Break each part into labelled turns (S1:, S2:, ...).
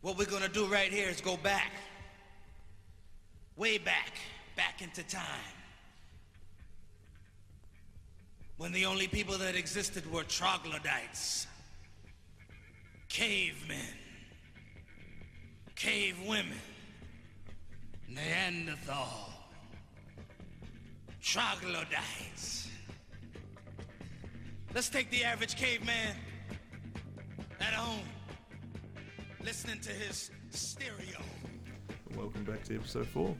S1: What we're gonna do right here is go back. Way back, back into time. When the only people that existed were troglodytes, cavemen, cave women, Neanderthal, troglodytes. Let's take the average caveman at home, listening to his stereo.
S2: Welcome back to episode four.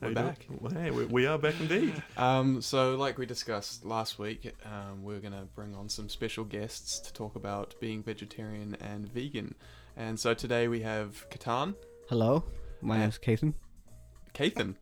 S2: How
S3: We're
S2: you doing?
S3: back.
S2: Well, Hey, we, we are back indeed.
S3: Um, so, like we discussed last week, um, we are going to bring on some special guests to talk about being vegetarian and vegan. And so today we have Katan,
S4: Hello, my name's Kason.
S3: Kathan.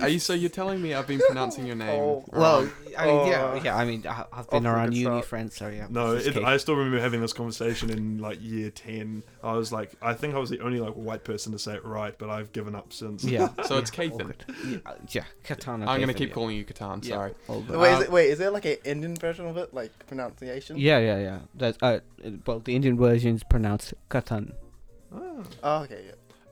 S3: are you? So you're telling me I've been pronouncing your name?
S5: Oh.
S3: wrong?
S4: Well, I mean,
S5: Oh.
S4: yeah, yeah. I mean, I, I've been
S5: Off we
S4: around
S5: can
S4: uni
S5: start.
S4: friends, so yeah.
S2: No,
S4: this is
S2: it,
S4: Kason.
S2: I still remember having this conversation in like year ten. I was like, I think I was the only like white person to say it right, but I've given up since.
S4: yeah.
S3: So it's Kathan.
S4: awkward. Yeah, uh, yeah, Katana.
S3: I'm gonna
S4: Kason,
S3: keep
S4: yeah.
S3: calling you Katan.
S4: Yeah.
S3: Sorry.
S4: All good.
S5: Wait,
S3: Um,
S5: is it, wait, is there like an Indian version of it, like pronunciation?
S4: Yeah, yeah, yeah. That's uh, well, the Indian version is pronounced Katan.
S2: Ah.
S5: Oh, okay.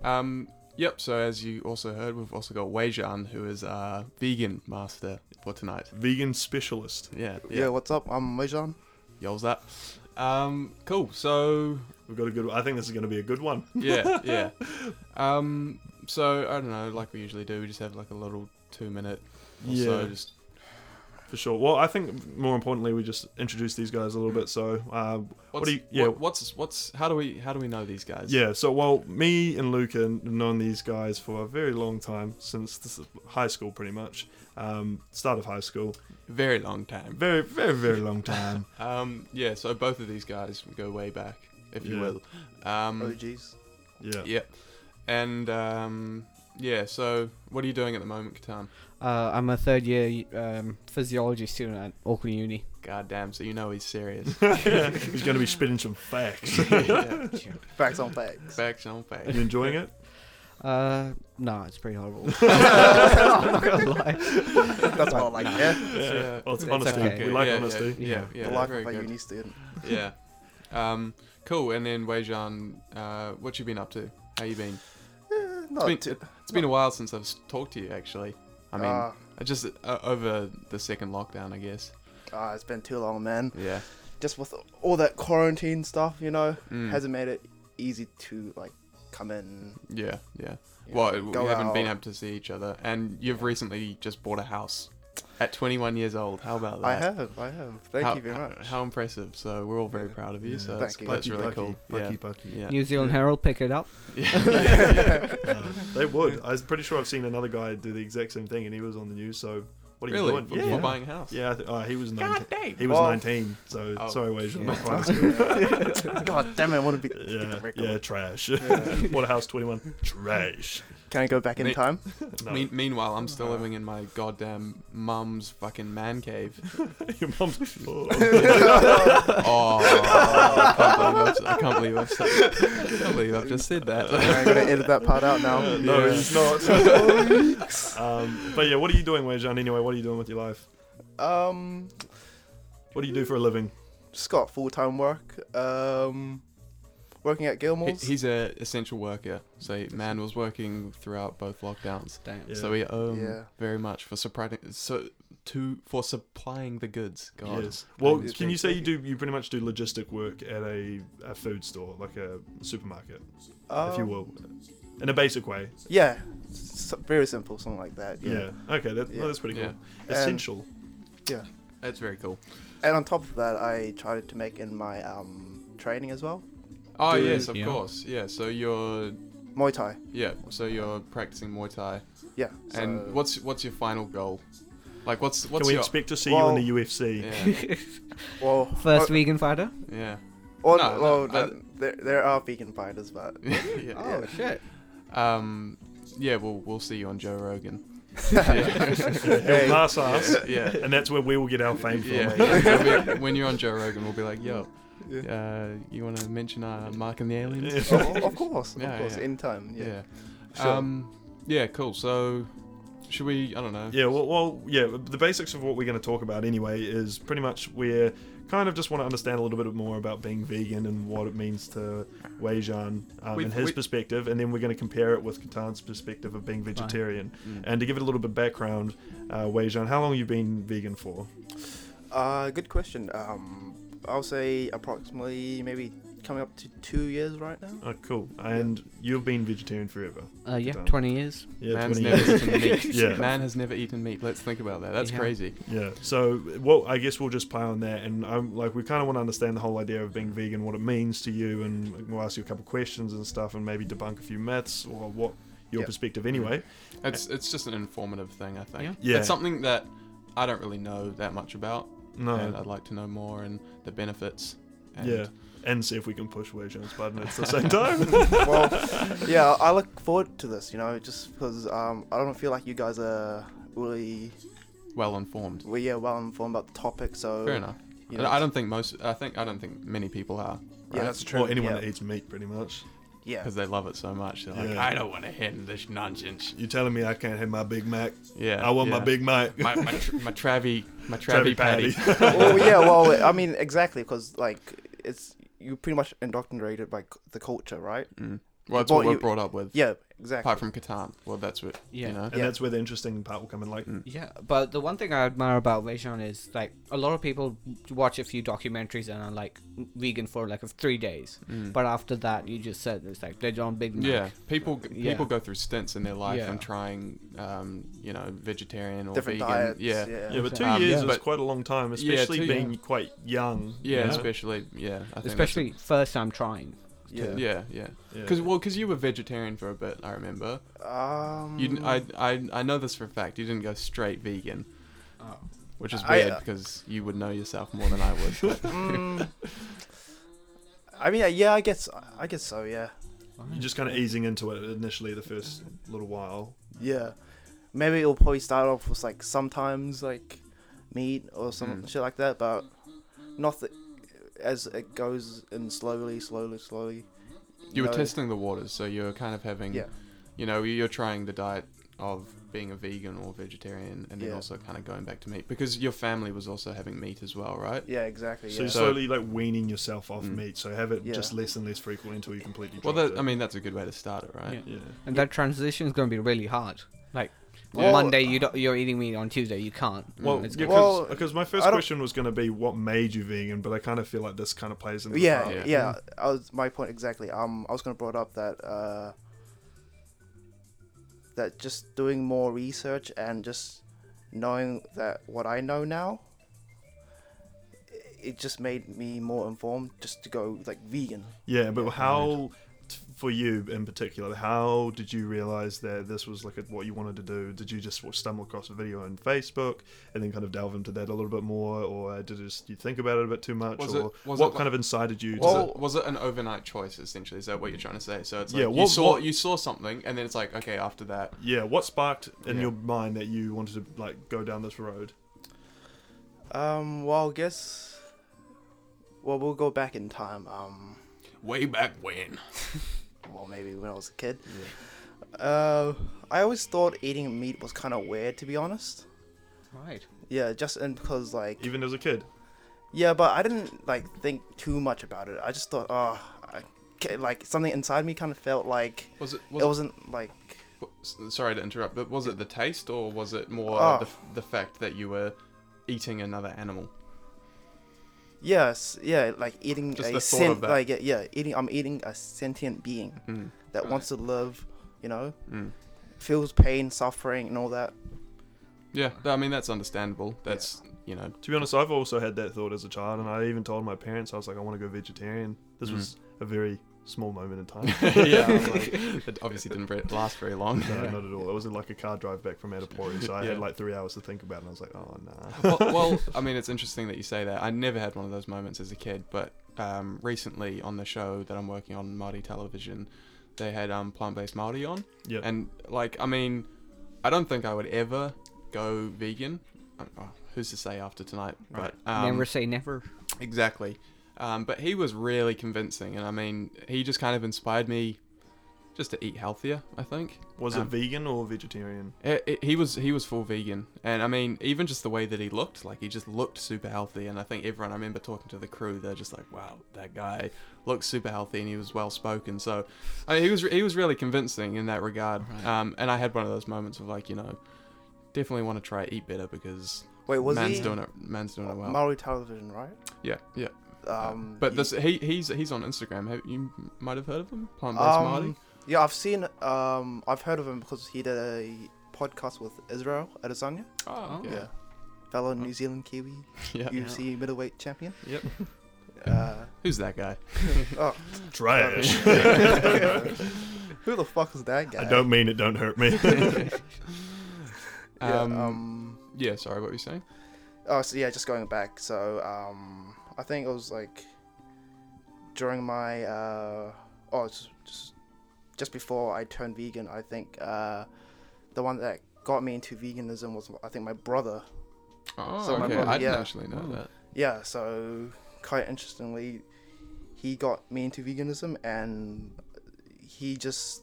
S5: Yeah.
S3: Um, yep. So as you also heard, we've also got Weijan, who is our vegan master for tonight.
S2: Vegan specialist.
S3: Yeah.
S5: yeah.
S3: Yeah.
S5: What's up? I'm Mojan.
S3: Yol's that. Um, cool. So
S2: We've got a good. I think this is going to be a good one.
S3: yeah, yeah. Um, so I don't know, like we usually do, we just have like a little two minute or so.
S2: Yeah.
S3: Just
S2: For sure. Well, I think more importantly, we just introduce these guys a little bit. So, uh,
S3: what's,
S2: what do you? Yeah,
S3: what- what's what's how do we how do we know these guys?
S2: yeah. So, well, me and Luca have known these guys for a very long time since this is high school, pretty much. Um, start of high school.
S3: very long time.
S2: Very, very, very long time.
S3: Um, yeah. So both of these guys go way back, if you
S2: Yeah.
S3: will. Um,
S5: OGs.
S2: Yeah.
S3: yeah. And um, yeah. So what are you doing at the moment, Katan?
S4: Uh, I'm a third year um, physiology student at Auckland Uni.
S3: God damn. So you know he's serious.
S2: He's going to be spitting some facts.
S3: yeah.
S5: Facts on facts.
S3: Facts on facts.
S2: You enjoying it?
S4: Uh, no, it's pretty horrible. I'm not gonna lie.
S5: That's all. Like, yeah.
S3: Yeah.
S2: Well, it's
S3: That's
S2: honesty.
S4: okay.
S2: We like
S3: yeah,
S2: honesty.
S3: Yeah. Yeah. yeah,
S5: the life
S3: very
S5: of a
S3: good.
S5: uni student.
S3: yeah. Um, cool. And then Weijan, uh, what you been up to? How you been?
S5: Eh, not
S3: been-
S5: too.
S3: It's been a while since I've s- talked to you, actually. I mean,
S5: Ah,
S3: I just uh, over the second lockdown, I guess.
S5: ah, it's been too long, man.
S3: Yeah.
S5: Just with all that quarantine stuff, you know,
S3: Mm.
S5: hasn't made it easy to like come in.
S3: Yeah. Yeah.
S5: you
S3: Well,
S5: know,
S3: we
S5: go
S3: haven't been
S5: out.
S3: able to see each other, and you've recently just bought a house at 21 years old. How about that?
S5: I have, I have. Thank
S3: How-
S5: you very much.
S3: How impressive! So we're all very proud of you.
S2: Yeah.
S3: So
S5: Thank
S3: that's,
S5: you.
S3: that's
S2: Bucky,
S3: really
S2: Bucky,
S3: cool.
S2: Bucky, Bucky.
S3: yeah.
S4: New Zealand Herald, pick it up.
S3: yeah.
S2: Uh, they would. I was pretty sure I've seen another guy do the exact same thing, and he was on the news. So, what are
S3: really?
S2: you
S3: For,
S2: doing?
S3: for
S2: yeah.
S3: buying a house.
S2: Yeah, I th- uh, he was 19.
S3: damn.
S2: He was
S5: Well-
S2: 19, so
S3: Oh,
S2: sorry, Wade.
S3: shit.
S2: you're not quite as good.
S5: God damn it! I want to be. Get
S2: Yeah,
S5: the record.
S2: yeah, trash. what a house 21. Trash.
S5: Can I go back in
S3: Mate.
S5: time?
S2: No.
S3: Mean, meanwhile, I'm
S5: Uh-huh.
S3: still living in my goddamn mum's fucking man cave.
S2: Your mum's. Oh,
S3: Oh, I can't believe I've, I can't believe I've, said, I can't believe I've just said that.
S5: I'm gonna edit that part out now.
S2: no,
S3: Yeah.
S2: he's not. um, but yeah, what are you doing, Weijan? Anyway, what are you doing with your life?
S5: Um,
S2: What do you do for a living?
S5: just got full time work. Um, working at
S3: He,
S5: Gilmore's.
S3: he's a essential worker, so man was working throughout both lockdowns.
S4: Damn.
S2: Yeah.
S3: So we owe him
S5: Yeah.
S3: very much for supplying so to for supplying the goods. God,
S2: Yes. Well,
S3: Thanks,
S2: can you
S3: thanks,
S2: say you do? You pretty much do logistic work at a, a food store, like a supermarket,
S5: um,
S2: if you will, in a basic way.
S5: Yeah, s- very simple, something like that. Yeah.
S2: Yeah. Okay, that,
S5: Yeah.
S2: well, that's pretty cool.
S3: Yeah.
S2: Essential.
S3: that's very cool.
S5: And on top of that, I tried to make in my um training as well,
S3: Oh
S5: Dude.
S3: yes, of
S4: Yeah.
S3: course. Yeah. So you're
S5: Muay Thai.
S3: yeah. So you're practicing Muay Thai.
S5: Yeah. so-
S3: And what's what's your final goal? Like what's
S2: Can
S3: what's
S2: we
S3: your
S2: expect to see
S5: Well-
S2: you in the UFC?
S3: yeah
S5: well,
S4: First vegan fighter.
S3: yeah
S5: well,
S3: no, no,
S5: well,
S3: I-
S5: no, there, there are vegan fighters, but
S3: yeah.
S5: Oh,
S4: shit.
S3: Um, yeah, we'll we'll see you on Joe Rogan.
S2: He'll
S5: hey,
S2: pass us,
S3: Yeah.
S2: and that's where we will get our fame from.
S3: Yeah, yeah. We'll be- when you're on Joe Rogan, we'll be like, "Yo,
S5: Yeah.
S3: uh, you want to mention uh, Mark and the Aliens?"
S5: oh, of course, of
S3: Yeah,
S5: course,
S3: yeah.
S5: anytime. Yeah.
S3: Yeah.
S5: Sure.
S3: Um, yeah, cool. So, should we? I don't know.
S2: Yeah, well, well, yeah. The basics of what we're going to talk about anyway is pretty much we're kind of just want to understand a little bit more about being vegan and what it means to Wei Zhan um,
S3: We've-
S2: and his
S3: we-
S2: perspective, and then we're going to compare it with Katan's perspective of being vegetarian.
S3: Mm.
S2: And to give it a little bit of background, uh, Wei Zhan, how long have you been vegan for?
S5: Uh, good question. Um, I'll say approximately maybe coming up to two years right now.
S2: Oh, cool. And you've been vegetarian forever.
S4: Uh, yeah,
S2: Done.
S4: 20 years.
S2: Yeah,
S3: Man's
S2: 20
S3: never
S2: years.
S3: eaten meat.
S2: Yeah.
S3: Man has never eaten meat. Let's think about that. That's
S4: Yeah.
S3: crazy.
S2: Yeah. So, well, I guess we'll just play on that, and I'm like, we kind of want to understand the whole idea of being vegan, what it means to you, and we'll ask you a couple questions and stuff, and maybe debunk a few myths or what your
S5: Yep.
S2: perspective anyway.
S3: It's it's just an informative thing, I think.
S2: Yeah. Yeah.
S3: It's something that I don't really know that much about,
S2: No.
S3: and I'd like to know more and the benefits. And
S2: yeah. And see if we can push Wei Jones button at the same time.
S5: well, yeah, I look forward to this. You know, just because um, I don't feel like you guys are really
S3: Well informed.
S5: we are well informed about the topic. So
S3: Fair enough.
S5: You
S3: And
S5: know,
S3: I don't think most. I think I don't think many people are.
S5: Yeah,
S3: right?
S5: that's
S2: Or anyone
S5: Yeah.
S2: that eats meat, pretty much.
S5: yeah.
S3: because they love it so much. They're like,
S2: Yeah.
S3: I don't want to hear this nonsense.
S2: You're telling me I can't have my Big Mac?
S3: Yeah,
S2: I want my
S3: yeah.
S2: Big Mac.
S3: My my, tr- my Travy my Travy, patty.
S5: well, yeah. Well, I mean, exactly because like it's you pretty much indoctrinated by c- the culture, right?
S3: Well, that's what
S5: Well,
S3: we're
S5: you-
S3: brought up with.
S5: Yeah, exactly.
S3: Mm. Apart from Catan. Well, that's what
S4: Yeah.
S3: you know.
S2: and that's where the interesting part will come in. Like,
S3: Mm.
S4: Yeah, but the one thing I admire about Rajon is like a lot of people watch a few documentaries and are like vegan for like three days, but after that you just said it's like they're on Big Mac.
S3: Yeah, people g-
S4: Yeah.
S3: people go through stints in their life
S4: Yeah.
S3: and trying, um, you know, vegetarian or
S5: Different
S3: vegan.
S5: diets.
S3: yeah,
S5: Yeah.
S2: yeah, but two
S3: Um,
S2: years
S3: yeah.
S2: is
S3: But-
S2: quite a long time,
S3: Yeah,
S2: especially
S3: two-
S2: being quite young.
S3: yeah,
S2: you know?
S3: especially yeah, I think that's a-
S4: especially first time trying.
S5: yeah.
S3: yeah, yeah,
S2: Yeah.
S3: because well, because you were vegetarian for a bit, I remember.
S5: Um,
S3: You, d- I, I, I know this for a fact. You didn't go straight vegan, which is
S5: Oh. I- uh,
S3: weird because you would know yourself more than I would. but-
S5: mm, I mean, yeah, I guess, I guess so. Yeah,
S2: You're just kind of easing into it initially the first little while.
S5: yeah. Maybe it'll probably start off with like sometimes like meat or some
S3: Mm.
S5: shit like that, but not that as it goes in slowly, slowly, slowly.
S3: you were
S5: know,
S3: testing the waters, so you're kind of having,
S5: Yeah.
S3: you know, you're trying the diet of being a vegan or vegetarian, and then
S5: Yeah.
S3: also kind of going back to meat because your family was also having meat as well, right?
S5: Yeah, exactly.
S2: So
S5: Yeah.
S2: you're slowly like weaning yourself off
S3: Mm.
S2: meat. So have it
S5: Yeah.
S2: just less and less frequent until you completely.
S3: Well,
S2: drop
S3: that,
S2: it.
S3: I mean, that's a good way to start it, right?
S2: yeah,
S4: And that transition is going to be really hard. Like on
S5: Well-
S4: Monday you don't, you're eating meat, on Tuesday you can't.
S2: Mm. well,
S4: It's
S2: because
S4: good.
S5: Mm. Well,
S2: my first
S5: I don't-
S2: question was going to be what made you vegan, but I kind of feel like this kind of plays into the
S5: yeah,
S2: part.
S5: yeah,
S3: Yeah.
S5: I was my point exactly. Um, I was gonna brought up that uh, that just doing more research and just knowing that what I know now, it just made me more informed just to go like vegan.
S2: Yeah, but how t- for you in particular? How did you realize that this was like a, what you wanted to do? Did you just stumble across a video on Facebook and then kind of delve into that a little bit more, or did you just you think about it a bit too much,
S3: Was it-
S2: or
S3: was
S2: what
S3: it
S2: kind of incited you?
S3: Was,
S2: to
S3: it, was it an overnight choice? Essentially, is that what you're trying to say? So it's like
S2: Yeah,
S3: you
S2: what-
S3: saw
S2: what-
S3: you saw something, and then it's like, okay, after that,
S2: yeah, what sparked in
S3: Yeah.
S2: your mind that you wanted to like go down this road?
S5: Um, well, I guess. Well, we'll go back in time. Um,
S3: way back when.
S5: well, maybe when I was a kid. Uh, I always thought eating meat was kind of weird, to be honest.
S4: Right.
S5: Yeah, just in because like
S2: Even as a kid,
S5: Yeah, but I didn't like think too much about it. I just thought, oh, I, ca- like something inside me kind of felt like
S3: Was it?
S5: it
S3: Was it,
S5: wasn't like
S3: s- sorry to interrupt, but was it the taste, or was it more
S5: Ah.
S3: the, f- the fact that you were eating another animal?
S5: yes, yeah, like eating
S3: Just
S5: a
S3: the thought of
S5: sent
S3: that.
S5: like yeah, yeah, eating. I'm eating a sentient being
S3: Mm.
S5: that
S3: Right.
S5: wants to live, you know,
S3: Mm.
S5: feels pain, suffering, and all that.
S3: Yeah, th- I mean that's understandable. That's you know,
S2: to be honest, I've also had that thought as a child, and I even told my parents I was like, I want to go vegetarian. This
S3: Mm.
S2: was a very small moment in time.
S3: yeah, I was like, it obviously didn't ver- last very long.
S2: No, not at all. It was like a car drive back from Adipori, so I had
S3: Yeah.
S2: like three hours to think about it, and I was like, oh, nah.
S3: well, well, I mean it's interesting that you say that. I never had one of those moments as a kid, but um, recently on the show that I'm working on, Māori Television, they had um, plant-based Māori on,
S2: Yeah.
S3: and like I mean, I don't think I would ever go vegan. Uh, oh, who's to say after tonight?
S2: Right.
S3: But um,
S4: never say never.
S3: Exactly. Um, but he was really convincing, and I mean, he just kind of inspired me just to eat healthier. I think.
S2: Was it
S3: Um,
S2: vegan or vegetarian?
S3: It, it, he was he was full vegan, and I mean, even just the way that he looked, like he just looked super healthy. And I think everyone, I remember talking to the crew, they're just like, "Wow, that guy looks super healthy, and he was well spoken." So, I mean, he was he was really convincing in that regard. Um, and I had one of those moments of like, you know, definitely want to try eat better because
S5: Wait, was
S3: man's
S5: he
S3: doing it, man's doing it well.
S5: Maori television, right?
S3: yeah, yeah.
S5: Um,
S3: but
S5: he-
S3: this he he's he's on Instagram. Have, you might have heard of him, Plant Based Marty.
S5: um, yeah, I've seen, um, I've heard of him because he did a podcast with Israel Adesanya,
S3: Oh, yeah,
S5: fellow New Zealand Kiwi
S3: yeah.
S5: UFC middleweight champion.
S3: Yep.
S5: Uh,
S3: Who's that guy?
S5: oh,
S2: Trash.
S5: who the fuck is that guy?
S2: I don't mean it. Don't hurt me.
S5: Yeah,
S3: um,
S5: um,
S3: yeah. Sorry, what were you saying?
S5: Oh, so yeah, just going back. So, um, I think it was like during my uh, oh, it's just just before I turned vegan. I think uh, the one that got me into veganism was I think my brother.
S3: Oh,
S5: So my
S3: okay.
S5: brother-
S3: I didn't
S5: yeah.
S3: actually know that.
S5: Yeah, so quite interestingly, he got me into veganism, and he just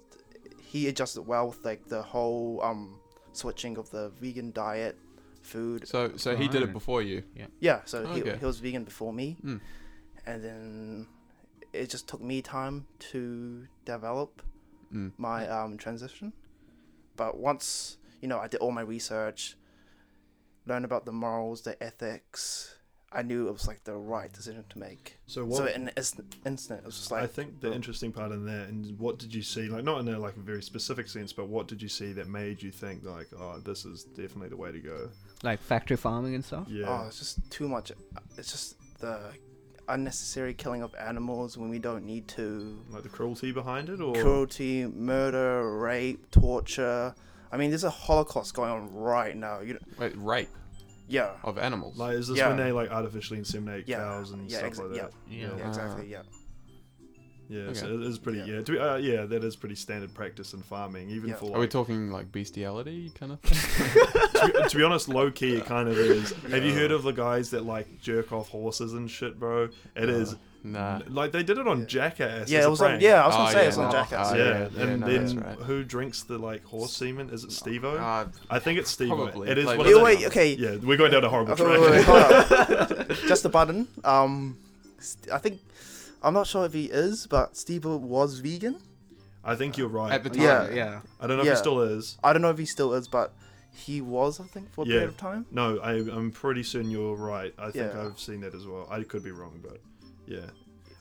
S5: he adjusted well with like the whole um switching of the vegan diet, food,
S3: So, so he did it
S4: Right.
S3: before you.
S5: Yeah, so
S3: Okay.
S5: he, he was vegan before me,
S2: Hmm.
S3: Mm.
S5: and then it just took me time to develop
S2: Hmm.
S3: Mm.
S5: my um, transition. But once you know, I did all my research, learned about the morals, the ethics. I knew it was like the right decision to make.
S2: so
S5: so in an instant, instant, it was just like
S2: I think
S3: oh.
S2: the interesting part in that, and what did you see? Like, not in a like a very specific sense, but what did you see that made you think like, oh, this is definitely the way to go?
S4: Like factory farming and stuff.
S2: Yeah.
S5: oh, it's just too much. It's just the unnecessary killing of animals when we don't need to.
S2: like the cruelty behind it, or
S5: cruelty, murder, rape, torture. I mean, there's a Holocaust going on right now. You,
S3: Wait, rape
S5: yeah,
S3: of animals.
S2: like is this
S5: Yeah.
S2: when they like artificially inseminate
S5: Yeah,
S2: cows and
S5: yeah,
S2: stuff
S5: exa-
S2: like that?
S4: yeah.
S5: yeah, exactly. Yeah,
S2: Yeah, so
S3: Okay.
S2: it is pretty.
S5: Yeah.
S2: Yeah, to be, uh, yeah, that is pretty standard practice in farming, even
S5: Yeah.
S2: for.
S3: Are we
S2: Like,
S3: talking like bestiality kind of thing?
S2: to, be, to be honest, low key it kind of is. Have you heard of the guys that like jerk off horses and shit, bro? It is
S3: nah.
S2: like they did it on Jackass.
S5: Uh-huh. yeah.
S2: as
S5: It
S2: a
S5: was on.
S2: prank.
S5: Yeah, I was gonna
S3: Oh,
S5: say
S3: yeah,
S5: it was on
S3: no.
S5: Jackass.
S3: Oh,
S5: yeah.
S2: yeah,
S3: yeah,
S2: and
S3: no, that's
S2: then
S3: right.
S2: who drinks the like horse semen?
S5: Oh,
S2: Is it Stevo?
S3: Uh,
S2: I think it's Steve.
S3: Probably.
S2: It is
S3: Like-
S2: one
S5: Wait,
S2: of
S5: wait,
S2: the,
S5: okay.
S2: Yeah, we're going down a horrible
S5: Okay,
S2: track.
S5: wait, wait, wait, hold up. Just the button. Um, st- I think I'm not sure if he is, but Steve was vegan.
S2: I think you're right.
S3: at the time,
S5: Yeah.
S4: yeah.
S2: I don't know if
S5: yeah.
S2: he still is.
S5: I don't know if he still is, but he was, I think, for a
S2: Yeah.
S5: period of time.
S2: No, I, I'm pretty certain you're right. I think
S5: Yeah.
S2: I've seen that as well. I could be wrong, but yeah.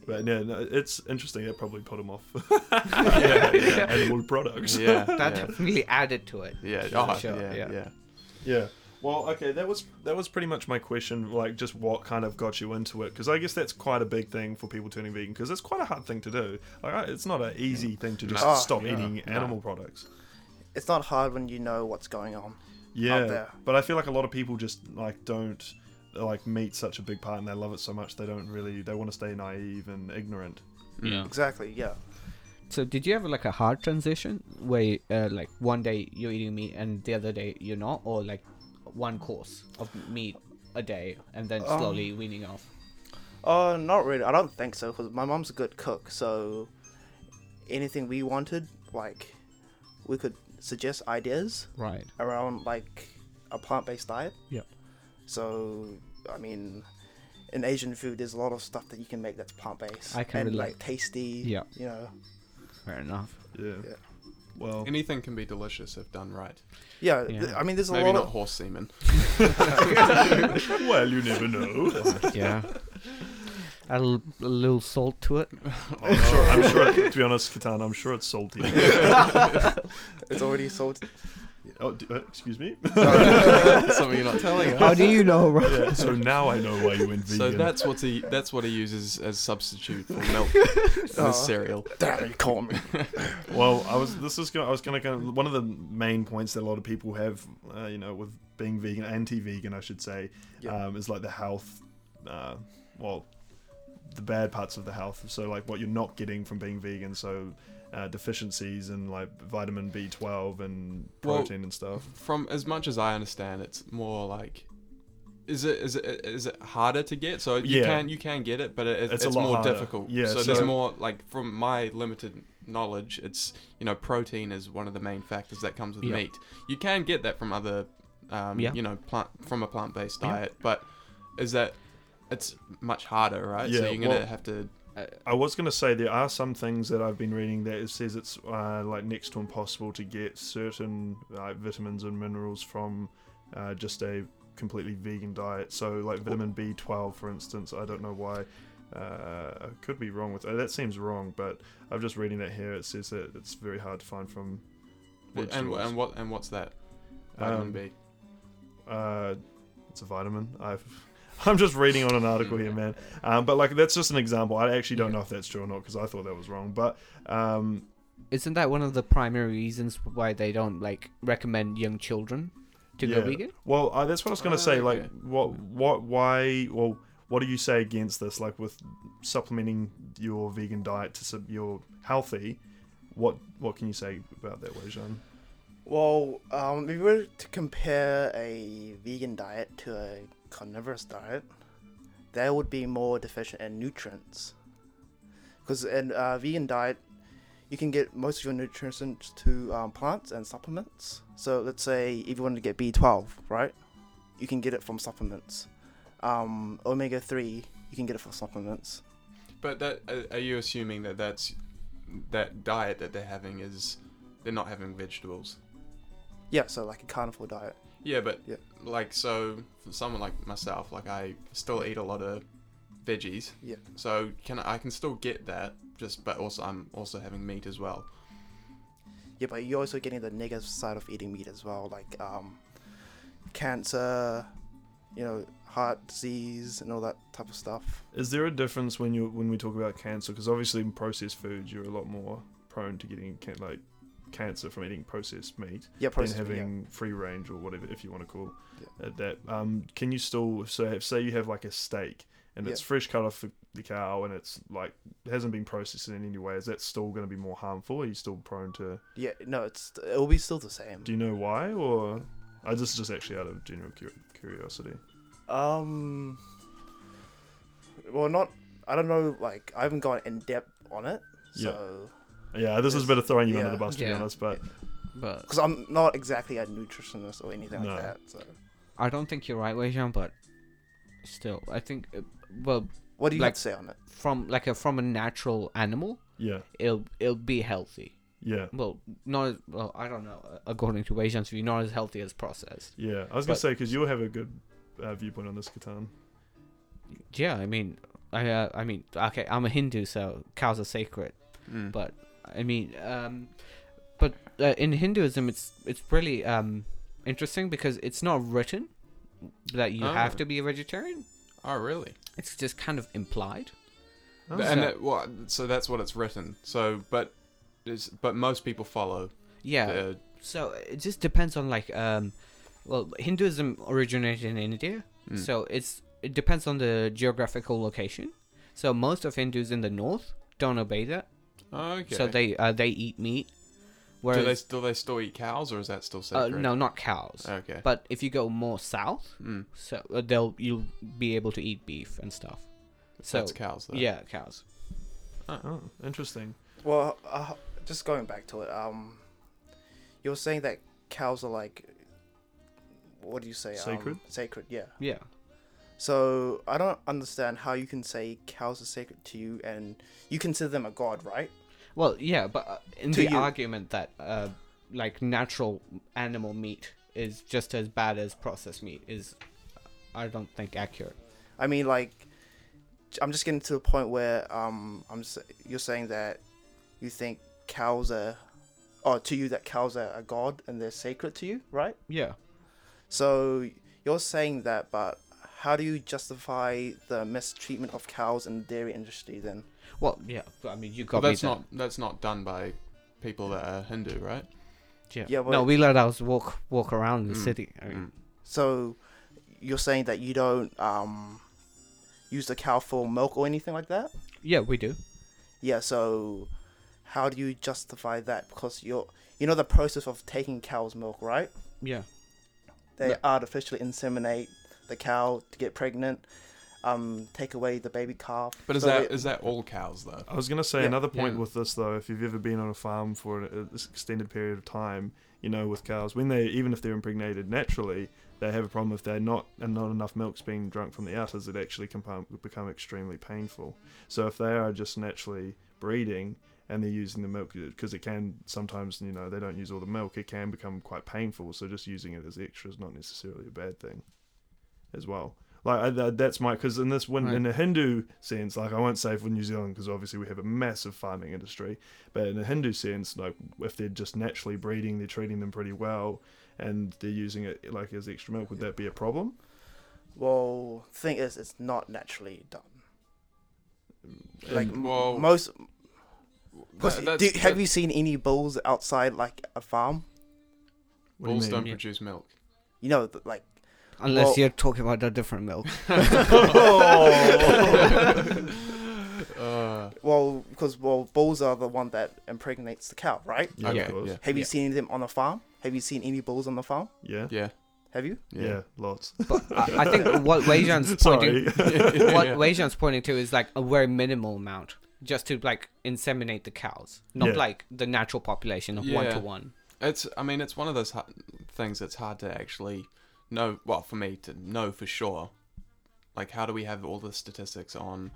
S2: But no, no it's interesting. That probably put him off. yeah, yeah, animal products.
S3: yeah,
S4: That
S3: yeah,
S4: definitely added to it.
S3: yeah, oh,
S4: sure,
S3: yeah, yeah,
S4: yeah.
S2: Yeah. Well, okay, that was that was pretty much my question. Like, just what kind of got you into it? Because I guess that's quite a big thing for people turning vegan. Because it's quite a hard thing to do. Like, I- it's not an easy thing to just
S5: No.
S2: stop
S5: Ah, Yeah.
S2: eating animal products.
S5: It's not hard when you know what's going on.
S2: yeah
S5: there.
S2: but i feel like a lot of people just like don't like meet such a big part and they love it so much they don't really they want to stay naive and ignorant
S3: yeah.
S5: Exactly. Yeah.
S4: So did you have like a hard transition where you, uh, like one day you're eating meat and the other day you're not, or like one course of meat a day and then slowly weaning off?
S5: Uh, not really. I don't think so because my mom's a good cook. So anything we wanted, like we could suggest ideas
S4: Right.
S5: around like a plant-based diet.
S4: Yep.
S5: So I mean, in Asian food, there's a lot of stuff that you can make that's plant-based
S4: I can
S5: and
S4: relate.
S5: like tasty.
S4: Yeah.
S5: You know.
S4: Fair enough.
S2: yeah,
S5: Yeah.
S2: well
S3: Anything can be delicious if done right.
S5: Yeah.
S4: Yeah.
S5: th- I mean, there's a
S3: Maybe
S5: lot
S3: not
S5: of
S3: horse semen.
S2: well you never know
S4: Yeah. Add a, l- a little salt to it.
S2: i'm sure i'm sure to be honest katana i'm sure it's salty
S5: it's already salted.
S2: oh d- uh, excuse me
S3: Something you're not telling us.
S4: How do you know, bro?
S2: yeah, so now i know why you went vegan
S3: So that's what he that's what he uses as substitute for milk in
S5: Oh.
S3: his cereal.
S5: Damn, you caught me.
S2: well i was this is gonna, i was gonna go one of the main points that a lot of people have uh, you know with being vegan anti-vegan i should say
S5: Yeah.
S2: um, is like the health uh, well the bad parts of the health so like what you're not getting from being vegan so uh, deficiencies in like vitamin b12 and
S3: Well-
S2: protein and stuff
S3: From as much as I understand, it's more like Is it is it is it harder to get? So you
S2: Yeah.
S3: can you can get it, but it, it's,
S2: It's a
S3: it's
S2: lot
S3: more
S2: harder.
S3: difficult.
S2: Yeah,
S3: So, there's
S2: so-
S3: more like from my limited knowledge, it's you know protein is one of the main factors that comes with
S4: Yeah.
S3: meat. You can get that from other, um,
S4: Yeah.
S3: you know, plant from a plant based
S4: Yeah.
S3: diet, but is that it's much harder, right? so
S2: Yeah,
S3: you're gonna
S2: well-
S3: have to.
S2: I was going to say there are some things that I've been reading that it says it's uh, like next to impossible to get certain like vitamins and minerals from uh, just a completely vegan diet. So like vitamin B12, for instance, I don't know why. Uh, I could be wrong with that. Seems wrong, but I'm just reading that here. It says that it's very hard to find from.
S3: And,
S2: vegetables.
S3: and what and what's that?
S2: Um,
S3: Vitamin B.
S2: uh, it's a vitamin. I've, I'm just reading on an article here, man. Um, but like that's just an example. I actually don't know if that's true or not because I thought that was wrong. But um,
S4: Isn't that one of the primary reasons why they don't like recommend young children to
S2: yeah.
S4: go vegan?
S2: Well, I, that's what I was gonna
S3: Ah,
S2: say. Like,
S3: okay.
S2: what, what, why? Well, what do you say against this? Like, with supplementing your vegan diet to sub- your healthy, what what can you say about that, Wei Zhan?
S5: Well, um, if we were to compare a vegan diet to a carnivorous diet, they would be more deficient in nutrients. Because in a vegan diet, you can get most of your nutrients to um, plants and supplements. So let's say if you wanted to get B12, right? You can get it from supplements. Um, omega 3, you can get it from supplements.
S3: But that are- are you assuming that that's that diet that they're having is they're not having vegetables?
S5: Yeah, so like a carnivore diet.
S3: Yeah, but
S5: Yeah.
S3: like so, for someone like myself, like I still eat a lot of veggies.
S5: Yeah.
S3: So can I, I can still get that just, but also I'm also having meat as well.
S5: Yeah, but you're also getting the negative side of eating meat as well, like um, cancer, you know, heart disease, and all that type of stuff.
S2: Is there a difference when you when we talk about cancer? Because obviously, in processed foods, you're a lot more prone to getting can- like cancer from eating processed meat.
S5: Yeah,
S2: than
S5: processed meat, yeah.
S2: having free range or whatever if you want to call it that um can you still so have, say you have like a steak and it's
S5: Yeah.
S2: fresh cut off the cow and it's like hasn't been processed in any way is that still going to be more harmful are you still prone to
S5: Yeah, no, it's it'll be still the same.
S2: do you know why or i just just actually out of general cu- curiosity
S5: Um, well, not. I don't know. Like, I haven't gone in depth on it,
S2: Yeah.
S5: so
S2: yeah this is a bit of throwing you under
S5: Yeah.
S2: the bus to be
S4: Yeah.
S2: honest but
S4: But
S5: because I'm not exactly a nutritionist or anything
S2: No.
S5: like that. So,
S4: I don't think you're right, Wei Zhang, but still, I think uh, well,
S5: what do you
S4: Like-
S5: have to say on it?
S4: from like a from a natural animal,
S2: yeah
S4: it'll it'll be healthy.
S2: yeah
S4: Well, not as, well. I don't know. uh, According to Wei Zhang's view, not as healthy as processed.
S2: yeah i was going
S4: But-
S2: to say because you'll have a good uh, viewpoint on this Catan.
S4: Yeah, I mean, I uh, I mean, okay, I'm a Hindu, so cows are sacred.
S3: Mm.
S4: but I mean, um, but uh, in Hinduism, it's it's really um, interesting because it's not written that you have
S3: Oh.
S4: to be a vegetarian.
S3: oh really?
S4: It's just kind of implied.
S2: Oh.
S3: and
S4: So-
S3: that, well, so that's what it's written. So, but it's, but most people follow.
S4: Yeah.
S3: the-
S4: So it just depends on like um, well, Hinduism originated in India,
S3: Mm.
S4: so it's it depends on the geographical location. So most of Hindus in the north don't obey that,
S3: oh, okay.
S4: so they uh, they eat meat.
S3: do they
S4: Whereas
S3: still they still eat cows or is that still
S4: uh,
S3: sacred?
S4: no, not cows.
S3: Okay.
S4: But if you go more south,
S3: mm.
S4: so uh, they'll you'll be able to eat beef and stuff. So
S3: that's cows. Though.
S4: yeah, cows.
S2: oh interesting
S5: Well, uh, just going back to it, um, you were saying that cows are like, what do you say? um,
S2: Sacred?
S5: sacred, yeah.
S4: Yeah,
S5: So I don't understand how you can say cows are sacred to you and you consider them a god, right?
S4: well, yeah, but uh, in
S5: To
S4: the
S5: you.
S4: argument that uh, like natural animal meat is just as bad as processed meat is, uh, I don't think accurate.
S5: I mean, like, I'm just getting to the point where um, I'm s- you're saying that you think cows are, or to you that cows are a god and they're sacred to you, right?
S4: Yeah,
S5: So you're saying that, but how do you justify the mistreatment of cows in the dairy industry then?
S4: well, yeah. but, I mean, you
S3: Well,
S4: got
S3: that's
S4: me there.
S3: not that's not done by people that are Hindu, right?
S4: Yeah.
S5: Yeah,
S4: no,
S5: but-
S4: we let us walk walk around the
S3: Mm,
S4: city. I mean,
S3: mm.
S5: So you're saying that you don't um, use the cow for milk or anything like that?
S4: Yeah, we do.
S5: Yeah, so how do you justify that? Because you're you know the process of taking cow's milk, right?
S4: Yeah,
S5: They
S4: No.
S5: artificially inseminate the cow to get pregnant, um, take away the baby calf.
S3: But is
S5: So
S3: that is
S5: it-
S3: that all cows though?
S2: I was gonna say
S5: Yeah.
S2: another point
S3: Yeah.
S2: with this though. If you've ever been on a farm for an uh, extended period of time, you know with cows, when they even if they're impregnated naturally, they have a problem if they're not and not enough milk's being drunk from the udders. It actually can become- become extremely painful. So if they are just naturally breeding and they're using the milk because it can sometimes you know they don't use all the milk, it can become quite painful. So just using it as extra is not necessarily a bad thing, as well. Like I, that, that's my because in this when
S3: Right.
S2: in a Hindu sense, like I won't say for New Zealand because obviously we have a massive farming industry, but in a Hindu sense, like if they're just naturally breeding, they're treating them pretty well, and they're using it like as extra milk. Would that be a problem?
S5: Well, thing is, it's not naturally done. Like m-
S3: Mm. well,
S5: most,
S3: That-
S5: do-
S3: that's-
S5: have
S3: that-
S5: you seen any bulls outside like a farm?
S2: What do you
S3: bulls
S2: mean?
S3: don't produce milk.
S5: You know, th- like
S4: Unless
S5: Well-
S4: you're talking about a different milk.
S3: Oh. Uh,
S5: well, because well, bulls are the one that impregnates the cow, right?
S2: Yeah,
S3: okay,
S2: of course.
S3: yeah,
S5: Have you
S4: Yeah.
S5: seen them on the farm? Have you seen any bulls on the farm?
S2: Yeah,
S3: yeah,
S5: Have you?
S2: yeah, lots.
S4: But I, I think what Weijan's
S2: Sorry.
S4: pointing, what Weijan's pointing to is like a very minimal amount, just to like inseminate the cows, not
S2: Yeah.
S4: like the natural population of one
S3: Yeah.
S4: to one.
S3: It's. I mean, it's one of those ha- things that's hard to actually know. Well, for me to know for sure. Like, how do we have all the statistics on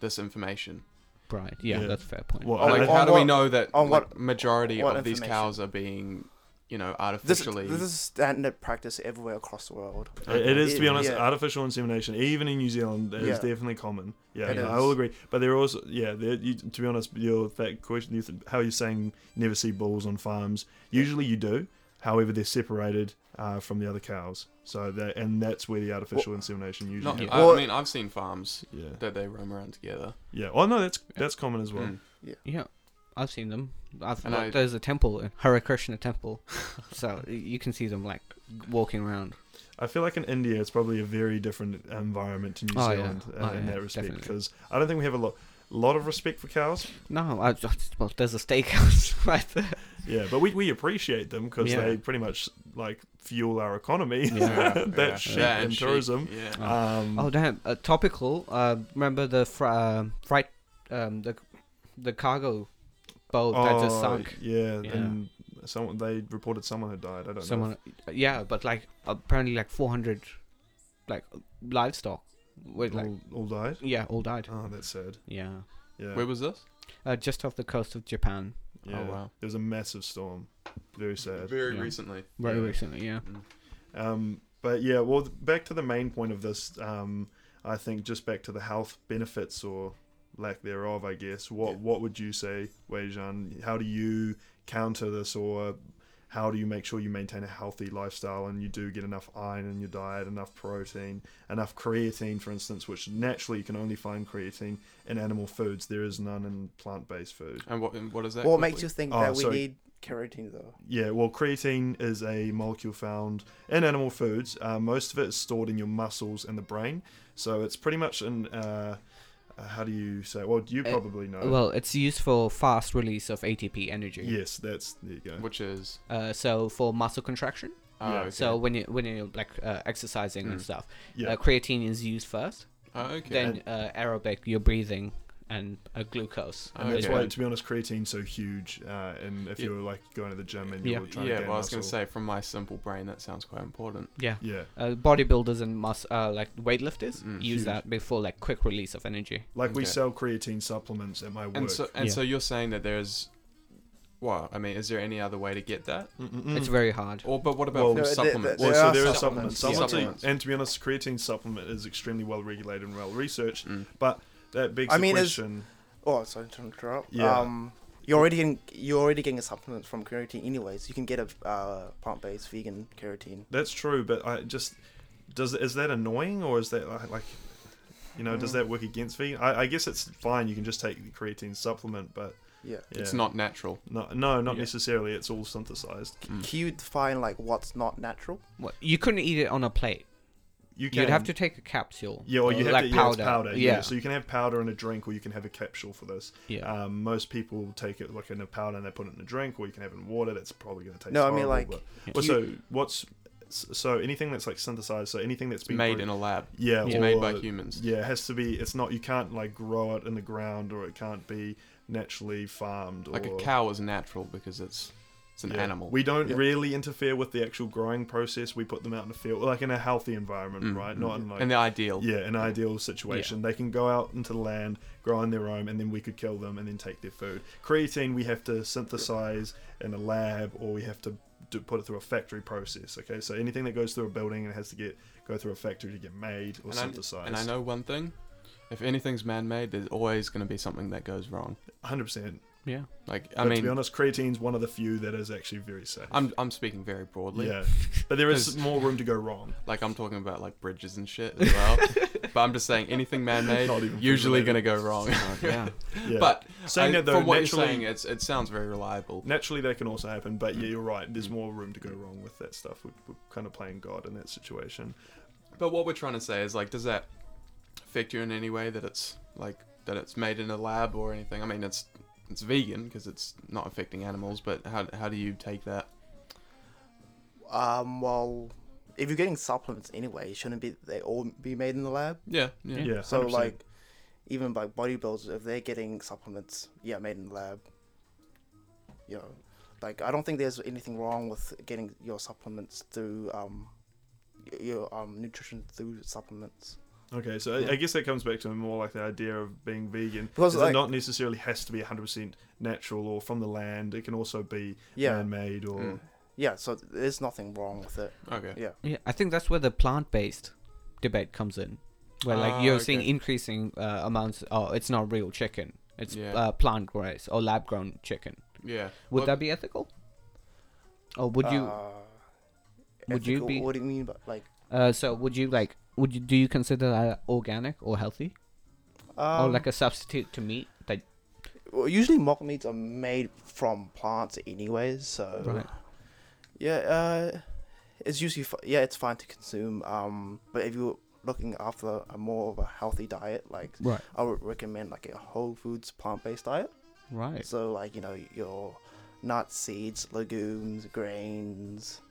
S3: this information?
S4: Right. Yeah,
S2: Yeah.
S4: that's a fair point.
S2: Well,
S5: Oh,
S2: I-
S3: Like,
S5: wait,
S2: I-
S5: on
S3: how do we
S5: what-
S3: know that
S5: on
S3: like,
S5: what-
S3: majority
S5: what
S3: of these
S5: information?
S3: cows are being, you know,
S5: This,
S3: artificially?
S5: this is standard practice everywhere across the world.
S2: It is, to be
S5: Yeah.
S2: honest,
S5: Yeah.
S2: artificial insemination, even in New Zealand, is
S5: Yeah.
S2: definitely common. Yeah,
S5: It
S2: yeah, I
S5: is.
S2: will agree. But there are also, yeah, there, you, to be honest, your that question, you th- how you're saying you never see bulls on farms. Usually you do. However, they're separated uh, from the other cows. So that, and that's where the artificial insemination usually.
S3: Not,
S2: happens.
S3: I,
S5: Well-
S3: mean, I've seen farms
S2: yeah,
S3: that they roam around together.
S2: yeah. Oh no, that's that's common as well.
S3: Mm.
S4: yeah, I've seen them. I've
S3: And
S4: like,
S3: I-
S4: there's a temple, Hare Krishna temple, so y- you can see them like walking around.
S2: I feel like in India, it's probably a very different environment to New
S4: Oh, yeah.
S2: Zealand uh,
S4: Oh,
S2: in
S4: yeah,
S2: that respect
S4: definitely.
S2: because I don't think we have a lot lot of respect for cows.
S4: No, I just, well, there's a steakhouse right there.
S2: Yeah, but we, we appreciate them because
S4: Yeah.
S2: they pretty much like fuel our economy.
S4: Yeah,
S2: that
S3: yeah.
S2: sheep
S3: That
S2: and
S3: sheep,
S2: tourism.
S3: Yeah.
S2: Um,
S4: Oh damn! Uh, topical. Uh, remember the fr- um fright, um, the the cargo boat that just
S2: oh,
S4: sunk.
S2: Yeah,
S4: Yeah.
S2: and someone they reported someone had died. I don't know.
S4: Someone, uh, yeah, but like apparently like 400, like livestock,
S2: if
S4: with like
S2: all, all died.
S4: yeah, all died.
S2: Oh, that's sad.
S4: Yeah,
S2: Yeah,
S3: Where was this?
S4: uh, just off the coast of Japan,
S2: yeah.
S3: Oh wow.
S2: There was a massive storm. Very sad.
S3: Very
S4: Yeah.
S3: recently.
S4: very
S2: Yeah.
S4: recently. Yeah,
S2: Um, but yeah, well, th- back to the main point of this, um, I think just back to the health benefits or lack thereof, I guess. What what would you say, Wei Jian? How do you counter this, or how do you make sure you maintain a healthy lifestyle and you do get enough iron in your diet, enough protein, enough creatine, for instance, which naturally you can only find creatine in animal foods. There is none in plant-based food.
S3: And what? And what is that?
S5: What makes
S3: quickly?
S5: you think
S2: Oh,
S5: that we
S2: sorry.
S5: need keratin though?
S2: Yeah, well, creatine is a molecule found in animal foods. Uh, most of it is stored in your muscles and the brain, so it's pretty much an uh, uh, how do you say? Well, you
S5: Eh,
S4: Uh,
S2: probably know.
S4: well, it's used for fast release of ATP energy.
S2: yes, that's there you go.
S3: Which is.
S4: Uh, so for muscle contraction. uh,
S3: Oh,
S2: Yeah.
S3: okay.
S4: So when you when you're like uh, exercising and
S3: Mm.
S4: stuff,
S2: Yeah.
S4: uh, creatine is used first.
S3: Oh, okay.
S4: Then uh, aerobic, you're breathing, and uh, glucose.
S2: and that's
S3: okay.
S2: why, to be honest, creatine's so huge. Uh, and if
S3: Yeah.
S2: you're like going to the gym and
S4: Yeah.
S2: you're trying
S3: yeah,
S2: to gain
S3: well, I was going to
S2: muscle,
S3: say, from my simple brain, that sounds quite important.
S4: Yeah.
S2: yeah,
S4: Uh, bodybuilders and mus- uh, like weightlifters
S3: Mm.
S4: use
S2: Huge.
S4: that before like quick release of energy.
S2: like we
S3: Okay.
S2: sell creatine supplements at my work.
S3: And so, and
S4: Yeah.
S3: so you're saying that there's, well, I mean, is there any other way to get that?
S2: Mm-mm-mm.
S4: It's very hard.
S3: Or but what about
S2: Well,
S3: from
S5: No, there-
S3: supplements?
S2: Well,
S5: There
S2: so
S5: are
S2: there are supplements.
S5: supplements.
S2: Supplements,
S3: Yeah.
S2: and- and to be honest, creatine supplement is extremely well regulated and well researched.
S3: Mm.
S2: But that begs
S5: I
S2: the
S5: mean, it's-
S2: question.
S5: Oh, sorry to interrupt.
S2: Yeah.
S5: Um, you're already in, you're already getting a supplement from keratin anyways. You can get a uh, plant-based vegan keratin.
S2: That's true, but I just does is that annoying or is that like, like you know, does
S5: Mm.
S2: that work against vegan? I, I guess it's fine. You can just take the creatine supplement, but
S5: Yeah.
S3: It's
S2: yeah.
S3: not natural.
S2: No, no, not
S3: Yeah.
S2: necessarily. It's all synthesized.
S3: Mm.
S5: Can you define like what's not natural?
S4: What- You couldn't eat it on a plate.
S2: You
S4: You'd have to take a capsule.
S2: Yeah, or you have
S4: like
S2: to, Yeah,
S4: powder.
S2: it's powder. Yeah.
S4: Yeah.
S2: so you can have powder in a drink, or you can have a capsule for this.
S4: Yeah.
S2: Um, most people take it like in a powder and they put it in a drink, or you can have it in water. That's probably going to taste.
S5: No, I mean,
S2: horrible,
S5: like,
S2: but-
S4: Yeah.
S2: Well,
S5: you-
S2: so what's s- so anything that's like synthesized, so anything that's been
S3: made
S2: bro-
S3: in a lab.
S2: yeah,
S3: It's made by
S2: or-
S3: humans.
S2: Yeah, it has to be. It's not. You can't like grow it in the ground, or it can't be naturally farmed. Or,
S3: Like a cow is natural because it's it's an
S2: Yeah.
S3: animal.
S2: We don't
S5: Yeah.
S2: really interfere with the actual growing process. We put them out in a field, like in a healthy environment,
S3: Mm,
S2: right?
S3: mm.
S2: Not in like
S3: and the ideal.
S2: yeah, an ideal situation. They can go out into the land, grow on their own, and then we could kill them and then take their food. Creatine, we have to synthesize in a lab, or we have to do, put it through a factory process. Okay, so anything that goes through a building and has to get go through a factory to get made or
S3: And I-
S2: synthesized.
S3: And I know one thing: if anything's man-made, there's always going to be something that goes wrong.
S2: hundred percent.
S3: Yeah. Like
S2: But
S3: I
S2: to be
S3: mean,
S2: honest, creatine's one of the few that is actually very safe.
S3: I'm I'm speaking very broadly.
S2: yeah, but there is
S3: 'Cause-
S2: more room to go wrong.
S3: Like I'm talking about like bridges and shit as well. but I'm just saying anything man-made
S2: Not even
S3: usually going to
S2: food-related.
S3: go wrong.
S4: yeah.
S2: Yeah.
S3: But
S2: Saying
S3: I-
S2: that though,
S3: from what
S2: naturally-
S3: you're saying, it's, it sounds very reliable.
S2: Naturally, that can also happen, but yeah, you're right.
S3: Mm.
S2: There's more room to go wrong with that stuff. We're, we're kind of playing God in that situation.
S3: But what we're trying to say is like, does that affect you in any way that it's like that it's made in a lab or anything? I mean, it's it's vegan because it's not affecting animals, but how how do you take that?
S5: Um, well, if you're getting supplements anyway, shouldn't be they all be made in the lab?
S3: Yeah, yeah.
S2: Yeah,
S5: So
S2: 100%.
S5: like, even like bodybuilders, if they're getting supplements, yeah, made in the lab. You know, like I don't think there's anything wrong with getting your supplements through um, y- your um nutrition through supplements.
S2: Okay, so I I guess that comes back to more like the idea of being vegan.
S5: Because,
S2: Because it
S5: like-
S2: not necessarily has to be 100% natural or from the land. It can also be
S5: Yeah.
S2: man-made or
S3: Mm.
S5: Yeah, so there's nothing wrong with it.
S3: Okay.
S5: Yeah.
S4: Yeah, I think that's where the plant-based debate comes in, where
S3: Ah,
S4: like you're seeing
S3: okay.
S4: increasing uh, amounts. Oh, it's not real chicken; it's
S3: Yeah.
S4: uh, plant-raised or lab-grown chicken.
S3: Yeah. Well,
S4: Would
S3: Ah.
S4: that be ethical? Or would you?
S5: Uh,
S4: would you be-
S5: What do you mean by like?
S4: Uh, so would you like? Would you do you consider that organic or healthy,
S5: Um,
S4: or like a substitute to meat? That
S5: well, usually mock meats are made from plants, anyways.
S3: uh,
S5: So
S4: right.
S5: yeah, uh, it's usually fi- yeah, it's fine to consume. Um, but if you're looking after a more of a healthy diet, like
S4: Right.
S5: I would recommend like a whole foods plant based diet.
S4: Right.
S5: So like you know your nuts, seeds, legumes, grains,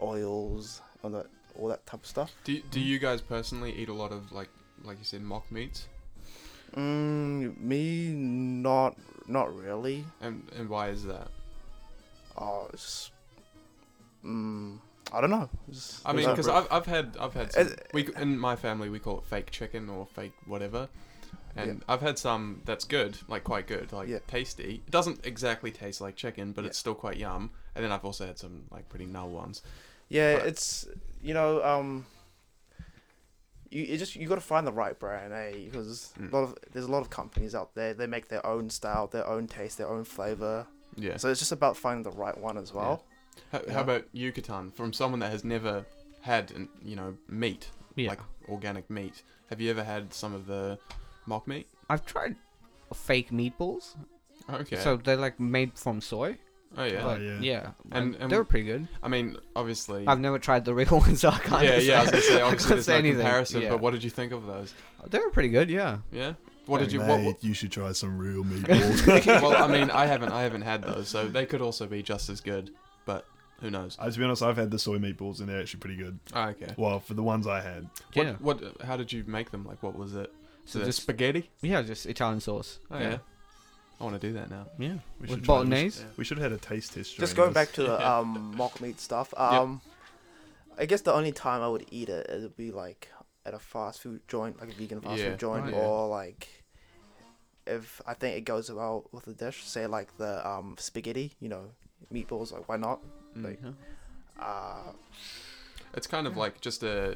S5: oils, all that all that type of stuff.
S3: Do do you guys personally eat a lot of like like you said mock meats?
S5: Mm, me not not really.
S3: And and why is that?
S5: Oh, it's just, mm, I don't know. It's-
S3: I mean,
S5: it's-
S3: because I've, I've had I've had some,
S5: Uh,
S3: we in my family we call it fake chicken or fake whatever, and I've had some that's good, like quite good, like
S5: Yeah.
S3: tasty. It doesn't exactly taste like chicken, but it's
S5: Yeah.
S3: still quite yum. And then I've also had some like pretty null ones.
S5: yeah,
S3: but-
S5: it's you know, um, you it just you got to find the right brand, eh? Because
S3: Mm.
S5: a lot of there's a lot of companies out there. They make their own style, their own taste, their own flavor.
S3: Yeah.
S5: So it's just about finding the right one as well.
S3: how,
S5: yeah.
S3: how about Yucatan? From someone that has never had an- you know meat,
S4: Yeah.
S3: like organic meat. Have you ever had some of the mock meat?
S4: I've tried fake meatballs.
S3: Okay.
S4: So they're like made from soy.
S3: oh yeah.
S4: but
S2: yeah.
S4: yeah.
S3: And-
S4: um,
S3: and-
S4: they're pretty good.
S3: I mean, obviously.
S4: I've never tried the real ones, so I can't.
S3: yeah, yeah. I was gonna say obviously
S4: can't
S3: there's
S4: say
S3: no
S4: anything,
S3: comparison,
S4: yeah.
S3: but what did you think of those?
S4: They were pretty good. Yeah.
S3: Yeah. What did you? What,
S2: Mate,
S3: what,
S2: you should try some real meatballs.
S3: well, I mean, I haven't, I haven't had those, so they could also be just as good, but who knows?
S2: Uh, to be honest, I've had the soy meatballs and they're actually pretty good.
S3: Ah, okay.
S2: Well, for the ones I had,
S4: yeah.
S3: What, what? How did you make them? Like, what was it?
S4: So
S3: So the
S4: just-
S3: spaghetti.
S4: Yeah, just Italian sauce.
S3: Oh yeah. I want to do that now.
S4: Yeah.
S2: we
S4: With
S2: should try-
S4: bolognese?
S2: We should have had a taste test.
S5: Just
S2: during
S5: going back
S2: this.
S5: to the
S3: Yeah.
S5: um mock meat stuff. Um, I guess the only time I would eat it it would be like at a fast food joint, like a vegan fast
S3: Yeah,
S5: food joint,
S3: right, yeah.
S5: or like if I think it goes well with the dish, say like the um spaghetti, you know, meatballs. Like why not?
S3: Mm.
S5: Like, uh,
S3: It's kind of like just a.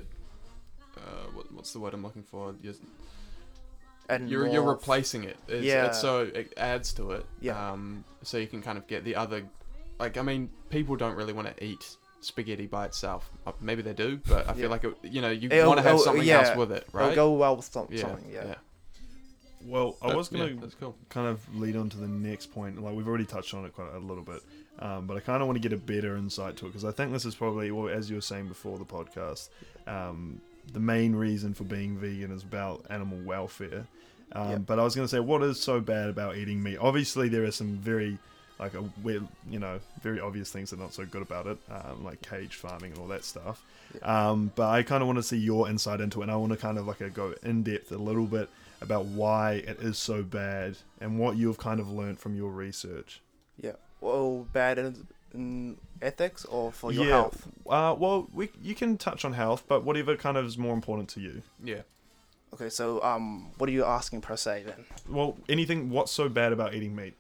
S3: Uh, what, what's the word I'm looking for? You're
S5: and
S3: you're, you're
S5: more-
S3: replacing it. It's,
S5: Yeah.
S3: It's so it adds to it.
S5: Yeah.
S3: Um, so you can kind of get the other, like I mean, people don't really want to eat spaghetti by itself. Uh, Maybe they do, but I
S5: Yeah.
S3: feel like it, you know you
S5: It'll-
S3: want to have
S5: it'll-
S3: something
S5: yeah.
S3: else with it,
S5: it'll
S3: right?
S5: go well with some, something. Yeah.
S2: Well, I
S3: That-
S2: was gonna
S3: yeah, that's cool.
S2: kind of lead on to the next point. Like we've already touched on it quite a little bit, um, but I kind of want to get a better insight to it because I think this is probably, well, as you were saying before the podcast, um, the main reason for being vegan is about animal welfare. Um,
S5: Yep.
S2: But I was going to say, what is so bad about eating meat? Obviously, there are some very like a weird, you know, very obvious things that are not so good about it, um, like cage farming and all that stuff. Um, but I kind of want to see your insight into it, and I want to kind of like uh go in depth a little bit about why it is so bad and what you've kind of learned from your research.
S5: Yeah. Well, bad in, in ethics or for your
S2: yeah.
S5: health.
S2: Uh, well, we, you can touch on health, but whatever kind of is more important to you.
S3: Yeah.
S5: Okay, so um, what are you asking per se then?
S2: Well, anything. What's so bad about eating meat?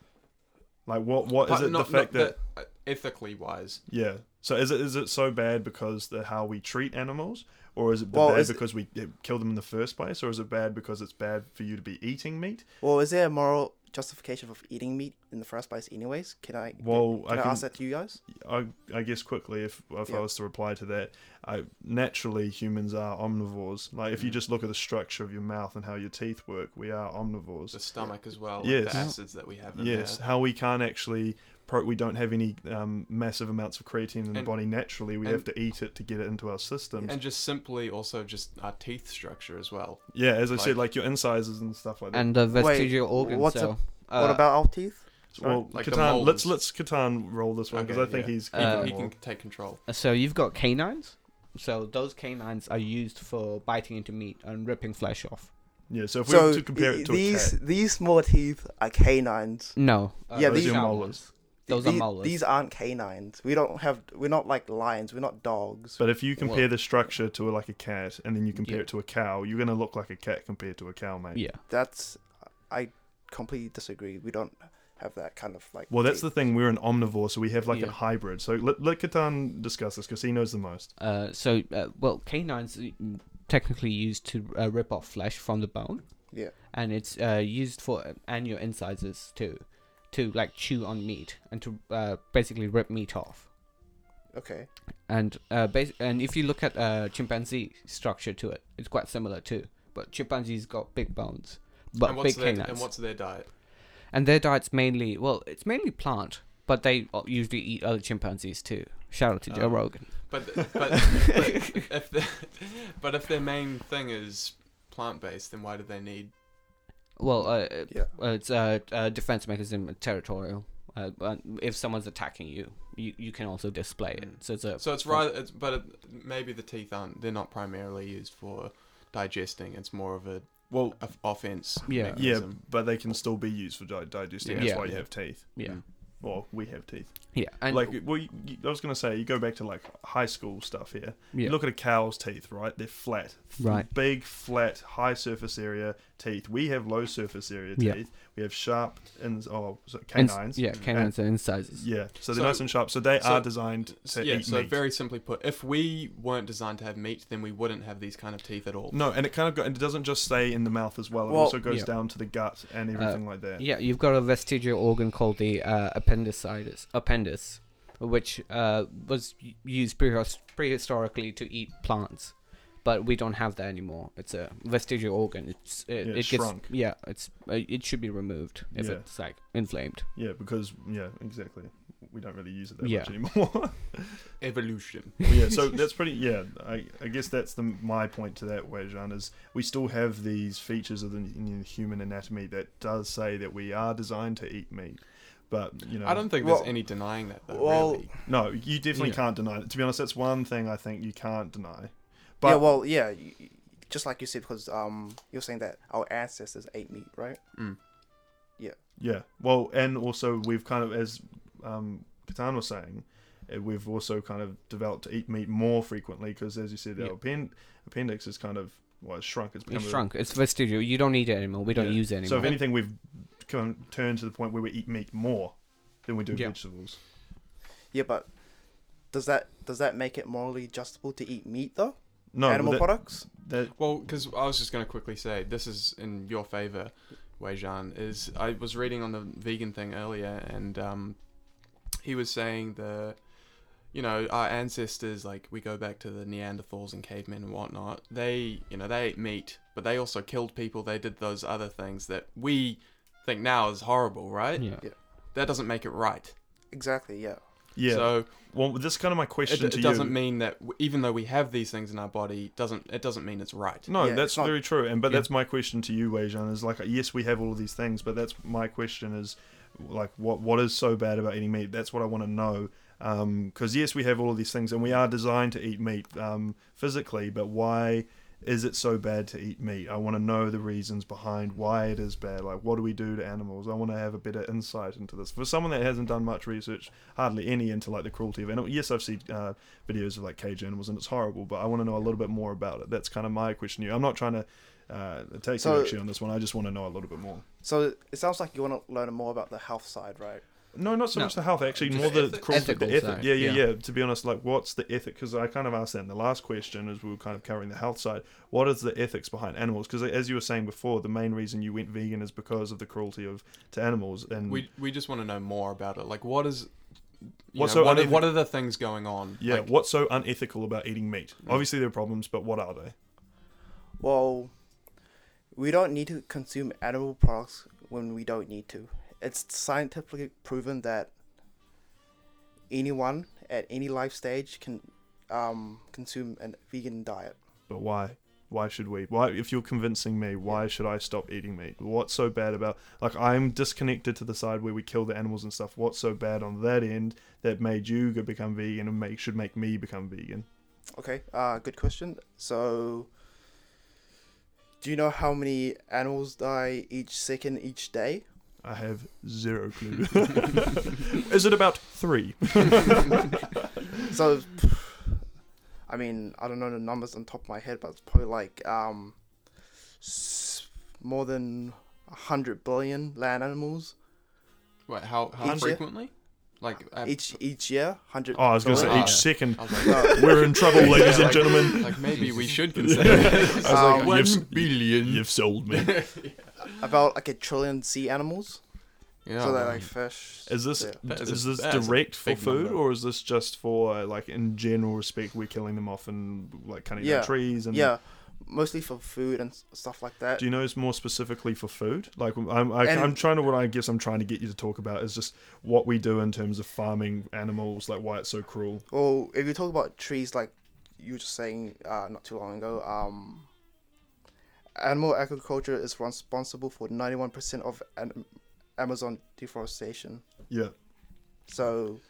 S2: Like, what? What is
S3: But
S2: it?
S3: not-
S2: the fact
S3: not
S2: that
S3: that- ethically wise,
S2: Yeah. So is it is it so bad because the how we treat animals, or is it
S5: Well,
S2: bad
S5: is it-
S2: because we uh, kill them in the first place, or is it bad because it's bad for you to be eating meat?
S5: Well, is there a moral justification for eating meat in the first place, anyways? Can I?
S2: Well,
S5: can
S2: I
S5: I,
S2: can-
S5: ask that to you guys?
S2: I, I guess quickly, if if I
S5: Yeah.
S2: was to reply to that, I, naturally humans are omnivores. Like if you just look at the structure of your mouth and how your teeth work, we are omnivores.
S3: the stomach as well, like
S2: Yes.
S3: the acids that we have in
S2: yes,
S3: there.
S2: how we can't actually. Pro- we don't have any um, massive amounts of creatine in the
S3: And-
S2: body naturally. We
S3: and-
S2: have to eat it to get it into our systems.
S3: And just simply also just our teeth structure as well.
S2: yeah, as I
S3: like-
S2: said, like your incisors and stuff like that.
S4: and the vestigial
S5: Wait,
S4: organs.
S5: what's
S4: so,
S5: what
S4: uh,
S5: about our teeth?
S3: Sorry?
S2: Well,
S3: Like the
S2: Catan, let's
S3: molds.
S2: let's Catan roll this one because
S3: Okay,
S2: I think
S3: yeah.
S2: he's
S3: He can-
S4: Uh,
S3: he
S2: more-
S3: can take control.
S4: So you've got canines. So those canines are used for biting into meat and ripping flesh off.
S2: yeah. So if we
S5: so
S2: were to compare it to
S5: these
S2: a cat,
S5: these small teeth are canines.
S4: No.
S5: Yeah,
S2: those
S5: these-
S2: are molars.
S4: Those
S5: The-
S4: are molars.
S5: These aren't canines. We don't have. We're not like lions. We're not dogs.
S2: But if you compare
S4: Well-
S2: the structure to like a cat, and then you compare
S4: Yeah.
S2: it to a cow, you're gonna look like a cat compared to a cow, mate.
S4: yeah.
S5: That's. I completely disagree. We don't have that kind of like.
S2: Well, that's
S5: teeth.
S2: the thing. We're an omnivore, so we have like
S4: Yeah.
S2: a hybrid. So let, let Catan discuss this because he knows the most.
S4: Uh, so uh, well, canines uh, technically used to uh, rip off flesh from the bone,
S5: Yeah.
S4: and it's uh, used for and your incisors too, to like chew on meat and to uh, basically rip meat off.
S5: Okay.
S4: And uh, bas- and if you look at uh, chimpanzee structure to it, it's quite similar too. But chimpanzees got big bones, but
S3: and, what's
S4: big
S3: their,
S4: canines.
S3: and what's their diet?
S4: and their diet's mainly well, it's mainly plant, but they uh, usually eat other chimpanzees too. Shout out to Joe
S3: Oh.
S4: Rogan.
S3: But th- but, but if the, but if their main thing is plant based, then why do they need?
S4: Well, uh, uh,
S5: Yeah.
S4: well, it's a, a defense mechanism, territorial. Uh, but if someone's attacking you, you, you can also display it. So it's a
S3: Mm. So it's rather it's but it, maybe the teeth aren't. They're not primarily used for digesting. It's more of a
S2: Well,
S3: of offense.
S4: Yeah. Yeah,
S2: yeah,
S3: mechanism.
S2: but they can still be used for di- digesting.
S3: Yeah.
S2: That's
S4: Yeah.
S2: why you
S3: Yeah.
S2: have teeth.
S4: yeah
S2: Well, we have teeth.
S4: yeah and
S2: like, well, you, you- I was gonna say, you go back to like high school stuff here.
S4: Yeah.
S2: You look at a cow's teeth, right? They're flat, Th-
S4: Right.
S2: Big, flat, high surface area teeth. We have low surface area teeth.
S4: Yeah.
S2: We have sharp and oh, so
S4: ins-
S2: canines. Mm-hmm.
S4: yeah canines and incisors.
S2: yeah. So they're
S3: So-
S2: nice and sharp. So they
S3: so-
S2: are designed to
S3: yeah,
S2: eat
S3: so
S2: meat.
S3: very simply put, if we weren't designed to have meat, then we wouldn't have these kind of teeth at all.
S2: no, and it kind of go, and it doesn't just stay in the mouth as well. It
S5: Well-
S2: also goes
S4: Yeah. Uh,
S2: down to the gut and everything like that.
S4: Yeah, you've got a vestigial organ called the uh, appendicitis, appendix, which uh, was u- used prehis- prehistorically to eat plants, but we don't have that anymore. It's a vestigial organ. It's it,
S2: Yeah,
S4: it gets
S2: shrunk.
S4: yeah, it's uh, it should be removed if
S2: Yeah.
S4: it's like inflamed.
S2: Yeah, because yeah, exactly. We don't really use it that
S4: Yeah.
S2: much anymore.
S3: Evolution.
S2: Well, yeah, so that's pretty. Yeah, I, I guess that's the my point to that, Wajan, is we still have these features of the in the human anatomy that does say that we are designed to eat meat, but you know,
S3: I don't think there's
S5: Well-
S3: any denying that though.
S5: well,
S3: really.
S2: No, you definitely
S4: Yeah.
S2: can't deny it. To be honest, that's one thing I think you can't deny. But
S5: yeah. Well, yeah. y- y- Just like you said, because um, you're saying that our ancestors ate meat, right?
S2: yeah, well, and also we've kind of, as um, Catan was saying, eh, we've also kind of developed to eat meat more frequently because, as you said,
S4: Yeah.
S2: our append- appendix is kind of well, it's shrunk. It's become
S4: It's
S2: a-
S4: shrunk. It's vestigial. You don't need it anymore. We don't
S2: Yeah.
S4: use it anymore.
S2: So if anything, we've come, turned to the point where we eat meat more than we do
S4: Yeah.
S2: vegetables.
S5: Yeah, but does that does that make it morally justifiable to eat meat though?
S2: No,
S5: Animal
S2: that,
S5: products.
S2: That,
S3: Well, because I was just going to quickly say this is in your favor, Weijan. Is I was reading on the vegan thing earlier, and um, he was saying the, you know, our ancestors like we go back to the Neanderthals and cavemen and whatnot. They, you know, they ate meat, but they also killed people. They did those other things that we think now is horrible, right?
S4: yeah.
S3: That doesn't make it right.
S5: Exactly. Yeah.
S2: yeah.
S3: So
S2: well, this is kind of my
S3: it,
S2: question
S3: it
S2: to
S3: doesn't
S2: you.
S3: mean that w- even though we have these things in our body, doesn't it doesn't mean it's right.
S2: no,
S5: Yeah,
S2: that's
S5: it's not-
S2: very true. And but
S4: Yeah.
S2: that's my question to you, Weijan, is like yes, we have all of these things, but that's my question is like what what is so bad about eating meat that's what i want to know because yes we have all of these things and we are designed to eat meat um, physically but why is it so bad to eat meat i want to know the reasons behind why it is bad like what do we do to animals i want to have a better insight into this for someone that hasn't done much research hardly any into like the cruelty of animals yes i've seen uh, videos of like cage animals and it's horrible but i want to know a little bit more about it that's kind of my question to you i'm not trying to uh, take
S5: So-
S2: you actually on this one i just want to know a little bit more
S5: So it sounds like you want to learn more about the health side, right?
S2: No, not so
S4: No.
S2: much the health. Actually,
S3: Just
S2: more the
S3: ethics.
S2: cruelty, the
S4: Ethical
S2: ethic.
S4: side,
S2: Yeah, yeah,
S4: yeah.
S2: yeah. To be honest, like, what's the ethic? Because I kind of asked that in the last question, as we were kind of covering the health side. What is the ethics behind animals? Because as you were saying before, the main reason you went vegan is because of the cruelty of to animals. And
S3: We we just want to know more about it. Like, what is, you
S2: What's
S3: know,
S2: so
S3: what, are,
S2: uneven-
S3: what are the things going on?
S2: yeah,
S3: Like,
S2: what's so unethical about eating meat? Obviously, there are problems, but what are they?
S5: Well, we don't need to consume animal products when we don't need to. It's scientifically proven that anyone at any life stage can um, consume a vegan diet.
S2: But why? Why should we? Why, if you're convincing me, why should I stop eating meat? What's so bad about? Like, I'm disconnected to the side where we kill the animals and stuff. What's so bad on that end that made you go become vegan and make should make me become vegan?
S5: Okay, uh, good question. So, do you know how many animals die each second each day?
S2: I have zero clue. Is it about three?
S5: So, I mean, I don't know the numbers on top of my head, but it's probably like um, s- more than a hundred billion land animals
S3: Wait, how how
S5: Each year?
S3: frequently? Like uh,
S5: each each year. Hundred.
S2: Oh, I was going to say
S5: billion.
S3: Oh,
S2: each second.
S3: I was like,
S5: No,
S2: We're in trouble, ladies and
S3: yeah, like-
S2: gentlemen.
S3: Like maybe we should consider. this.
S5: I was like,
S2: Um,
S3: One
S2: you've-
S3: billion.
S2: You've sold me.
S5: about like a trillion sea animals.
S3: Yeah,
S5: so they're
S3: man.
S5: like fish.
S2: Is this
S5: yeah.
S3: That is
S2: is
S3: a-
S2: this
S3: that is a
S2: direct for
S3: big
S2: food,
S3: number.
S2: or is this just for like in general respect? We're killing them off and like cutting
S5: Yeah.
S2: down trees and
S5: yeah, mostly for food and s- stuff like that.
S2: Do you know it's more specifically for food? Like I'm, I,
S5: And-
S2: I'm trying to what I guess I'm trying to get you to talk about is just what we do in terms of farming animals, like why it's so cruel.
S5: Well, if you talk about trees, like you were just saying uh, not too long ago, um, animal agriculture is responsible for 91% of an- Amazon deforestation.
S2: Yeah,
S5: So,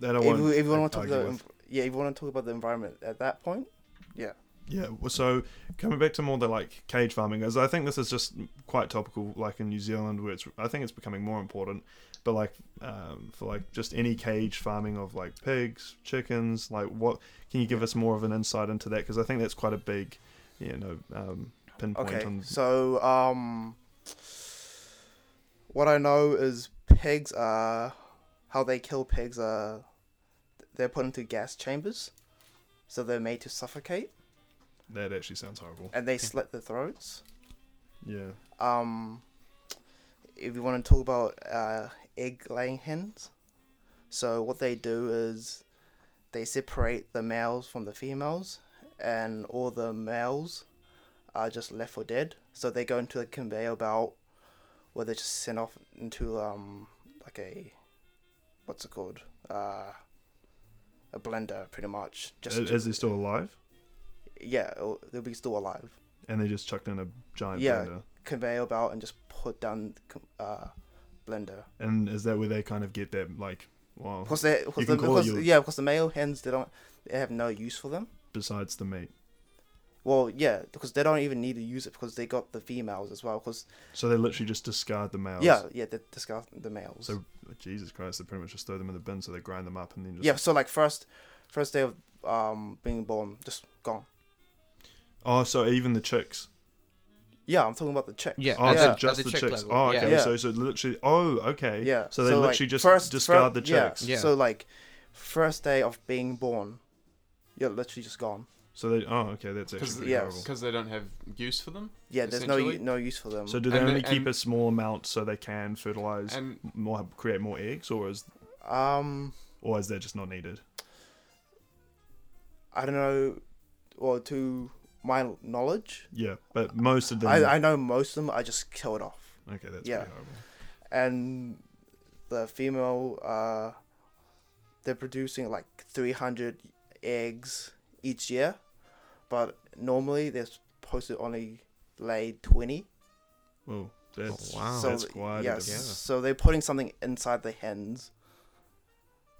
S2: that I
S5: if
S2: won't
S5: you, if you want to talk
S2: argue
S5: about
S2: with.
S5: yeah, if you want to talk about the environment at that point, yeah,
S2: Yeah, well, so coming back to more the like cage farming, as I think this is just quite topical, like in New Zealand, where it's I think it's becoming more important. But like um, for like just any cage farming of like pigs, chickens, like what can you give us more of an insight into that? Because I think that's quite a big, you know, um, pinpoint
S5: okay.
S2: on
S5: So, um, what I know is pigs are how they kill pigs are they're put into gas chambers, so they're made to suffocate.
S2: that. Actually, sounds horrible.
S5: and they slit their throats.
S2: Yeah.
S5: Um, if you want to talk about uh, egg laying hens, so what they do is they separate the males from the females, and all the males are just left for dead. So they go into a conveyor belt where they're just sent off into um like a what's it called uh a blender pretty much just
S2: Is,
S5: to-
S2: is he still alive?
S5: yeah it'll- they'll be still alive
S2: And they just chucked in a giant
S5: Yeah.
S2: blender.
S5: conveyor belt and just put down uh, blender.
S2: And is that where they kind of get that like, well,
S5: Because they, because
S2: You
S5: the,
S2: can call it
S5: because,
S2: your-
S5: yeah, because the male hens they don't they have no use for them.
S2: besides the meat?
S5: Well, yeah, because they don't even need to use it because they got the females as well. Because
S2: So they literally just discard the males.
S5: yeah, yeah, they discard the males.
S2: So Jesus Christ, they pretty much just throw them in the bin, so they grind them up and then just
S5: yeah, so like first, first day of um being born, just gone.
S2: Oh, so even the chicks.
S5: Yeah, I'm talking about the chicks.
S4: Yeah.
S2: Oh,
S4: At
S2: so
S5: the-
S2: just
S4: at
S2: the,
S4: the chick
S2: chicks.
S4: level,
S2: Oh,
S4: yeah.
S2: okay.
S5: Yeah.
S2: So, so literally. Oh, okay.
S5: Yeah.
S2: So they
S5: like,
S2: literally just
S5: first-
S2: discard
S5: fir-
S2: the chicks.
S5: Yeah.
S4: Yeah.
S5: So like, first day of being born, you're literally just gone.
S2: So they. Oh, okay. That's
S3: Because
S2: actually
S5: yes.
S2: horrible.
S3: because they don't have use for them.
S5: Yeah, there's no u-
S3: Essentially.
S5: no use for them.
S2: So do they
S3: And the-
S2: only keep
S3: and-
S2: a small amount so they can fertilize
S3: And
S2: more, create more eggs, or is
S5: um.
S2: or is that just not needed?
S5: I don't know, or to my knowledge,
S2: Yeah, but most of them.
S5: I, I know most of them I just kill it off,
S2: okay, that's
S5: yeah.
S2: pretty horrible.
S5: and the female uh, they're producing like three hundred eggs each year, but normally they're supposed to only lay twenty.
S2: Well,
S3: Oh,
S2: That's,
S6: wow.
S5: so
S2: Oh, that's quite a
S5: yes,
S2: difference.
S5: so they're putting something inside the hens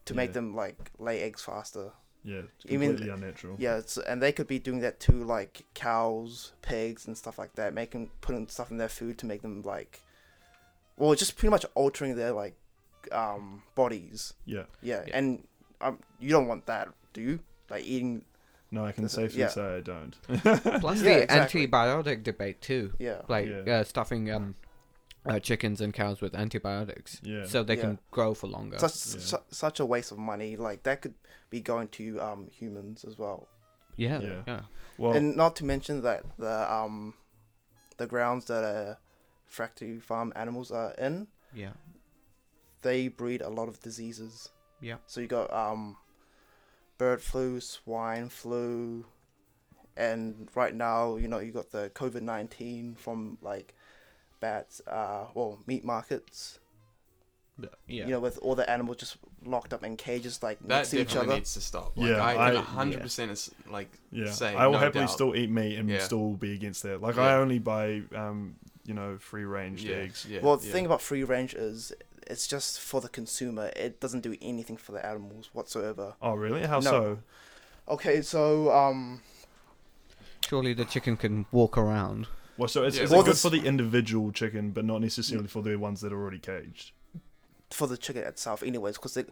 S5: to make
S2: Yeah.
S5: them like lay eggs faster.
S2: Yeah, it's
S5: You mean-
S2: completely unnatural.
S5: Yeah, it's, and they could be doing that to like cows, pigs, and stuff like that, making putting stuff in their food to make them like, well, just pretty much altering their like um bodies.
S2: Yeah.
S5: Yeah,
S4: Yeah.
S5: and um, you don't want that, do you? Like eating,
S2: No, I can
S5: This is-
S2: safely
S5: yeah.
S2: say I don't.
S4: Plus
S5: Yeah,
S4: the
S5: exactly.
S4: antibiotic debate too,
S5: yeah,
S4: like
S2: Yeah.
S4: uh, stuffing um, uh, chickens and cows with antibiotics,
S2: Yeah.
S4: so they
S5: Yeah.
S4: can grow for longer.
S5: such
S2: Uh, Yeah.
S5: su- such a waste of money. Like that could be going to um humans as well.
S4: yeah, yeah,
S2: Yeah. well,
S5: and not to mention that the um the grounds that uh factory farm animals are in
S4: yeah.
S5: they breed a lot of diseases
S4: Yeah.
S5: so you got um bird flu swine flu and right now you know you got the covid-19 from like bats uh well meat markets
S4: Yeah. yeah.
S5: you know with all the animals just locked up in cages like
S3: That
S5: next to each
S3: definitely
S5: other
S3: needs to stop. Like,
S2: Yeah,
S3: I,
S2: I-
S3: can 100% is like
S2: yeah,
S3: say
S2: I will
S3: no
S2: happily
S3: doubt.
S2: still eat meat and
S3: Yeah.
S2: still be against that. Like I
S3: Yeah.
S2: only buy, um, you know, free range
S3: yeah,
S2: eggs.
S3: Yeah,
S5: well the
S3: yeah.
S5: thing about free range is it's just for the consumer it doesn't do anything for the animals whatsoever
S2: Oh really? How
S5: No.
S2: so?
S5: Okay, so um,
S4: Surely the chicken can walk around.
S2: Well, so it's,
S3: Yeah,
S2: it's
S5: well,
S2: good
S5: this-
S2: for the individual chicken, but not necessarily for the ones that are already caged.
S5: for the chicken itself, anyways, because they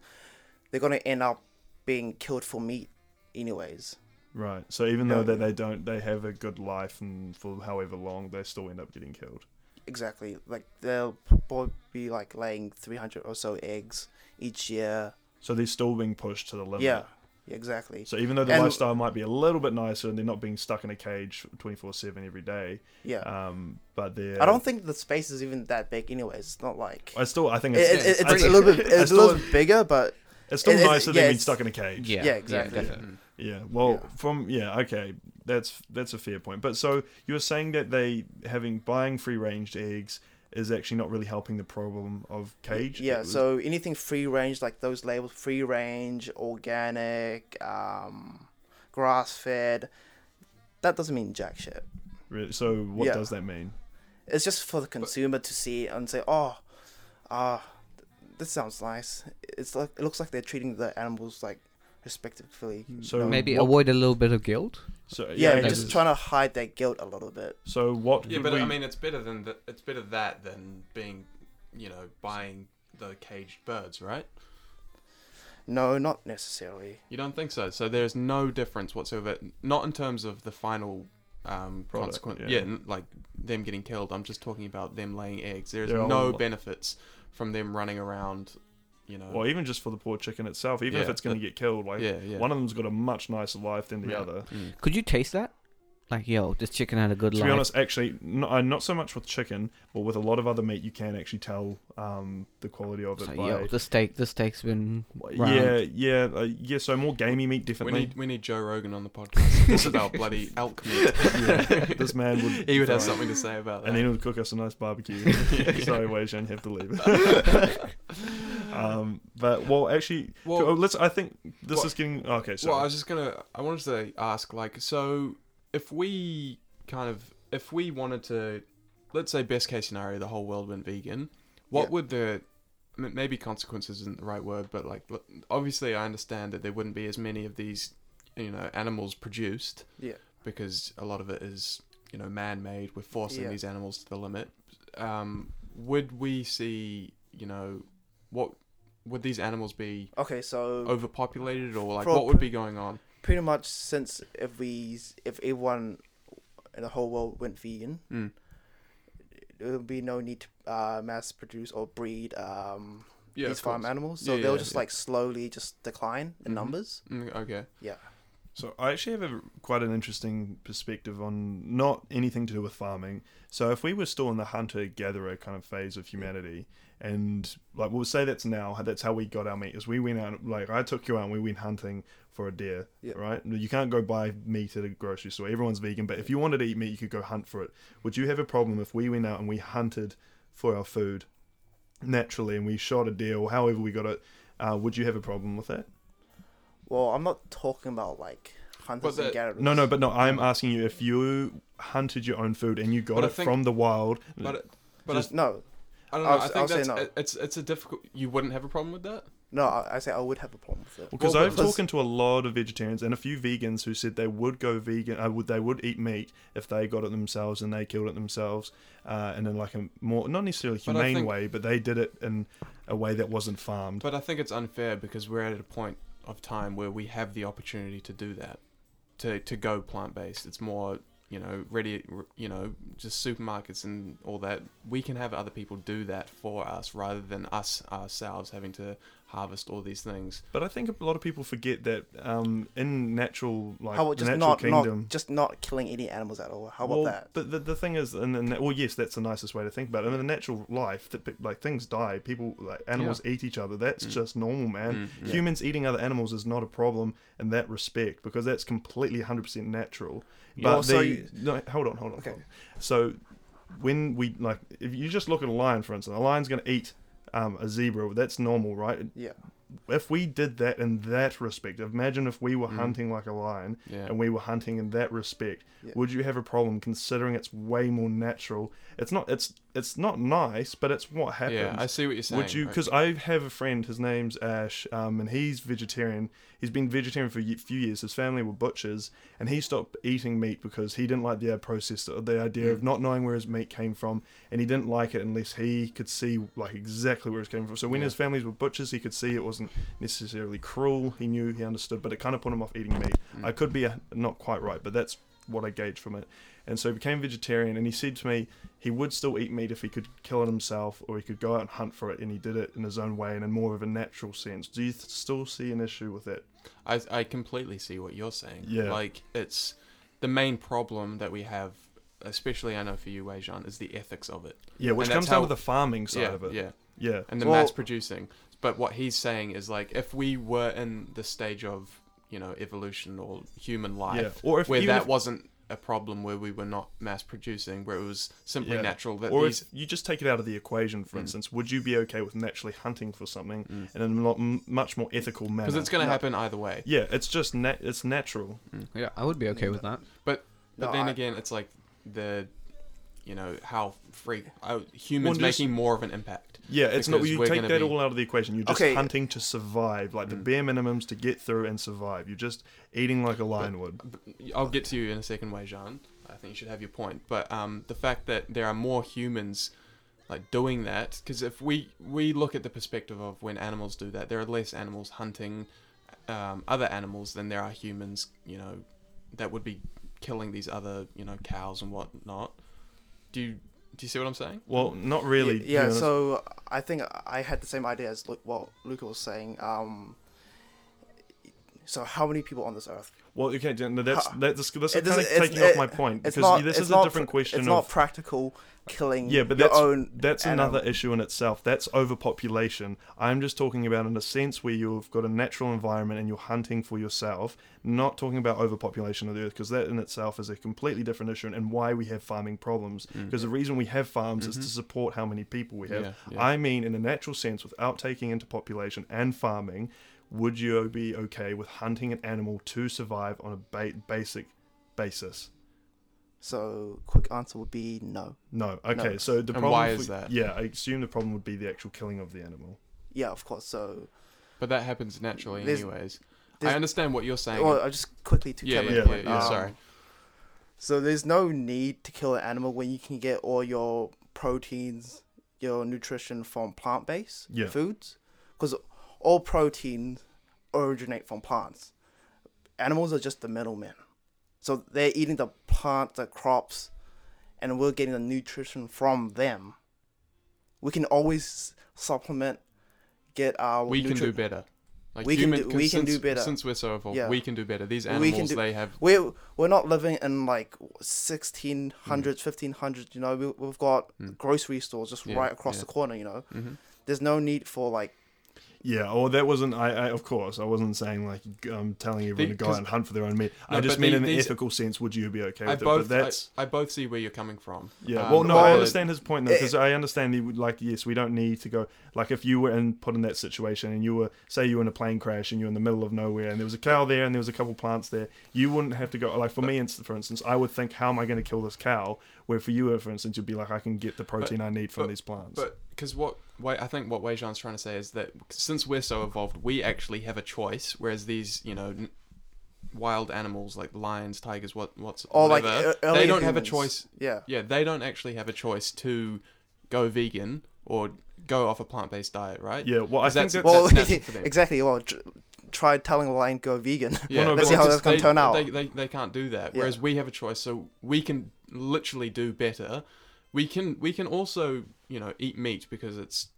S5: they're gonna end up being killed for meat, anyways.
S2: Right. So even
S5: Yeah.
S2: though that they don't, they have a good life, and for however long, they still end up getting killed.
S5: Exactly, like they'll probably be like laying three hundred or so eggs each year.
S2: So they're still being pushed to the limit.
S5: Yeah, yeah, exactly.
S2: So even though the
S5: And-
S2: lifestyle might be a little bit nicer, and they're not being stuck in a cage twenty four seven every day,
S5: Yeah,
S2: um, but they're
S5: I don't think the space is even that big, anyways. It's not like
S2: I still, I think
S5: it,
S2: it's,
S5: it-
S3: it's
S5: it's,
S3: pretty-
S5: a little bit,
S2: it's
S5: it's a little
S2: still-
S5: bit bigger, but
S2: it's still
S5: it- it-
S2: nicer
S5: yeah,
S2: than being
S5: it's-
S2: stuck in a cage.
S4: Yeah.
S5: exactly.
S4: definitely.
S3: Mm.
S2: Yeah, well,
S5: Yeah.
S2: from yeah, okay, that's that's a fair point. But so you were saying that they having buying free ranged eggs is actually not really helping the problem of cage.
S5: yeah.
S2: It was-
S5: So anything free range, like those labels, free range, organic, um, grass fed, that doesn't mean jack shit.
S2: really, so what
S5: yeah.
S2: does that mean?
S5: It's just for the consumer to see and say, oh, ah, th this sounds nice. It's like it looks like they're treating the animals like respectively.
S2: Hmm. So
S4: Maybe
S2: what-
S4: avoid a little bit of guilt.
S2: So
S5: Yeah,
S2: okay,
S5: just trying to hide their guilt a little bit.
S2: So what?
S3: Yeah,
S2: would
S3: but
S2: we,
S3: I mean, it's better than th- it's better that than being, you know, buying the caged birds, right?
S5: No, not necessarily.
S3: You don't think so? So there's no difference whatsoever, not in terms of the final um,
S2: Product,
S3: consequence.
S2: yeah.
S3: Yeah. n- like them getting killed. I'm just talking about them laying eggs. There is
S2: They're
S3: no
S2: all-
S3: benefits from them running around, you know.
S2: well, even just for the poor chicken itself, even if
S3: Yeah,
S2: it's going to
S3: but-
S2: get killed, like
S3: yeah, yeah.
S2: one of them's got a much nicer life than the
S3: Yeah.
S2: other.
S3: Mm.
S4: Could you taste that? Like, yo, this chicken had a good
S2: To
S4: life.
S2: be honest, actually, no, uh, not so much with chicken, but with a lot of other meat, you can actually tell um, the quality of it.
S4: It's like,
S2: by,
S4: yo, the steak, the steak's been round.
S2: Yeah, yeah, uh, yeah. So more gamey meat,
S3: We
S2: definitely.
S3: need we need Joe Rogan on the podcast. this is our bloody elk meat.
S2: this man would.
S3: He would have
S2: Right.
S3: something to say about that.
S2: And then he would cook us a nice barbecue. Sorry, Wei Zhen, have to leave. um, but well, actually,
S3: Well-
S2: oh, let's. I think this is
S3: Well-
S2: getting okay. So
S3: Well, I was just gonna. I wanted to ask, like, so if we kind of, if we wanted to, let's say best case scenario, the whole world went vegan, what
S5: Yeah.
S3: would the I mean, maybe consequences isn't the right word, but like, l- obviously, I understand that there wouldn't be as many of these, you know, animals produced
S5: Yeah.
S3: because a lot of it is, you know, man-made. We're forcing
S5: Yeah.
S3: these animals to the limit. Um, would we see, you know, what would these animals be
S5: Okay, so
S2: Oh,
S3: overpopulated or like
S5: Pro-
S3: what would be going on?
S5: pretty much since if we if everyone in the whole world went vegan,
S3: Mm.
S5: there would be no need to uh, mass produce or breed um,
S3: Yeah,
S5: these
S3: of course.
S5: farm animals. So
S3: Yeah,
S5: they'll
S3: yeah,
S5: just
S3: yeah.
S5: like slowly just decline in
S3: Mhm.
S5: numbers.
S3: Mm, okay.
S5: Yeah.
S2: So I actually have a, quite an interesting perspective on not anything to do with farming. So if we were still in the hunter-gatherer kind of phase of humanity, and like we'll say that's now that's how we got our meat is we went out like I took you out and we went hunting for a deer,
S5: Yeah.
S2: right? You can't go buy meat at a grocery store. Everyone's vegan, but if you wanted to eat meat, you could go hunt for it. Would you have a problem if we went out and we hunted for our food naturally and we shot a deer or however we got it? Uh, would you have a problem with that?
S5: Well, I'm not talking about like hunters
S3: But
S5: and
S3: the-
S5: gatherers.
S2: No, no, but no. I'm asking you if you hunted your own food and you got
S3: But I
S2: it
S3: think-
S2: from the wild.
S3: But But
S5: Just- no,
S3: I don't know.
S5: I'll
S3: I
S5: s-
S3: think
S5: I'll say
S3: that's
S5: no.
S3: it- it's it's a difficult. You wouldn't have a problem with that.
S5: no, I, I say I would have a problem with it.
S2: Because
S3: Well,
S2: I've
S3: but-
S2: spoken to a lot of vegetarians and a few vegans who said they would go vegan. Uh, would they would eat meat if they got it themselves and they killed it themselves, uh, and in like a more not necessarily
S3: But I
S2: humane
S3: think-
S2: way, but they did it in a way that wasn't farmed.
S3: But I think it's unfair because we're at a point of time where we have the opportunity to do that, to to go plant based. It's more you know ready, you know, just supermarkets and all that. We can have other people do that for us rather than us ourselves having to harvest all these things.
S2: But I think a lot of people forget that um, in natural like
S5: How about
S2: the
S5: just
S2: natural
S5: not
S2: kingdom,
S5: not just not killing any animals at all? How about
S2: well,
S5: that?
S2: But the, the thing is, and then well, yes, that's the nicest way to think about it. In the natural life, that pe- like things die, people like animals eat each other.
S5: Mm.
S2: That's just normal, man. Humans eating other animals is not a problem in that respect because that's completely 100% natural. But
S5: Well, so
S2: the-
S5: you-
S2: no, hold on, hold on.
S5: Okay.
S2: hold on. So when we like, if you just look at a lion, for instance, a lion's going to eat. Um, a zebra, that's normal, right?
S5: Yeah,
S2: If we did that in that respect, imagine if we were hunting like a lion
S3: Yeah.
S2: and we were hunting in that respect,
S5: Yeah.
S2: would you have a problem considering it's way more natural? It's not. It's it's not nice, but it's what happens.
S3: Yeah, I see what you're saying.
S2: Would you?
S3: I-
S2: Because I have a friend. His name's Ash, um, and he's vegetarian. He's been vegetarian for a few years. His family were butchers, and he stopped eating meat because he didn't like the process, the idea
S3: Mm.
S2: of not knowing where his meat came from, and he didn't like it unless he could see like exactly where it came from. So when
S3: Yeah.
S2: his families were butchers, he could see it wasn't necessarily cruel. He knew, he understood, but it kind of put him off eating meat.
S3: Mm.
S2: I could be uh not quite right, but that's what I gauged from it. And so he became vegetarian, and he said to me he would still eat meat if he could kill it himself, or he could go out and hunt for it, and he did it in his own way and in more of a natural sense. Do you th- still see an issue with that?
S3: I, I completely see what you're saying.
S2: Yeah.
S3: Like, it's the main problem that we have, especially I know for you, Weijan, is the ethics of it.
S2: Yeah, which
S3: And that's
S2: comes down
S3: how-
S2: to the farming side
S3: yeah,
S2: of it.
S3: Yeah.
S2: yeah.
S3: And the
S5: Well-
S3: mass producing. But what he's saying is, like, if we were in the stage of, you know, evolution or human life,
S2: Or if-
S3: where
S2: even
S3: that
S2: if-
S3: wasn't a problem, where we were not mass producing, where it was simply
S2: Yeah.
S3: natural that
S2: or
S3: these. Mm.
S2: if you just take it out of the equation, for instance, would you be okay with naturally hunting for something in a lot, m- much more ethical manner?
S3: Because it's going to
S5: No.
S3: happen either way.
S2: yeah, it's just nat- it's natural.
S4: Yeah, I would be okay with that.
S3: But but
S5: No,
S3: then
S5: I-
S3: again, it's like the, you know, how free uh, humans
S2: just-
S3: making more of an impact.
S2: Yeah, it's not.
S3: Because
S2: You
S3: we're
S2: take
S3: gonna
S2: that
S3: be- Mm.
S2: all out of the equation. You're just
S5: Okay.
S2: hunting to survive, like the bare minimums to get through and survive. You're just eating like a lion would.
S3: I'll get to you in a second, Wei Jean. I think you should have your point. But um, the fact that there are more humans like doing that, because if we we look at the perspective of when animals do that, there are less animals hunting um, other animals than there are humans. You know, that would be killing these other you know cows and whatnot. Do you do you see what I'm saying?
S2: Well, not really. to be
S5: yeah.
S2: honest.
S5: So I think I had the same idea as Lu- what Luca was saying. Um, so how many people on this earth?
S2: well, okay, Jen, no, that's that's that's
S5: It
S2: kind of
S5: doesn't- it's-
S2: taking off
S5: it-
S2: my point
S5: It's
S2: because
S5: not.
S2: this
S5: it's
S2: is
S5: not
S2: a different
S5: pr-
S2: question
S5: It's
S2: of
S5: not practical killing.
S2: yeah, but
S5: your
S2: that's
S5: own
S2: that's
S5: animal.
S2: another issue in itself. That's overpopulation. I'm just talking about in a sense where you've got a natural environment and you're hunting for yourself. Not talking about overpopulation of the earth because that in itself is a completely different issue and why we have farming problems. Because the reason we have farms is to support how many people we have.
S3: Mm. Mm-hmm. Yeah, yeah.
S2: I mean, in a natural sense, without taking into population and farming, would you be okay with hunting an animal to survive on a ba- basic basis?
S5: So quick answer would be no.
S2: No. Okay.
S5: No.
S2: So the
S3: And
S2: problem.
S3: why
S2: if
S3: is
S2: we-
S3: that?
S2: Yeah, I assume the problem would be the actual killing of the animal.
S5: Yeah, of course. So
S3: But that happens naturally,
S5: There's-
S3: anyways. I
S5: there's-
S3: understand what you're saying.
S5: well, I just quickly to
S3: yeah, yeah,
S5: Kevin's
S3: yeah,
S5: point,
S3: yeah,
S5: um,
S3: Sorry.
S5: So there's no need to kill an animal when you can get all your proteins, your nutrition from plant-based
S2: Yeah.
S5: foods, because all proteins originate from plants. Animals are just the middlemen, so they're eating the plants, the crops, and we're getting the nutrition from them. We can always supplement, get our
S3: we can
S5: nutri-
S3: do better. Like
S5: We can
S3: human,
S5: do-
S3: cause
S5: we can do
S3: since-
S5: better.
S3: Since we're so evolved,
S5: Yeah.
S3: we can do better. These
S5: We can
S3: animals,
S5: do-
S3: they have
S5: we're we're not living in like 1600s 1500s you know we, we've got grocery stores just
S3: Mm-hmm. Mm. Yeah,
S5: right across
S3: yeah. Mm-hmm.
S5: the corner you know there's no need for like
S2: Yeah. Well, that wasn't. I, I of course I wasn't saying like um, telling everyone to go out
S3: Because-
S2: and hunt for their own meat. I
S3: No,
S2: just
S3: but
S2: mean
S3: the-
S2: in an
S3: these-
S2: ethical sense. Would you be okay
S3: I
S2: with it? But
S3: both, I,
S2: that's.
S3: I both see where you're coming from.
S2: yeah.
S3: Um,
S2: well, no,
S3: but
S2: I
S5: well,
S2: understand his point though, because
S5: eh,
S2: I understand the like. Yes, we don't need to go. Like, if you were in put in that situation, and you were say you were in a plane crash, and you're in the middle of nowhere, and there was a cow there, and there was a couple plants there, you wouldn't have to go. Like for me, inst- for instance, I would think, how am I going to kill this cow? Where for you, for instance, you'd be like, I can get the protein I need from
S3: but-
S2: these plants.
S3: But because what Wei, I think what Wei Zhan's trying to say is that since we're so evolved, we actually have a choice, whereas these, you know, n- wild animals like lions, tigers, what, what's
S5: Or like
S3: whatever,
S5: e- earlier
S3: they don't have a
S5: humans.
S3: choice.
S5: Yeah.
S3: Yeah, they don't actually have a choice to go vegan or go off a plant-based diet, right?
S2: Yeah, well, I
S3: 'Cause
S2: think
S3: that's-
S2: that-
S5: Well,
S3: that's natural for them.
S5: exactly. Well, tr- try telling a lion go vegan.
S3: Yeah,
S2: no, but
S5: Let's see how
S2: it's
S5: that's gonna
S3: they-
S5: turn out.
S3: They, they, they can't do that. Whereas we have a choice, so we can literally do better. We can we can also you know eat meat because it's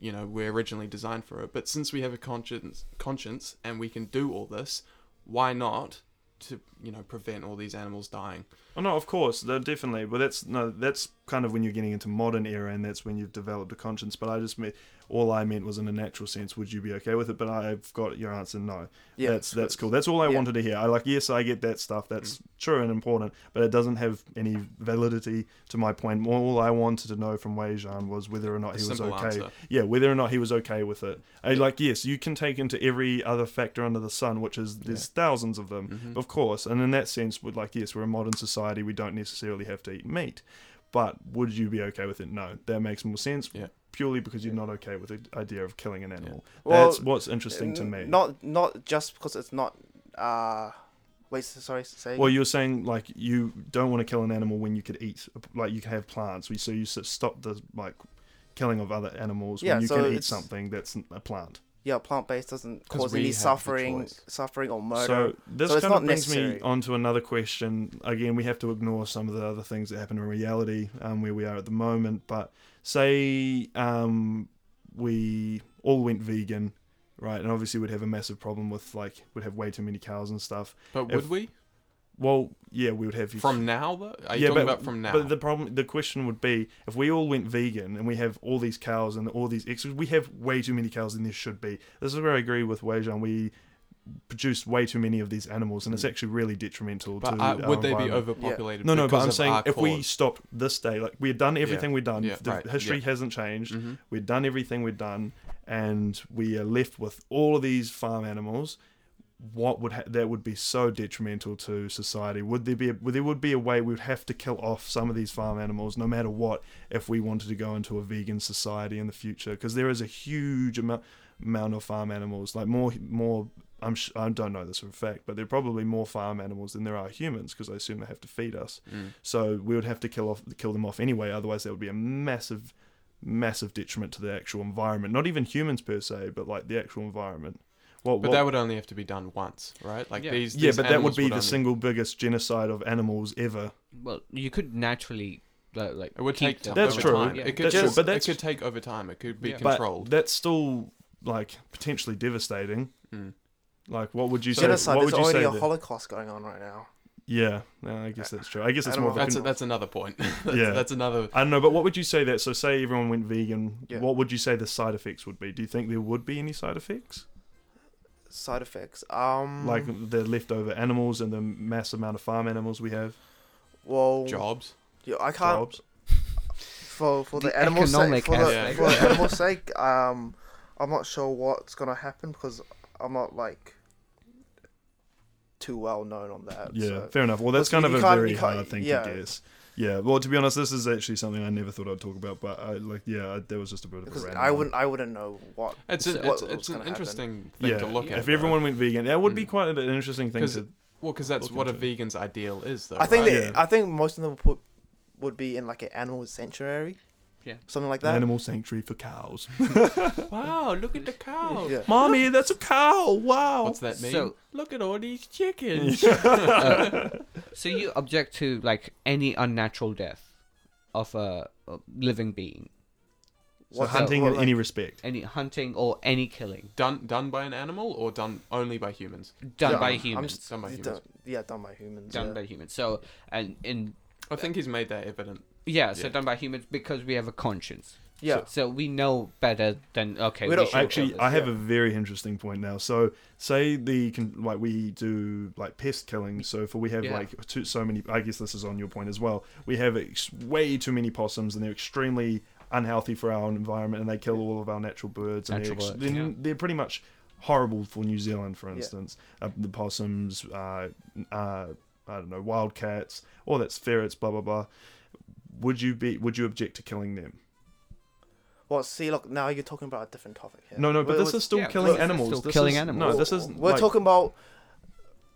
S3: you know we're originally designed for it. But since we have a conscience conscience and we can do all this, why not to you know prevent all these animals dying?
S2: Oh no, of course, though, definitely. But that's no, that's kind of when you're getting into modern era, and that's when you've developed a conscience. But I just meant all I meant was in a natural sense. Would you be okay with it? But I've got your answer. No,
S5: Yeah.
S2: that's that's cool. That's all I
S5: Yeah.
S2: wanted to hear. I like yes, I get that stuff. That's true and important, but it doesn't have any validity to my point. All I wanted to know from Wei Zhan was whether or not
S3: A
S2: he was
S3: simple
S2: okay.
S3: answer.
S2: Yeah, whether or not he was okay with it. I, like yes, you can take into every other factor under the sun, which is there's thousands of them,
S5: Mm-hmm.
S2: of course. And in that sense, would like yes, we're a modern society. We don't necessarily have to eat meat, but would you be okay with it? No, that makes more sense.
S3: Yeah.
S2: Purely because you're not okay with the idea of killing an animal.
S5: Well,
S2: That's what's interesting to me.
S5: Not not just because it's not. Uh, wait, s- sorry, say.
S2: Well, you're saying like you don't want to kill an animal when you could eat, like you can have plants. We so you s- stop the like killing of other animals
S5: Yeah,
S2: when you
S5: so
S2: can eat
S5: it's-
S2: something that's n- a plant.
S5: yeah, plant based doesn't
S3: 'Cause
S5: cause
S3: we
S5: any
S3: have the
S5: suffering,
S3: choice.
S5: suffering or
S2: So
S5: murder.
S2: this
S5: um, So it's
S2: kind of
S5: not
S2: brings me
S5: necessary.
S2: onto another question. Again, we have to ignore some of the other things that happen in reality um, where we are at the moment. But say um, we all went vegan, right? And obviously, we'd have a massive problem with like we'd have way too many cows and stuff.
S3: But
S2: If-
S3: would we
S2: Well, yeah, we would have
S3: from now though? Are you talking about from now?
S2: But the problem, the question would be, if we all went vegan and we have all these cows and all these extras, we have way too many cows than there should be. This is where I agree with Wei Zhang. We produce way too many of these animals, and it's actually really detrimental
S3: Mm. But
S2: to.
S3: uh,
S2: our
S3: would they be
S2: environment.
S3: overpopulated?
S2: No, no, but
S3: because
S2: I'm
S3: of
S2: saying
S3: our
S2: if we
S3: cause?
S2: stopped this day, like we've done everything we've done,
S3: Yeah,
S2: the
S3: right,
S2: history
S3: yeah. Mm-hmm.
S2: hasn't changed. We've done everything we've done, and we are left with all of these farm animals. What would ha- that would be so detrimental to society? Would there be a, would- there would be a way we'd have to kill off some of these farm animals, no matter what, if we wanted to go into a vegan society in the future? Because there is a huge amount amount of farm animals, like more more. I'm sh- I don't know this for a fact, but there are probably more farm animals than there are humans because I assume they have to feed us. So we would have to kill off kill them off anyway. Otherwise, there would be a massive, massive detriment to the actual environment. Not even humans per se, but like the actual environment. Well,
S3: But
S2: what-
S3: that would only have to be done once, right? Like
S4: Yeah.
S3: these.
S2: yeah,
S3: these
S2: but that would
S3: animals
S2: be the
S3: only-
S2: single biggest genocide of animals ever.
S4: Well, you could naturally uh, like
S3: It would
S4: keep
S3: take.
S4: them.
S2: That's
S3: over
S2: true.
S3: Time.
S4: Yeah.
S3: It could
S2: That's true,
S3: just.
S2: but that's-
S3: it could take over time. It could be
S4: Yeah.
S2: But
S3: controlled.
S2: that's still like potentially devastating.
S3: Mm.
S2: Like, what would you say?
S5: genocide.
S2: What
S5: There's
S2: would you say?
S5: already a
S2: that-
S5: holocaust going on right now.
S2: yeah, no, I guess that's true. I guess
S5: I
S2: it's
S5: don't
S2: more of
S5: know.
S2: a
S3: that's
S2: con-
S3: that's another point. that's,
S2: Yeah.
S3: that's another.
S2: I don't know, but what would you say that? So, say everyone went vegan,
S5: Yeah.
S2: what would you say the side effects would be? Do you think there would be any side effects?
S5: Side effects. Um,
S2: Like the leftover animals and the mass amount of farm animals we have,
S5: well,
S3: Jobs.
S5: yeah, I can't
S2: jobs.
S5: for for the,
S4: The
S5: animals'
S4: economic
S5: sake. For the,
S3: aspect.
S5: for the animals' sake, um, I'm not sure what's gonna happen because I'm not like too well known on that.
S2: Yeah,
S5: so-
S2: fair enough. Well, that's kind
S5: Because you-
S2: of
S5: you
S2: a
S5: can't-
S2: very
S5: you can't-
S2: hard thing
S5: yeah.
S2: to guess. Yeah. Well, to be honest, this is actually something I never thought I'd talk about, but I like, yeah, I, that was just a bit of a
S5: Because
S2: random.
S5: I
S2: one.
S5: wouldn't, I wouldn't know what.
S3: It's an,
S5: what
S3: it's,
S5: was
S3: it's an
S5: gonna happen.
S3: interesting thing
S2: Yeah.
S3: to look at.
S2: if
S3: though. Hmm.
S2: everyone went vegan, that would be quite an interesting thing
S3: 'Cause-
S2: to.
S3: well, because that's
S2: look
S3: what a
S2: into
S3: vegan's ideal is, though.
S5: I think
S3: right?
S5: that
S2: Yeah.
S5: I think most of them would, would be in like an animal sanctuary.
S4: Yeah.
S5: Something like that.
S2: Animal sanctuary for cows.
S3: Wow! Look at the cow.
S5: Yeah.
S2: Mommy, that's a cow! Wow.
S3: What's that mean?
S4: So-
S3: look at all these chickens.
S4: So you object to like any unnatural death of a, a living being,
S2: so
S5: What's that-
S2: hunting
S5: what,
S2: in
S5: like-
S2: any respect.
S4: any hunting or any killing
S3: done done by an animal or done only by humans?
S4: done
S5: Yeah,
S4: by
S5: I'm
S4: humans.
S5: just-
S3: Done by
S5: you
S3: humans.
S5: don't- yeah, done by humans.
S4: Done
S5: yeah.
S4: by humans. So and in
S3: I think he's made that evident.
S4: yeah, so
S3: Yeah.
S4: done by humans because we have a conscience.
S5: Yeah.
S4: So we know better than okay.
S5: We
S4: We,
S5: don't-
S4: should
S2: Actually,
S4: kill this.
S2: I have
S5: yeah.
S2: a very interesting point now. So, say the con- like we do like pest killing. So, for we have
S4: Yeah.
S2: like too, so many. I guess this is on your point as well. We have ex- way too many possums, and they're extremely unhealthy for our environment, and they kill all of our natural birds. and
S4: Natural
S2: they're,
S4: birds,
S2: they're,
S4: yeah.
S2: they're pretty much horrible for New Zealand, for instance. Uh, the possums, uh, uh, I don't know, wildcats, all that's ferrets, blah blah blah. would you be would you object to killing them?
S5: Well, see, look, now you're talking about a different topic here.
S2: No, no, but
S5: We're-
S2: this
S5: we're-
S2: is still
S4: yeah,
S2: killing
S4: this is
S2: animals.
S4: still
S2: this
S4: killing
S2: is,
S4: animals.
S2: No, this isn't.
S5: We're
S2: like,
S5: talking about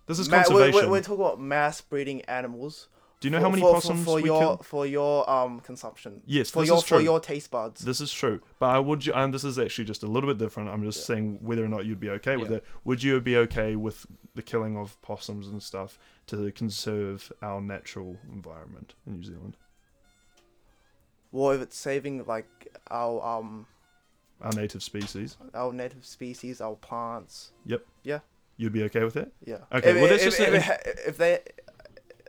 S2: This is
S5: ma- we're,
S2: conservation.
S5: we're, we're talking about mass breeding animals.
S2: Do you know
S5: for,
S2: how many
S5: for, for-
S2: possums
S5: for
S2: we
S5: your
S2: kill?
S5: for your um consumption?
S2: Yes,
S5: for
S2: this
S5: your
S2: is true.
S5: for your taste buds.
S2: This is true, but I would. You, um, this is actually just a little bit different. I'm just saying whether or not you'd be okay with
S4: Yeah.
S2: it. Would you be okay with the killing of possums and stuff to conserve our natural environment in New Zealand,
S5: Well, if it's saving like our um
S2: our native species?
S5: our native species, our plants.
S2: Yep.
S5: Yeah.
S2: You'd be okay with that?
S5: Yeah.
S2: Okay,
S5: If,
S2: well, that's
S5: if,
S2: just
S5: if,
S2: a-
S5: it ha- if they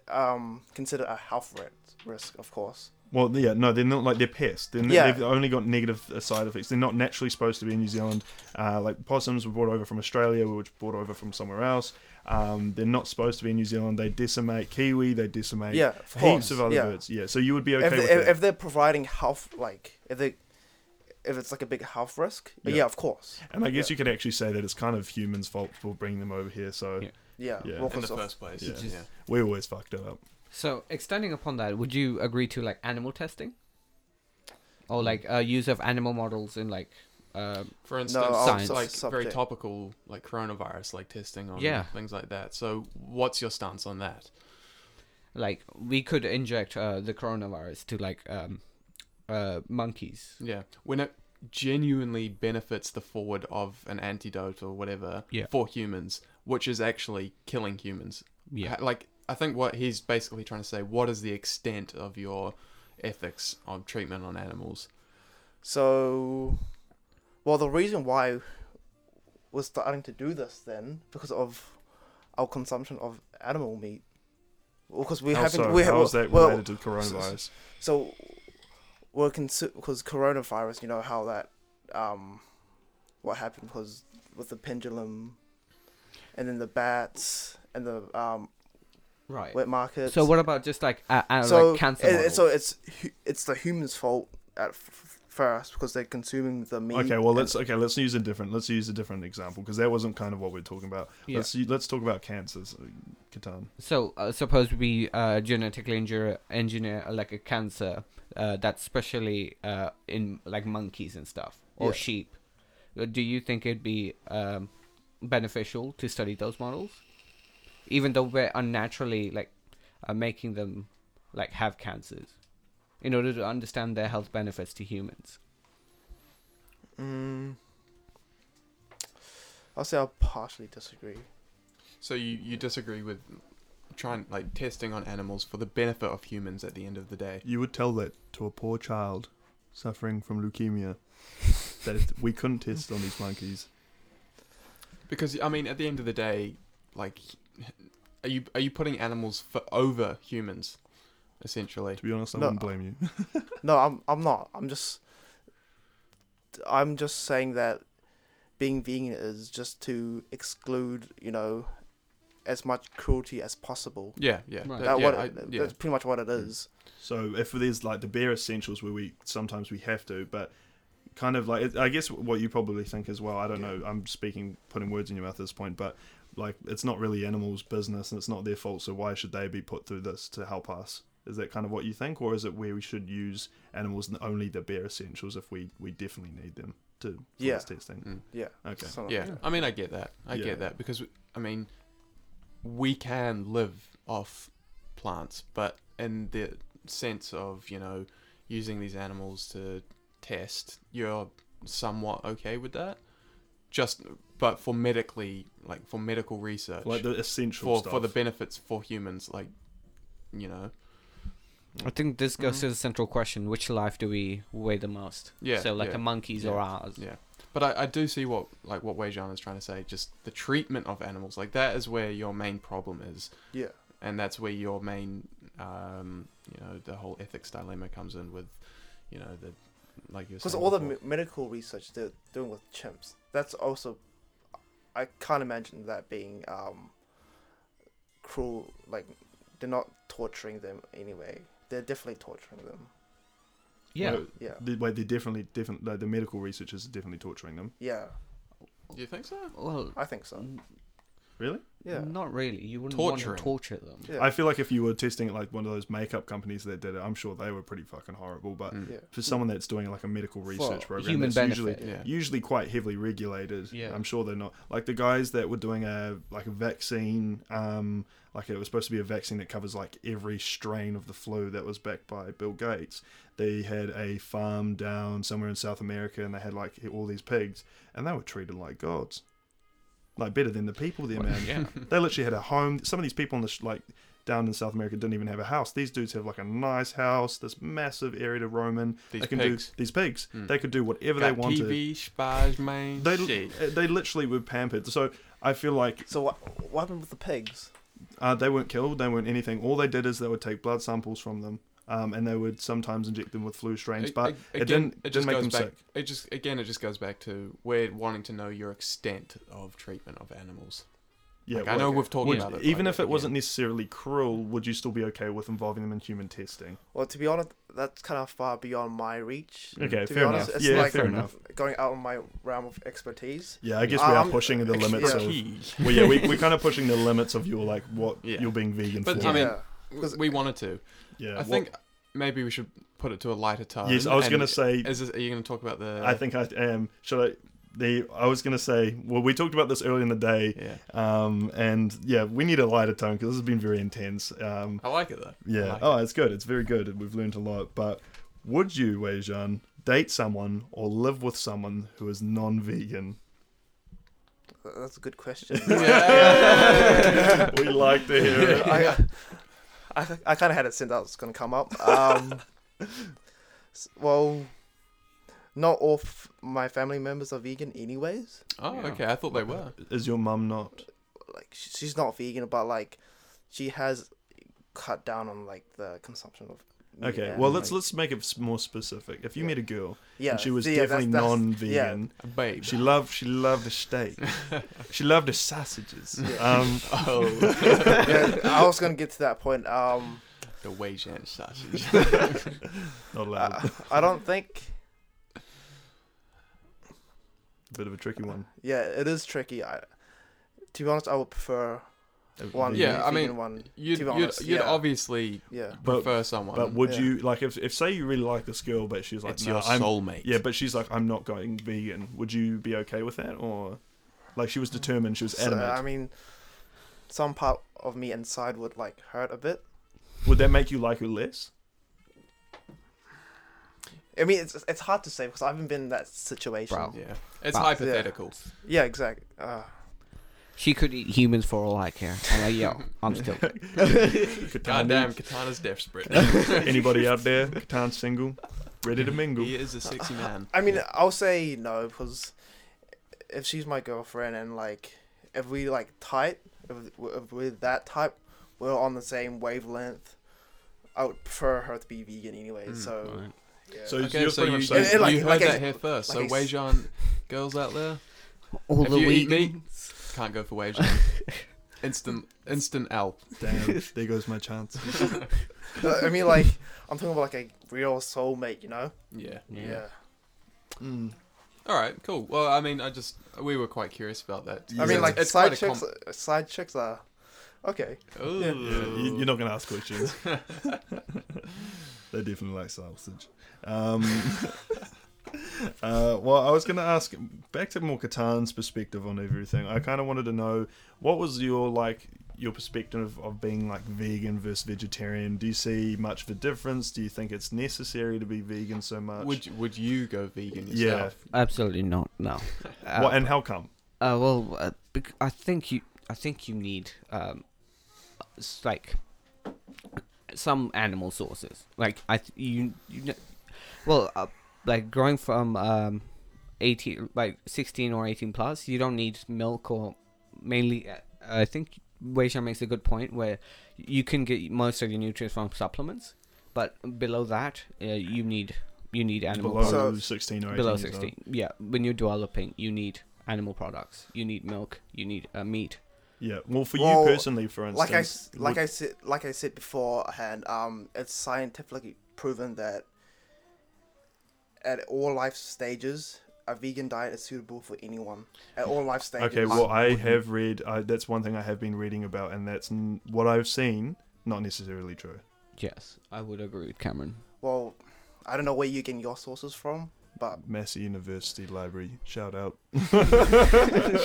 S5: um consider a health ri- risk, of course.
S2: Well, yeah, no, they're not like they're pests. They're,
S5: Yeah.
S2: They've only got negative uh, side effects. They're not naturally supposed to be in New Zealand. Uh, like possums were brought over from Australia, which were brought over from somewhere else. Um, they're not supposed to be in New Zealand. They decimate kiwi. They decimate
S5: Yeah, of
S2: heaps
S5: course,
S2: of other
S5: yeah.
S2: birds. Yeah, so you would be okay
S5: if, they,
S2: with
S5: if,
S2: that.
S5: if they're providing health, like if they if it's like a big health risk, yeah,
S2: Yeah.
S5: of course.
S2: and I guess
S5: yeah.
S2: you could actually say that it's kind of humans' fault for bringing them over here. So
S4: Yeah.
S5: Yeah.
S2: Yeah.
S5: well,
S3: in the
S5: 'cause of-
S3: first place.
S2: Yeah.
S3: yeah.
S2: we always fucked it up.
S4: So extending upon that, would you agree to like animal testing, or like uh, use of animal models in like, uh,
S3: For instance,
S5: I'll
S3: science,
S4: sub-
S3: like very
S5: subject.
S3: topical, like coronavirus, like testing on
S4: Yeah.
S3: things like that. So, what's your stance on that?
S4: like we could inject uh, the coronavirus to like um, uh, monkeys?
S3: Yeah, when it genuinely benefits the forward of an antidote or whatever
S4: Yeah.
S3: for humans, which is actually killing humans. Ha- like I think what he's basically trying to say: what is the extent of your ethics on treatment on animals?
S5: So, well, the reason why we're starting to do this then because of our consumption of animal meat. Because we
S2: How
S5: haven't,
S2: so?
S5: we
S2: Oh, How
S5: haven't.
S2: is that
S5: well,
S2: related to coronavirus?
S5: so we're consu- because coronavirus, you know how that, um, what happened was with the pendulum, and then the bats and the um
S4: Right.
S5: wet markets.
S4: So what about just like uh, uh,
S5: so
S4: like cancer?
S5: it-
S4: models?
S5: so it's hu- it's the humans' fault at f- f- first because they're consuming the meat.
S2: Okay, well
S5: and-
S2: let's okay let's use a different let's use a different example because that wasn't kind of what we are talking about.
S4: Yeah.
S2: Let's let's talk about cancers, uh, Catan.
S4: So uh, suppose we uh, genetically engineer, engineer uh, like a cancer uh, that's specially uh, in like monkeys and stuff or
S5: Yeah.
S4: sheep. Uh, Do you think it'd be um, beneficial to study those models, even though we're unnaturally like uh, making them like have cancers, in order to understand their health benefits to humans?
S5: Mm, I'll say I partially disagree.
S3: So you you disagree with trying like testing on animals for the benefit of humans at the end of the day?
S2: You would tell that to a poor child suffering from leukemia that if we couldn't test on these monkeys.
S3: Because I mean, at the end of the day, like, are you are you putting animals for over humans, essentially?
S2: To be honest, I
S5: No.
S2: wouldn't blame you.
S5: No, I'm I'm not. I'm just I'm just saying that being vegan is just to exclude, you know, as much cruelty as possible.
S3: Yeah, yeah,
S4: Right.
S3: that-
S5: That
S3: Uh, yeah,
S5: what
S3: I- yeah. Mm.
S5: that's pretty much what it is.
S2: So if there's like the bare essentials where we sometimes we have to, but kind of like I guess what you probably think as well. I don't know. I'm speaking putting words in your mouth at this point, but like it's not really animals' business and it's not their fault. So why should they be put through this to help us? Is that kind of what you think, or is it where we should use animals and only the bare essentials if we we definitely need them to for
S5: Yeah.
S2: this testing?
S3: Mm.
S5: Yeah.
S2: Okay.
S5: something like
S3: Yeah,
S5: that.
S3: I mean, I get that. I
S2: Yeah.
S3: get that because I mean, we can live off plants, but in the sense of you know using these animals to test, you're somewhat okay with that. Just, but for medically, like for medical research,
S2: Like the essential
S3: for
S2: stuff.
S3: for the benefits for humans, like you know,
S4: I think this
S5: Mm-hmm.
S4: goes to the central question: Which life do we weigh the most?
S3: Yeah,
S4: So like
S3: yeah,
S4: a monkey's or
S3: yeah,
S4: ours?
S3: yeah. But I, I do see what like what Wei Jian is trying to say. Just the treatment of animals, like that is where your main problem is.
S5: Yeah.
S3: and that's where your main um, you know the whole ethics dilemma comes in with you know the like you
S5: Because all the me- medical research they're doing with chimps, that's also, I can't imagine that being um, cruel. Like they're not torturing them anyway. They're definitely torturing them.
S4: Yeah.
S2: Wait,
S5: Yeah,
S2: the- wait, they're definitely different. Like the medical researchers are definitely torturing them.
S5: yeah,
S3: do you think so
S2: Mm,
S4: Well,
S5: I think so.
S2: Really?
S5: Yeah.
S4: Not really. You wouldn't want
S3: Torturing.
S4: to torture them.
S5: Yeah.
S2: I feel like if you were testing it like one of those makeup companies that did it, I'm sure they were pretty fucking horrible. But
S5: Yeah.
S2: for someone that's doing like a medical research program,
S4: Mm. human
S2: that's usually
S4: benefit.
S3: Yeah.
S2: usually quite heavily regulated.
S4: Yeah.
S2: I'm sure they're not like the guys that were doing a like a vaccine. Um, like it was supposed to be a vaccine that covers like every strain of the flu that was backed by Bill Gates. They had a farm down somewhere in South America, and they had like all these pigs, and they were treated like gods, like better than the people there, man.
S3: yeah.
S2: They literally had a home. Some of these people in the sh- like down in South America didn't even have a house. These dudes have like a nice house, this massive area to roam in.
S3: These
S2: they can
S3: pigs.
S2: do these pigs. They could do whatever
S3: Got
S2: they wanted.
S3: TV, spas, man.
S2: They
S3: Shit.
S2: uh, they literally were pampered. So I feel like
S5: So what what happened with the pigs?
S2: uh, they weren't killed. They weren't anything. All they did is they would take blood samples from them, um, and they would sometimes inject them with flu strains.
S3: A-
S2: But
S3: a-
S2: it didn't it
S3: just
S2: didn't make
S3: goes
S2: them
S3: back,
S2: sick.
S3: It just again, it just goes back to we're wanting to know your extent of treatment of animals.
S2: Yeah,
S3: Like, I know
S2: well,
S3: we've talked
S2: would-
S3: about it.
S2: even
S3: like,
S2: if it
S3: again.
S2: wasn't necessarily cruel, would you still be okay with involving them in human testing?
S5: Well, to be honest, that's kind of far beyond my reach.
S2: Okay,
S5: to
S2: fair
S5: be honest,
S2: enough.
S5: it's
S2: Yeah,
S5: like
S2: fair enough.
S5: going out of my realm of expertise.
S2: Yeah, I guess we are
S5: Um,
S2: pushing the limits
S5: yeah.
S2: of
S3: Key.
S2: well, yeah, we, we're kind of pushing the limits of your like what
S3: Yeah.
S2: you're being vegan
S3: But,
S2: for.
S3: I mean,
S5: yeah. 'Cause-
S3: we wanted to.
S2: yeah,
S3: I
S2: what-
S3: think maybe we should put it to a lighter tone.
S2: Yes, I was
S3: and uh,
S2: gonna say-
S3: Is this, are you going to talk about the?
S2: I think I um should I. The, I was gonna say, well, we talked about this earlier in the day,
S3: Yeah.
S2: um, and yeah, we need a lighter tone because this has been very intense. Um,
S3: I like it though. I
S2: yeah,
S3: like
S2: oh, it's good, it's very good, and we've learned a lot. But would you, Wei Zhan, date someone or live with someone who is non-vegan?
S5: That's a good question.
S3: it. Yeah.
S2: we like to hear it.
S5: I, I, I kind of had it since that was going to come up. Um, s- well, not all f- my family members are vegan, anyways.
S3: oh, okay. I thought they were.
S2: Is your mum not?
S5: Like, sh- she's not vegan, but like, she has cut down on like the consumption of. meat
S2: Okay,
S5: and,
S2: well, let's
S5: like-
S2: let's make it s- more specific. If you
S5: Yeah.
S2: met a girl
S5: Yeah,
S2: and she was
S5: yeah, that's-
S2: definitely
S5: that's-
S2: non-vegan,
S3: A babe.
S2: She loved she loved the steak. she loved the sausages. Um,
S3: oh,
S5: Yeah, I was going to get to that point. Um,
S3: the wage and sausage.
S2: not allowed.
S5: I, I don't think.
S2: Bit of a tricky one.
S5: Yeah, it is tricky. I, to be honest, I would prefer Uh, one.
S3: Yeah, I
S5: vegan
S3: mean,
S5: one.
S3: You'd,
S5: to
S3: you'd,
S5: be honest,
S3: you'd
S5: yeah.
S3: obviously
S5: Yeah.
S2: But-
S3: prefer someone.
S2: But would
S5: Yeah.
S2: you like if if say you really like this girl, but she's like,
S3: it's
S2: "No,
S3: your
S2: I'm,
S3: soulmate.
S2: yeah, but she's like, I'm not going vegan. Would you be okay with that, or like she was determined, she was
S5: So, uh, um,
S2: adamant?
S5: I mean, some part of me inside would like hurt a bit.
S2: Would that make you like her less?
S5: I mean, it's it's hard to say because I haven't been in that situation.
S4: Bro.
S3: yeah. It's
S4: But-
S3: hypothetical.
S5: Yeah, exactly. Uh,
S4: She could eat humans for all I care. I'm like, yo, I'm still.
S2: Katana
S3: Goddamn,
S2: needs-
S3: Katana's desperate.
S2: Anybody out there? Catan single, ready to mingle.
S3: he is a sexy man.
S5: I mean, I'll say no because if she's my girlfriend and like if we like tight, if, if we're that type, we're on the same wavelength. I would prefer her to be vegan anyway.
S2: Hmm,
S5: so
S4: Alright.
S5: yeah.
S2: So
S3: Okay,
S2: you're
S3: so
S2: pretty
S3: you,
S2: much saying
S3: you,
S5: It- it like-
S3: heard
S5: like a-
S3: that here first.
S5: like a-
S3: so Weijan, girls out there,
S4: All
S3: If
S4: the
S3: you eat meat-
S4: vegans.
S3: can't go for Weijan. instant, instant L.
S2: Damn, there goes my chance.
S5: I mean, like I'm talking about like a real soulmate, you know?
S3: Yeah.
S5: yeah.
S2: Mm.
S3: All right. Cool. Well, I mean, I just we were quite curious about that.
S5: I mean,
S2: Yeah.
S5: like
S3: It's
S5: side
S3: quite a
S5: chicks. uh, side chicks are okay.
S3: Ooh.
S2: Yeah, you- you're not going to ask questions. they definitely like sausage. Um, uh, well, I was going to ask back to more Katan's perspective on everything. I kind of wanted to know what was your like your perspective of being like vegan versus vegetarian. Do you see much of a difference? Do you think it's necessary to be vegan so much?
S3: Would would you go vegan
S2: yeah.
S3: yourself?
S4: Absolutely not. No. Uh,
S2: What and how come?
S4: Uh, well, uh, bec- I think you, I think you need, um, s- like, some animal sources. Like I, th- you, you know, well, uh, like growing from um, eighteen, like sixteen or eighteen plus, you don't need milk or mainly. Uh, I think Weisha makes a good point where you can get most of your nutrients from supplements, but below that, uh, you need you need animal.
S2: Below
S5: So-
S2: sixteen or 18
S4: below
S2: years old?
S4: 16 yeah when you're developing you need animal products you need milk you need uh, meat
S2: Yeah. Well, for
S5: Well,
S2: you personally, for instance,
S5: like I s- like
S2: would-
S5: I said like I said beforehand, um, it's scientifically proven that at all life stages, a vegan diet is suitable for anyone at all life stages.
S2: Okay, well, I have read. I, that's one thing I have been reading about, and that's n- what I've seen. Not necessarily true.
S4: Yes, I would agree with Cameron.
S5: Well, I don't know where you're getting your sources from, but
S2: Massey University Library. Shout out.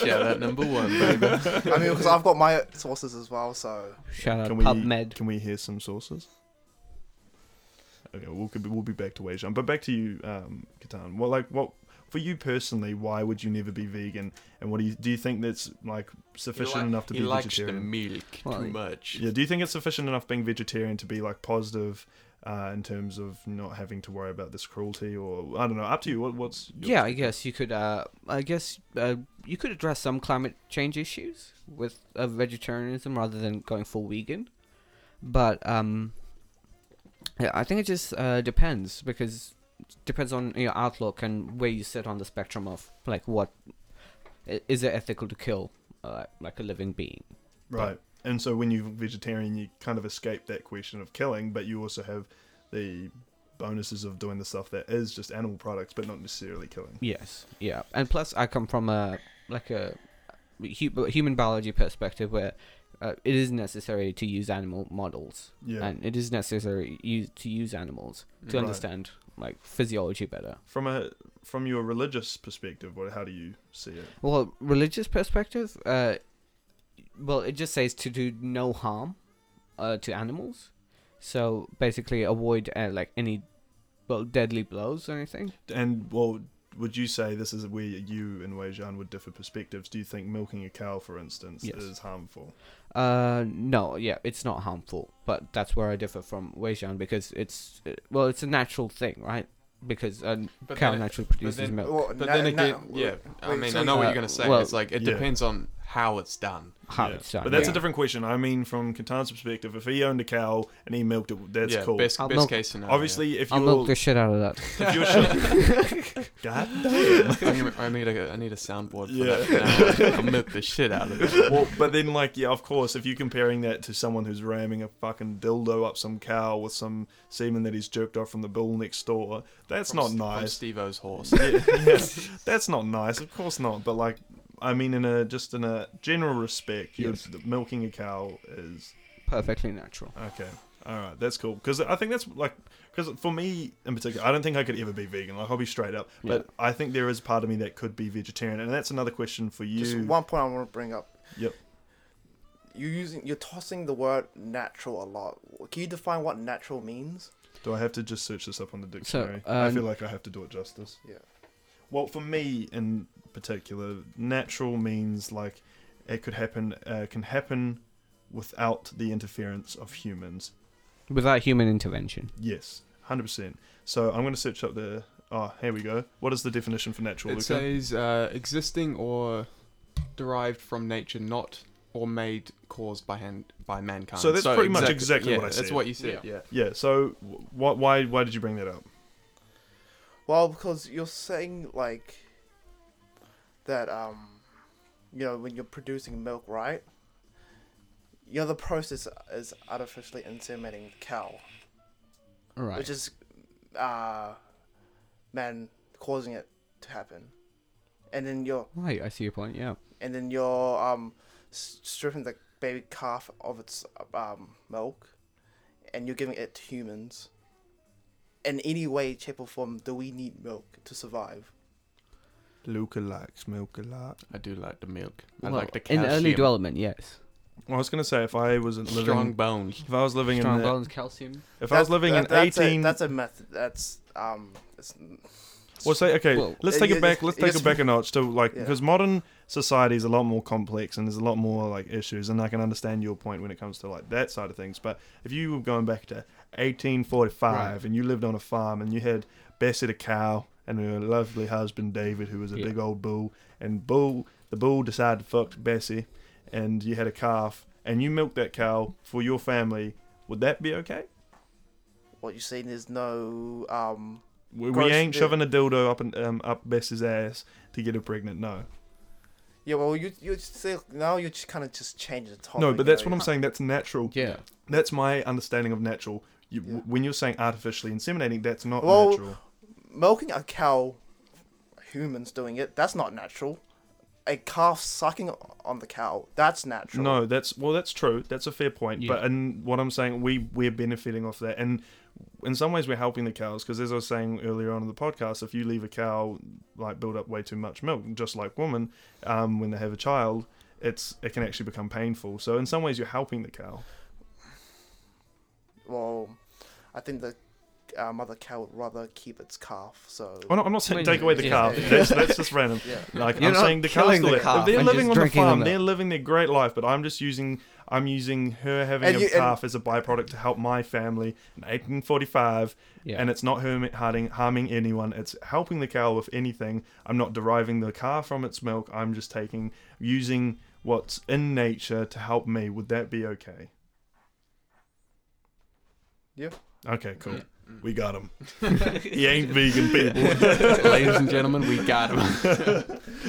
S3: Shout out number one, baby.
S5: I mean, because I've got my sources as well. So
S4: Shout out
S2: Can we
S4: PubMed.
S2: Can we hear some sources? Okay, we'll could be, we'll be back to Weijan, but back to you, um, Katan. What like what for you personally? Why would you never be vegan? And what do you do? You think that's like sufficient
S3: He li-
S2: enough to
S3: he
S2: be
S3: likes the
S2: vegetarian?
S3: milk
S4: Well,
S3: too much.
S2: Yeah. Do you think it's sufficient enough being vegetarian to be like positive? Uh, in terms of not having to worry about this cruelty, or I don't know, up to you. What, what's your
S4: Yeah, I guess you could. Uh, I guess uh, you could address some climate change issues with uh, vegetarianism rather than going full vegan. But um, yeah, I think it just uh, depends because it depends on your outlook and where you sit on the spectrum of like what i- is it ethical to kill uh, like a living being.
S2: Right. And so when you're vegetarian, you kind of escape that question of killing, but you also have the bonuses of doing the stuff that is just animal products, but not necessarily killing.
S4: Yes. Yeah. And plus, I come from a like a hu- human biology perspective where uh, it is necessary to use animal models,
S2: Yeah.
S4: and it is necessary use, to use animals to
S2: Right.
S4: understand like physiology better.
S2: From a from your religious perspective, what how do you see it?
S4: Well, religious perspective, uh, well, it just says to do no harm uh, to animals, so basically avoid uh, like any well deadly blows or anything.
S2: And well, would you say this is where you and Wei Jian would differ perspectives? Do you think milking a cow, for instance,
S4: Yes.
S2: is harmful?
S4: Uh, no, yeah, it's not harmful, but that's where I differ from Weixian because it's uh, well, it's a natural thing, right? Because a
S3: But
S4: cow
S3: then it-
S4: naturally produces
S3: then-
S4: milk.
S5: well,
S3: But
S5: na-
S3: then
S5: na-
S3: again, yeah. I
S5: wait,
S3: mean, I
S5: sorry.
S3: know what
S4: Uh,
S3: you're gonna say.
S4: well-
S3: it's like it
S2: Yeah.
S3: depends on how it's done.
S4: How
S2: Yeah.
S4: it's done,
S2: But that's
S4: yeah.
S2: a different question. I mean, from Katan's perspective, if he owned a cow and he milked it, that's
S3: yeah,
S2: cool.
S3: best,
S4: I'll
S3: best
S4: milk-
S3: case scenario.
S2: Obviously, if
S4: I'll milk
S2: you're
S4: the shit out of that.
S2: if you're sure- God damn.
S3: I need- I need a I need a soundboard for
S2: Yeah.
S3: that. I'll milk the shit out of it.
S2: well, but then, like, yeah, of course, if you're comparing that to someone who's ramming a fucking dildo up some cow with some semen that he's jerked off from the bull next door, that's not nice.
S3: Steve O's horse.
S2: Yeah, yeah, that's not nice. Of course not. But like, I mean, in a just in a general respect, you're,
S4: Yes.
S2: milking a cow is
S4: Perfectly natural.
S2: Okay. All right. That's cool. Because I think that's like, because for me in particular, I don't think I could ever be vegan. Like, I'll be straight up. But I think there is part of me that could be vegetarian. And that's another question for you.
S5: Just one point I want to bring up.
S2: Yep.
S5: You're using, you're tossing the word natural a lot. Can you define what natural means?
S2: Do I have to just search this up on the dictionary? I
S4: um,
S2: feel like I have to do it justice.
S5: Yeah.
S2: Well, for me in particular, natural means like it could happen, uh, can happen without the interference of humans.
S4: Without human intervention,
S2: Yes, hundred percent. So I'm going to search up the. Oh, here we go. What is the definition for natural?
S3: It
S2: Luca?
S3: says uh, existing or derived from nature, not or made caused by hand by mankind.
S2: So that's pretty much
S3: exact-
S2: exactly
S3: yeah,
S2: what I
S3: That's
S2: said.
S3: what you said. Yeah.
S2: Yeah. So, wh- wh- why why did you bring that up?
S5: Well, because you're saying like that, um, you know, when you're producing milk, right? You know, the process is artificially inseminating the cow,
S4: All right?
S5: which is uh, man causing it to happen, and then you're
S4: right, I see your point. Yeah,
S5: and then you're um s- stripping the baby calf of its um milk, and you're giving it to humans. In any way, shape, or form, do we need milk to survive?
S2: Luca likes milk a lot.
S3: I do like the milk. I
S4: Well,
S3: like the
S4: in
S3: calcium.
S4: early development, yes.
S2: Well, I was gonna say if I was living,
S3: strong bones.
S2: if I was living
S4: Strong
S2: in, the,
S4: bones, calcium.
S2: if I was
S5: That-
S2: living
S5: that-
S2: in
S5: that's a-
S2: eighteen,
S5: that's a myth. That's um. It's,
S2: well, say okay,
S4: Well,
S2: let's take
S5: you-
S2: it back. Let's
S5: you
S2: take
S5: just-
S2: it back a notch to like
S5: Yeah.
S2: because modern society is a lot more complex and there's a lot more like issues, and I can understand your point when it comes to like that side of things. But if you were going back to 1845
S4: Right.
S2: and you lived on a farm and you had Bessie the cow and her lovely husband David, who was a
S4: Yeah.
S2: big old bull, and bull the bull decided to fuck Bessie, and you had a calf and you milked that cow for your family, would that be okay?
S5: what you're saying is no um.
S2: We, we
S5: Gross,
S2: ain't
S5: yeah.
S2: shoving a dildo up and um, up Bess's ass to get her pregnant. No,
S5: Yeah, well, you you still now you just kind of just change the topic.
S2: no, but that's
S5: you
S2: what
S5: know.
S2: I'm saying. That's natural.
S4: Yeah.
S2: That's my understanding of natural. You, w- When you're saying artificially inseminating, that's not
S5: Well,
S2: natural.
S5: Milking a cow humans doing it. That's not natural. A calf sucking on the cow. That's natural.
S2: No, that's well, that's true. That's a fair point. But
S4: Yeah.
S2: and what I'm saying, we we're benefiting off that, and in some ways we're helping the cows because as I was saying earlier on in the podcast, if you leave a cow like build up way too much milk, just like women, um, when they have a child, it's it can actually become painful. So in some ways you're helping the cow.
S5: Well, I think the uh, mother cow would rather keep its calf. So.
S2: Oh, no, I'm not saying
S4: Well,
S2: take away the
S4: yeah.
S2: calf. That's, that's just random.
S5: Yeah.
S2: Like
S4: You're
S2: I'm
S4: not
S2: saying, the cow's
S4: killing
S2: still
S4: the
S2: there.
S4: calf
S2: They're
S4: and
S2: living on
S4: just
S2: the
S4: drinking the
S2: farm.
S4: milk.
S2: They're living their great life. But I'm just using I'm using her having
S5: And
S2: a
S5: you- and-
S2: calf as a byproduct to help my family in 1845.
S4: Yeah.
S2: And it's not harm- harming harming anyone. It's helping the cow with anything. I'm not deriving the calf from its milk. I'm just taking using what's in nature to help me. Would that be okay?
S5: Yeah.
S2: Okay, cool. We got him. he ain't vegan people.
S3: Ladies and gentlemen, we got him.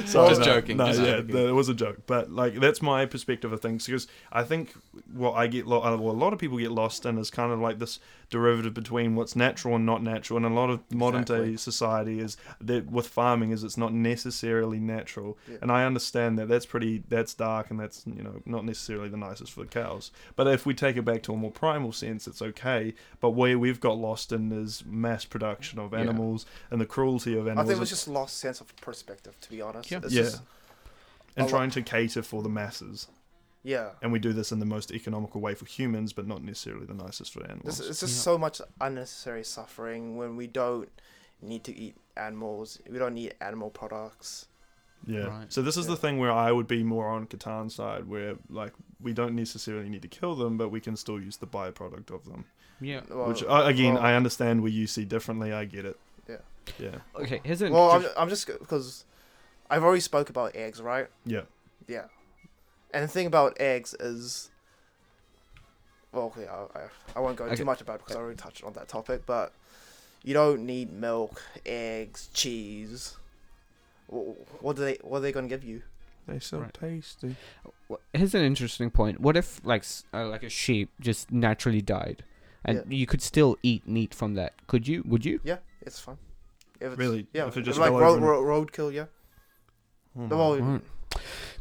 S2: Sorry,
S3: Just
S2: no,
S3: joking,
S2: No,
S3: just
S2: yeah,
S3: joking.
S2: no, it was a joke. But like, that's my perspective of things because I think what I get, lo- uh, what a lot of people get lost in is kind of like this derivative between what's natural and not natural. And a lot of modern day
S3: Exactly.
S2: society is that with farming is it's not necessarily natural.
S5: Yeah.
S2: And I understand that that's pretty, that's dark, and that's you know not necessarily the nicest for the cows. But if we take it back to a more primal sense, it's okay. But where we've got lost in is mass production of animals and the cruelty of
S5: I
S2: animals.
S5: think it was just lost sense of perspective, to be honest.
S3: Yeah.
S5: It's
S2: Yeah.
S5: just-
S2: and
S5: a lot-
S2: trying to cater for the masses.
S5: yeah.
S2: And we do this in the most economical way for humans, but not necessarily the nicest for animals.
S5: This, it's just so much unnecessary suffering when we don't need to eat animals. We don't need animal products.
S2: yeah.
S3: Right.
S2: So this is the
S5: Yeah.
S2: thing where I would be more on Katan's side, where like we don't necessarily need to kill them, but we can still use the byproduct of them.
S4: Yeah.
S5: Well,
S2: Which uh, again,
S5: well-
S2: I understand where you see differently. I get it.
S5: Yeah.
S2: Yeah.
S4: Okay, here's an
S5: Well, I'm, I'm just because I've already spoke about eggs, right?
S2: Yeah.
S5: Yeah. And the thing about eggs is, well, okay, I, I, I won't go
S4: Okay.
S5: too much about it because I already touched on that topic, but you don't need milk, eggs, cheese. Wh- What do they? What are they gonna give you?
S2: They so
S4: Right.
S2: tasty.
S4: Wh- here's an interesting point. What if like s- uh, like a sheep just naturally died, and
S5: Yeah.
S4: you could still eat meat from that? Could you? Would you?
S5: Yeah, it's fine. If it's,
S2: Really?
S5: Yeah.
S2: If it just
S5: like
S2: fell
S5: road,
S2: over
S5: road, roadkill, yeah.
S2: Oh my-
S5: Well,
S4: Right.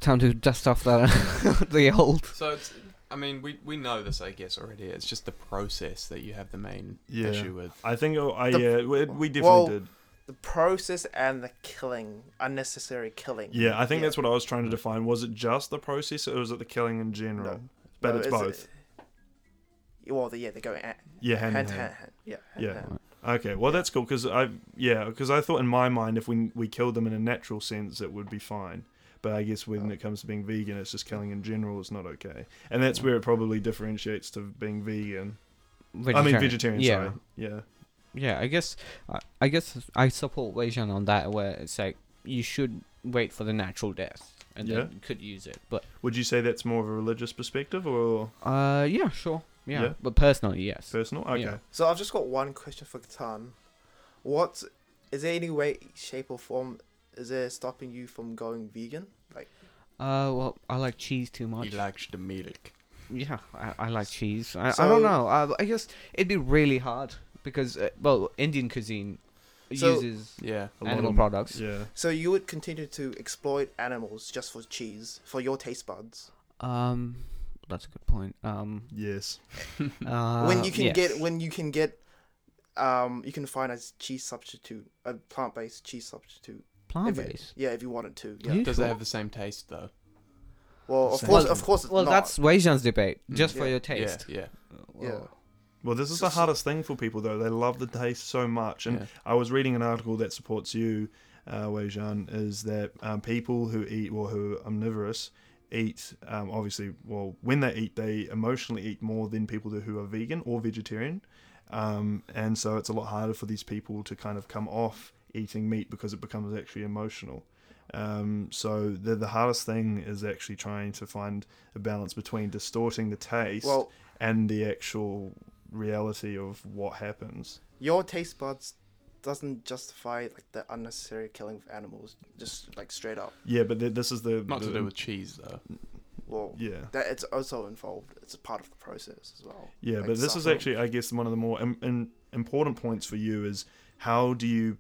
S4: Time to dust off the the old.
S3: So it's, I mean, we we know this, I guess, already. It's just the process that you have the main
S2: Yeah.
S3: issue with.
S2: I think oh, I
S5: The-
S2: yeah we, we definitely
S5: well-
S2: did.
S5: the process and the killing, unnecessary killing.
S2: Yeah, I think
S5: Yeah.
S2: that's what I was trying to define. Was it just the process, or was it the killing in general?
S5: No.
S2: But
S5: No,
S2: it's both.
S5: well, the, yeah, they go hand
S2: yeah, hand
S5: hand,
S2: in
S5: hand,
S2: hand.
S5: hand, Yeah. hand
S2: Yeah.
S5: in hand.
S2: Okay, well that's cool because I yeah because I thought in my mind if we we killed them in a natural sense it would be fine, but I guess when it comes to being vegan it's just killing in general is not okay, and that's where it probably differentiates to being vegan. I mean vegetarian.
S4: Yeah,
S2: Sorry. Yeah.
S4: yeah. I guess I, I guess I support Weijian on that, where it's like you should wait for the natural death and then
S2: Yeah.
S4: you could use it. But
S2: Would you say that's more of a religious perspective or
S4: uh, yeah, sure, yeah.
S2: Yeah.
S4: But personally, yes.
S2: personal? Okay.
S4: Yeah.
S5: So I've just got one question for Katan. What is there any way, shape, or form is there stopping you from going vegan? Like,
S4: Uh, well, I like cheese too much.
S3: He likes the milk.
S4: Yeah, I, I like cheese. I, I
S5: So-
S4: don't know. I, I guess it'd be really hard because, uh, well, Indian cuisine
S5: So-
S4: uses
S3: Yeah.
S2: A lot
S4: animal
S2: of-
S4: products.
S2: Yeah.
S5: so you would continue to exploit animals just for cheese for your taste buds
S4: Um, that's a good point. Um,
S2: Yes.
S4: uh,
S5: when you can
S4: yes.
S5: get when you can get um you can find a cheese substitute a plant based cheese substitute.
S4: plant
S5: if you-
S4: based.
S5: yeah, if you wanted to. Yeah.
S4: Are you
S3: Does
S4: sure?
S3: it have the same taste though?
S5: Well, of
S2: Same.
S5: course, of course, it's
S4: Well,
S5: not.
S4: that's Weijian's debate. Just for
S5: Yeah.
S4: your taste.
S3: Yeah. Yeah.
S5: yeah.
S2: Well, this is the hardest thing for people though. They love the taste so much, and
S3: Yeah.
S2: I was reading an article that supports you, uh, Wei Jian, is that um, people who eat or who are omnivorous eat um, obviously well when they eat they emotionally eat more than people do who are vegan or vegetarian, um, and so it's a lot harder for these people to kind of come off eating meat because it becomes actually emotional. Um, so the the hardest thing is actually trying to find a balance between distorting the taste
S5: Well-
S2: and the actual reality of what happens.
S5: your taste buds doesn't justify like the unnecessary killing of animals just like straight up
S2: Yeah, but th- this is the
S3: Not to
S2: the-
S3: do with cheese though.
S5: well
S2: yeah.
S5: that it's also involved it's a part of the process as well
S2: Yeah,
S5: Like
S2: but this is
S5: suffering.
S2: actually, I guess, one of the more Im- im- important points for you is how do you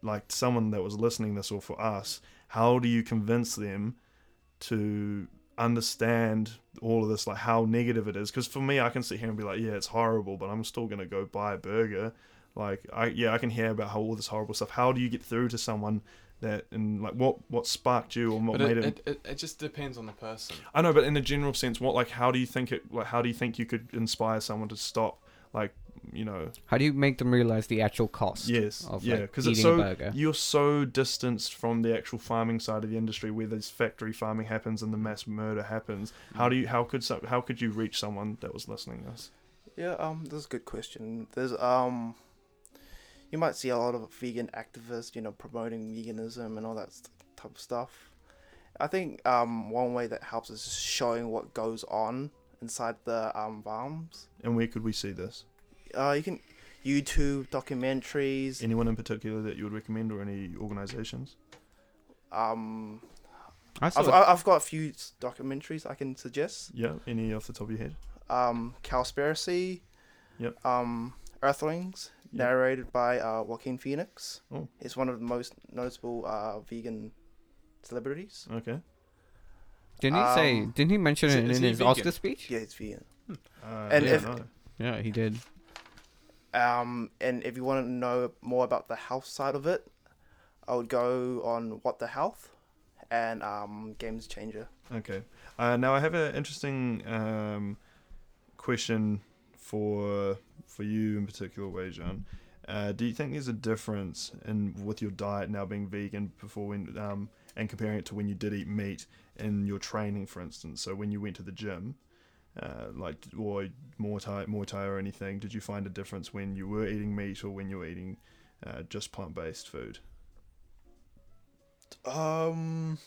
S2: like someone that was listening this or for us, how do you convince them to understand all of this, like how negative it is? Because for me, I can sit here and be like, yeah, it's horrible, but I'm still gonna go buy a burger. Like, I yeah, I can hear about how all this horrible stuff. How do you get through to someone that and like what what sparked you and what
S3: But
S2: made
S3: it,
S2: it?
S3: it, it, it just depends on the person.
S2: I know, but in a general sense, what like how do you think it? Like, how do you think you could inspire someone to stop? Like, you know,
S4: How do you make them realize the actual cost?
S2: Yes,
S4: of
S2: yeah,
S4: like,
S2: because
S4: eating
S2: it's
S4: a
S2: so
S4: burger.
S2: you're so distanced from the actual farming side of the industry where this factory farming happens and the mass murder happens. How do you how could some, how could you reach someone that was listening to us?
S5: Yeah, um, that's a good question. There's um, you might see a lot of vegan activists, you know, promoting veganism and all that st- type of stuff. I think um, one way that helps is just showing what goes on inside the um farms.
S2: And where could we see this?
S5: Uh, you can YouTube documentaries.
S2: Anyone in particular that you would recommend or any organizations?
S5: Um,
S4: I
S5: I've,
S4: saw,
S5: I- I've got a few s- documentaries I can suggest.
S2: Yeah, any off the top of your head?
S5: Um, Cowspiracy.
S2: Yep.
S5: Um, Earthlings,
S2: Yep.
S5: narrated by uh, Joaquin Phoenix.
S2: Oh.
S5: He's one of the most notable uh, vegan celebrities.
S2: Okay.
S4: didn't he say?
S5: um,
S4: Didn't he mention
S3: is-
S4: it in
S3: is
S4: his
S3: he vegan?
S4: Oscar speech?
S5: Yeah, he's vegan.
S2: Uh,
S5: And
S2: yeah,
S5: if-
S2: no.
S4: Yeah, he did.
S5: Um, and if you want to know more about the health side of it, I would go on What the Health and um, Games Changer.
S2: Okay. Uh, now I have an interesting um, question for for you in particular, Wei John. Uh, do you think there's a difference in with your diet now being vegan before when um, and comparing it to when you did eat meat in your training, for instance? So when you went to the gym, uh, like or Muay Thai, Muay Thai or anything, did you find a difference when you were eating meat or when you were eating uh, just plant-based food?
S5: Um,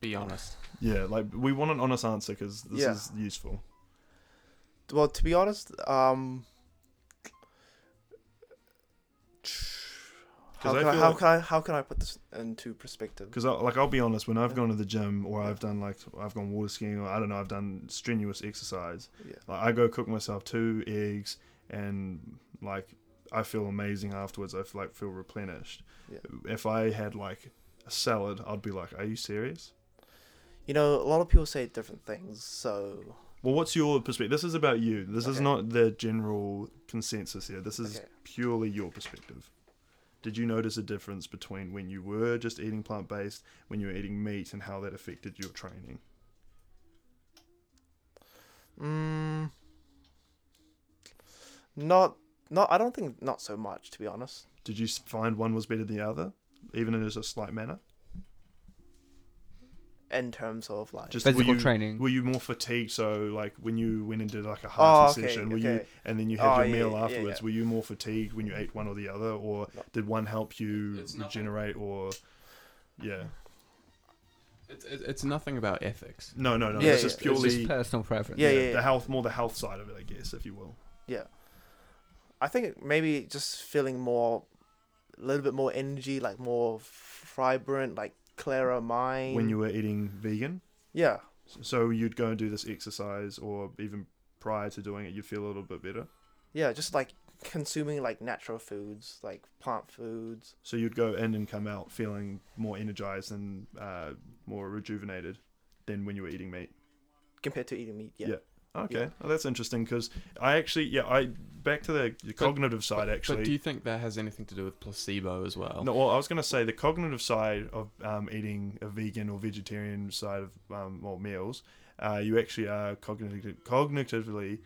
S3: Be honest.
S2: Yeah, like we want an honest answer because this
S5: Yeah.
S2: is useful.
S5: well, to be honest, um, how
S2: 'Cause I
S5: can I,
S2: feel
S5: how
S2: like-
S5: can I how can I put this into perspective?
S2: Because like I'll be honest, when I've
S5: Yeah.
S2: gone to the gym or
S5: Yeah.
S2: I've done like I've gone water skiing or I don't know, I've done strenuous exercise.
S5: Yeah.
S2: Like I go cook myself two eggs and like I feel amazing afterwards. I f- like feel replenished.
S5: Yeah.
S2: If I had like a salad, I'd be like, "Are you serious?"
S5: You know, a lot of people say different things, so
S2: Well, what's your perspective? This is about you. This is
S5: Okay.
S2: not the general consensus here. This is
S5: Okay.
S2: purely your perspective. Did you notice a difference between when you were just eating plant based, when you were eating meat, and how that affected your training?
S5: mm, not not I don't think not so much to be honest.
S2: Did you s- find one was better than the other, even in just a slight manner?
S5: In terms of like
S2: Just
S4: Physical
S2: were you,
S4: training.
S2: Were you more fatigued? So, like when you went and did like a
S5: Oh,
S2: half
S5: okay,
S2: session, were you,
S5: okay.
S2: and then you had
S5: Oh,
S2: your
S5: yeah,
S2: meal
S5: yeah, yeah,
S2: afterwards?
S5: yeah.
S2: Were you more fatigued when you ate one or the other, or
S5: No.
S2: did one help you
S3: It's nothing.
S2: regenerate? Or yeah,
S3: It's, it's it's nothing about ethics.
S2: no, no, no.
S5: Yeah,
S2: this
S5: yeah.
S2: is
S5: It's
S2: purely
S4: Just personal preference.
S5: Yeah, yeah, yeah.
S2: the health, more the health side of it, I guess, if you will.
S5: yeah. I think maybe just feeling more a little bit more energy, like more vibrant, like clearer mind.
S2: When you were eating vegan,
S5: Yeah.
S2: so you'd go and do this exercise, or even prior to doing it, you'd feel a little bit better.
S5: Yeah, just like consuming like natural foods, like plant foods.
S2: So you'd go in and come out feeling more energized and uh, more rejuvenated than when you were eating meat.
S5: Compared to eating meat, yeah.
S2: Yeah. Okay,
S5: Yeah.
S2: well, that's interesting because I actually, yeah, I back to the, the cognitive side actually.
S3: But do you think that has anything to do with placebo as well?
S2: No, well, I was going to say the cognitive side of um, eating a vegan or vegetarian side of um, well, meals, uh, you actually are cognitively, cognitively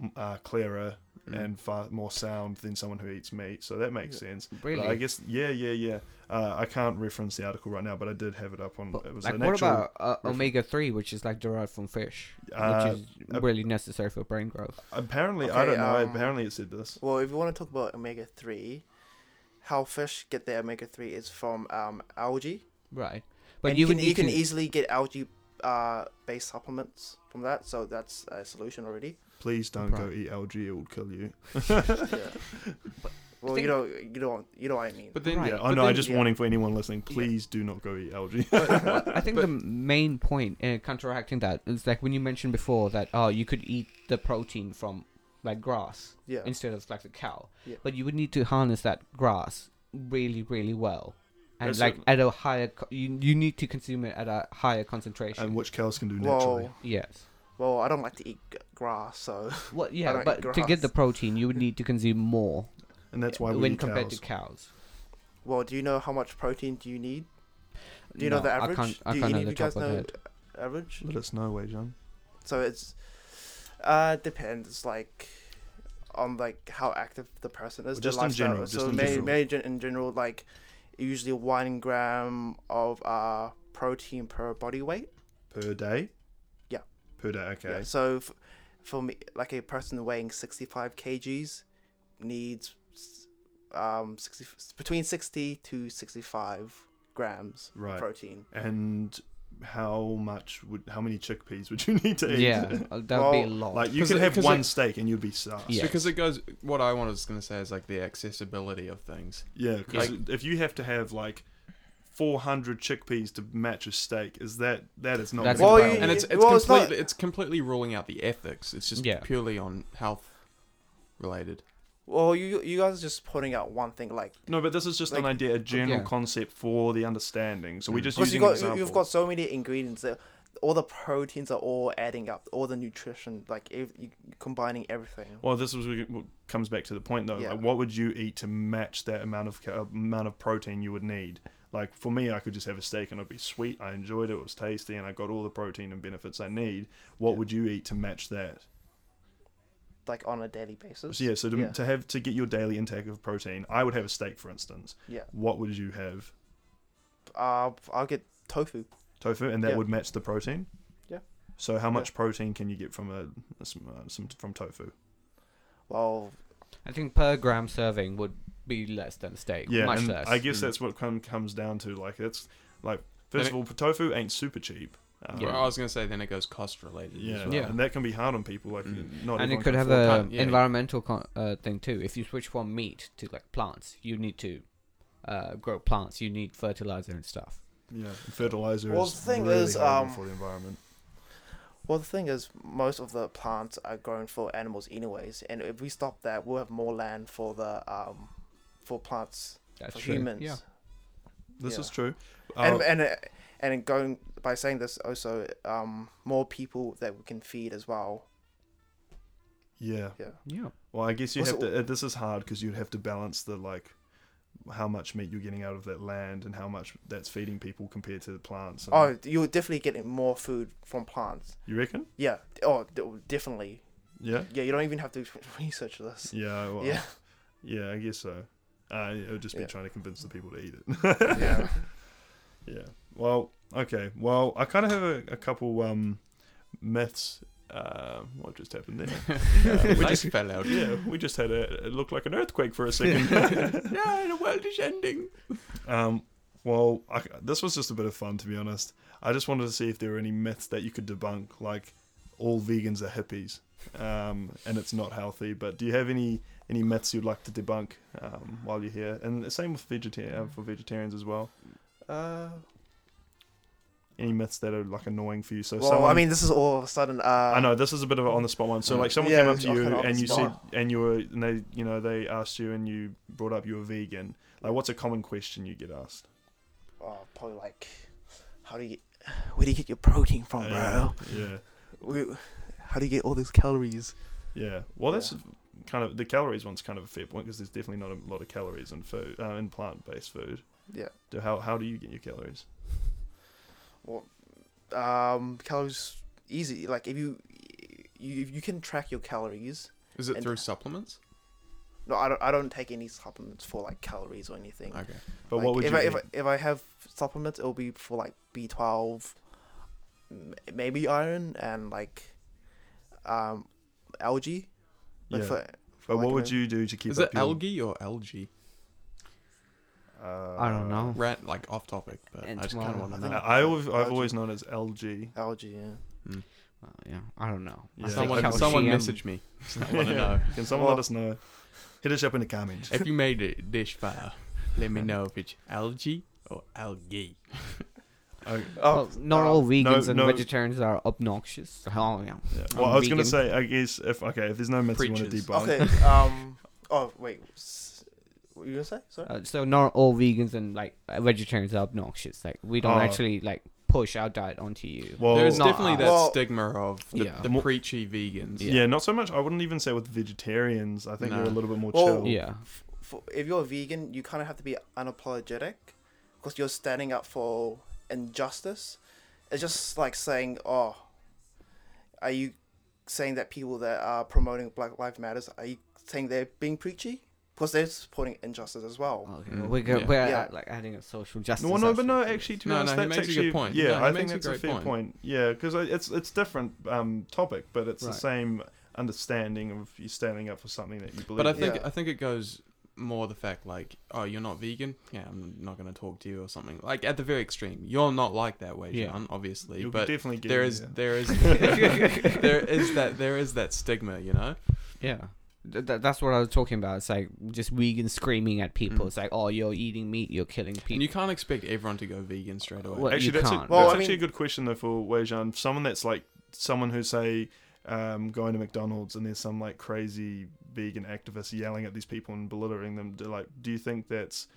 S2: mm, uh, clearer
S3: Mm.
S2: and far more sound than someone who eats meat. So that makes sense. But
S4: Really?
S2: I guess, yeah, yeah, yeah. Uh, I can't reference the article right now, but I did have it up on.
S4: But,
S2: it was
S4: like,
S2: an
S4: what
S2: actual-
S4: about uh, omega three, which is like derived from fish,
S2: Uh,
S4: which
S2: uh,
S4: is really necessary for brain growth?
S2: Apparently, I
S5: Okay,
S2: don't know.
S5: um,
S2: apparently, it said this.
S5: Well, if you want to talk about omega three, how fish get their omega three is from um, algae.
S4: Right. But
S5: and
S4: you,
S5: you can,
S4: would
S5: you
S4: need
S5: can
S4: to-
S5: easily get algae uh, based supplements from that, so that's a solution already.
S2: Please don't go
S4: Right.
S2: eat algae; it will kill you.
S5: Yeah. well, you know, you know, you know what I mean.
S3: But then,
S4: Right.
S2: Yeah, Oh,
S3: but
S2: I know. I
S3: then-
S2: just
S5: yeah.
S2: warning for anyone listening: please do not go eat algae.
S4: I think the main point in counteracting that is like when you mentioned before that oh you could eat the protein from like grass
S5: Yeah.
S4: instead of like the cow.
S5: Yeah.
S4: But you would need to harness that grass really, really well, and
S2: That's
S4: like
S2: a-
S4: at a higher. Co- you you need to consume it at a higher concentration.
S2: and which cows can do naturally.
S5: Well,
S4: yes.
S5: well, I don't like to eat g- grass, so
S4: Well,
S5: don't
S4: yeah,
S5: eat
S4: but to get the
S5: grass.
S4: protein, you would need to consume more
S2: And that's why we
S4: when
S2: eat
S4: compared
S2: cows.
S4: to cows.
S5: well, do you know how much protein do you need? Do you know
S4: No,
S5: the
S4: I
S5: average?
S4: can't- I
S5: do
S4: can't
S5: any
S4: know
S5: of
S4: the
S5: you guys
S4: top of
S5: know
S4: head.
S5: average?
S2: Let us know, Wei John.
S5: So it's uh depends like on like how active the person is.
S2: Well,
S5: their
S2: just in
S5: lifestyle.
S2: general, just
S5: so
S2: in
S5: may-
S2: general.
S5: may gen- in general, like usually one gram of uh protein per body weight.
S2: Per day?
S5: Yeah.
S2: Per day, okay.
S5: Yeah, so f- for me, like a person weighing sixty five kgs needs s- um sixty between sixty to sixty five grams of
S2: Right.
S5: protein.
S2: And how much would how many chickpeas would you need to eat?
S4: Yeah, uh, that would be a
S5: Well,
S4: lot.
S2: Like you
S3: 'Cause
S2: could
S3: it-
S2: have
S3: 'cause
S2: one
S3: it-
S2: steak and you'd be stuffed.
S4: Yeah.
S3: Because it goes. What I was going to say is like the accessibility of things.
S2: Yeah, because
S3: Like-
S2: if you have to have like 400 chickpeas to match a steak, is that that is not
S4: That's
S2: gonna
S4: Well,
S2: be
S4: you-
S2: viable.
S3: and it's it's
S5: Well, it's
S3: completely
S5: not-
S3: it's, completely ruling out the ethics. It's just
S4: Yeah.
S3: purely on health related.
S5: Well, you you guys are just putting out one thing like
S2: no, but this is just an
S5: like-
S2: idea, a general
S4: Yeah.
S2: concept for the understanding. So we're just
S5: Because
S2: using
S5: you've
S2: an
S5: got
S2: example.
S5: you've got so many ingredients that all the proteins are all adding up, all the nutrition, like if you combining everything.
S2: Well, this was what comes back to the point though.
S5: Yeah.
S2: Like, what would you eat to match that amount of ca- amount of protein you would need? Like for me, I could just have a steak and it'd be sweet. I enjoyed it. It was tasty, and I got all the protein and benefits I need. What would you eat to match that?
S5: Like on a daily basis.
S2: So yeah, so to,
S5: Yeah.
S2: to have to get your daily intake of protein, I would have a steak, for instance.
S5: Yeah.
S2: What would you have?
S5: Uh, I'll get tofu.
S2: Tofu, and that
S5: Yeah.
S2: would match the protein.
S5: Yeah.
S2: So how much protein can you get from a, some, uh, some from tofu?
S5: Well,
S4: I think per gram serving would be less than steak.
S2: Yeah,
S4: much
S2: and
S4: less.
S2: I guess
S3: Mm.
S2: that's what come, comes down to. Like it's like first
S3: And
S2: of all, tofu ain't super cheap. Um,
S4: Yeah.
S3: Well, I was going to say then it goes cost related.
S2: Yeah,
S3: As well.
S4: Yeah.
S2: and that can be hard on people. Like
S3: Mm.
S2: not
S4: and it
S2: everyone
S4: could
S2: can
S4: have
S2: afford-
S4: a
S3: Can't- yeah.
S4: environmental con- uh, thing too. If you switch from meat to like plants, you need to uh, grow plants. You need fertilizer and stuff.
S2: yeah fertilizer.
S5: Well,
S2: is
S5: the thing
S2: really
S5: is,
S2: harmful
S5: um,
S2: for the environment.
S5: well, the thing is, most of the plants are grown for animals, anyways, and if we stop that, we'll have more land for the um, for plants
S4: That's
S5: for
S4: true.
S5: humans.
S4: Yeah.
S2: This
S5: yeah.
S2: is true. Uh,
S5: and and uh, and in going by saying this also um more people that we can feed as well
S2: yeah.
S5: yeah
S4: Yeah.
S2: Well, I guess you
S5: Also-
S2: have to. uh, This is hard because you'd have to balance the like how much meat you're getting out of that land and how much that's feeding people compared to the plants. and-
S5: oh you're definitely getting more food from plants
S2: you reckon?
S5: yeah oh d- definitely
S2: Yeah.
S5: yeah you don't even have to research this
S2: Yeah. Well,
S5: yeah
S2: yeah. I guess so. Uh, it would just be
S5: Yeah.
S2: trying to convince the people to eat it.
S5: yeah
S2: Yeah. Well, okay. Well, I kind of have a, a couple um, myths. Uh, what just happened there? Uh, we
S3: Nice
S2: just
S3: fell out.
S2: yeah, we just had a it looked like an earthquake for a second.
S3: yeah, the world is ending.
S2: um, well, I, this was just a bit of fun to be honest. I just wanted to see if there were any myths that you could debunk, like all vegans are hippies, um, and it's not healthy. But do you have any any myths you'd like to debunk um, while you're here? And the same with vegeta- uh, for vegetarians as well.
S5: uh
S2: Any myths that are like annoying for you? So
S5: well i
S2: someone-
S5: mean this is all of a sudden uh
S2: I know this is a bit of an on the spot one. So like someone
S5: Yeah,
S2: came up to
S5: I
S2: you
S5: can on
S2: and
S5: the
S2: you said
S5: spot.
S2: and you were and they you know they asked you and you brought up you were vegan. Like what's a common question you get asked?
S5: oh, probably like how do you where do you get your protein from
S2: yeah,
S5: Oh, bro
S2: yeah,
S5: Where- how do you get all those calories
S2: yeah. Well, that's kind of the calories one's kind of a fair point because there's definitely not a lot of calories in food uh, in plant based food.
S5: Yeah.
S2: Do, how how do you get your calories?
S5: um calories easy like if you you, you can track your calories
S3: Is it
S5: And-
S3: through supplements?
S5: No, I don't. I don't take any supplements for like calories or anything.
S3: Okay.
S2: But
S5: Like,
S2: what would
S5: if
S2: you?
S5: I, if I
S2: eat?
S5: if I have supplements, it'll be for like B twelve, maybe iron and like, um, algae. Like
S2: yeah.
S5: for,
S2: but what
S5: like,
S2: would
S5: um,
S2: you do to keep
S3: Is
S2: up
S3: it
S2: your,
S3: algae or algae?
S2: Uh,
S4: I don't know.
S3: Rat like off topic, but
S4: And
S3: I just kind of
S4: tomorrow,
S3: want
S5: I
S3: to
S5: think-
S2: I,
S3: know.
S2: I always, I've
S5: Algae.
S2: always known as LG.
S5: algae. Yeah.
S4: Uh, yeah. I don't know. I
S2: Yeah.
S4: think
S3: Someone,
S4: calcium-
S3: someone message me. I want to know.
S2: Can someone let us know? Hit us up in the comments.
S3: If you made it this far, let me know if it's algae or algae.
S2: I,
S5: Oh,
S4: well, not
S5: uh,
S4: all vegans and
S2: no.
S4: vegetarians are obnoxious. Oh, yeah.
S2: yeah. Well, I was going to
S4: vegan.
S2: say, I guess if okay, if there's no myths you want to
S3: Preachers.
S2: debunk,
S5: okay. um. Oh wait. s- What you gonna say? Sorry.
S4: Uh, so not all vegans and like uh, vegetarians are obnoxious. Like we don't
S2: Oh.
S4: actually like push our diet onto you.
S2: well,
S3: There's
S4: not
S3: definitely that
S5: us.
S3: stigma of the,
S4: Yeah.
S3: the
S2: Mo-
S3: preachy vegans.
S2: yeah. not so much. I wouldn't even say with vegetarians. I think
S3: Nah.
S2: we're a little bit more
S5: Well-
S2: chill.
S4: yeah.
S5: For, if you're a vegan, you kind of have to be unapologetic, because you're standing up for injustice. It's just like saying, "Oh, are you saying that people that are promoting Black Lives Matters are you saying they're being preachy? Because they're supporting injustice as well."
S4: Okay,
S3: Mm,
S4: we're go-
S3: yeah.
S4: we're
S5: Yeah.
S4: uh, like adding a social justice.
S2: Well, no, but no,
S4: aspect.
S2: actually, to be
S3: No, no,
S2: honest,
S3: he
S2: that's
S3: makes a good
S2: actually
S3: point.
S2: Yeah,
S3: No, he
S2: I think
S3: makes a
S2: that's a,
S3: great
S2: fair point.
S3: point.
S2: Yeah, because it's it's different um, topic, but it's
S4: Right.
S2: the same understanding of you standing up for something that you believe.
S3: But I
S2: in.
S3: think
S5: Yeah.
S3: I think it goes more the fact like, oh, you're not vegan. Yeah, I'm not going to talk to you or something. Like at the very extreme, you're not like that way,
S4: Yeah.
S3: John. Obviously,
S2: You'll
S3: but
S2: definitely get
S3: there
S2: it,
S3: is
S2: yeah.
S3: there is there is that there is that stigma, you know.
S4: yeah. Th- th- that's what I was talking about. It's like just vegans screaming at people.
S3: Mm.
S4: It's like, oh, you're eating meat, you're killing people.
S3: And you can't expect everyone to go vegan straight away.
S4: Well,
S2: Actually,
S4: you
S2: that's,
S4: can't.
S2: A,
S5: Well,
S2: that's
S5: I
S2: actually a
S5: mean-
S2: good question though for Weijan. Someone that's like someone who say um, going to McDonald's and there's some like crazy vegan activist yelling at these people and belittling them. Do, like, do you think that's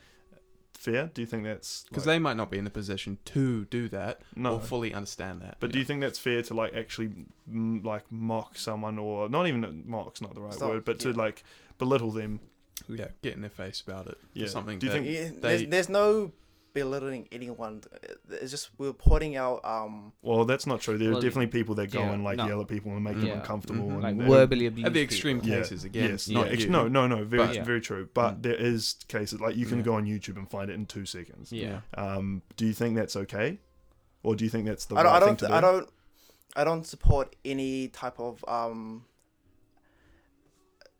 S2: fair? Do you think that's
S3: because
S2: like-
S3: they might not be in the position to do that
S2: No.
S3: or fully understand that.
S2: But do you think that's fair to like actually mm, like mock someone or not even mock's not the right
S5: Stop,
S2: word, but to
S5: yeah.
S2: like belittle them?
S3: think? Yeah, get in their face about it.
S2: Yeah.
S3: Yeah. Something.
S2: Do you
S3: that-
S2: think-
S5: Yeah,
S3: they-
S5: there's, there's no belittling anyone. It's just we're pointing out. Um,
S2: Well, that's not true. There
S4: Well,
S2: are definitely people that go
S4: yeah,
S2: and like
S4: no.
S2: yell at people and make them
S3: Yeah.
S2: uncomfortable.
S3: Mhm.
S2: And
S4: like
S2: they're-
S4: verbally abuse
S3: at the extreme
S4: people.
S2: Yeah.
S3: cases again?
S2: Yes.
S3: not
S2: yeah, ex-
S3: you.
S2: no, no, no. Very,
S4: But-
S2: very true. But
S3: Mm.
S2: there is cases like you can
S3: Yeah.
S2: go on YouTube and find it in two seconds.
S4: Yeah.
S2: Um, do you think that's okay, or do you think that's the
S5: I don't,
S2: right
S5: I
S2: thing
S5: don't,
S2: to do?
S5: I don't, I don't support any type of um,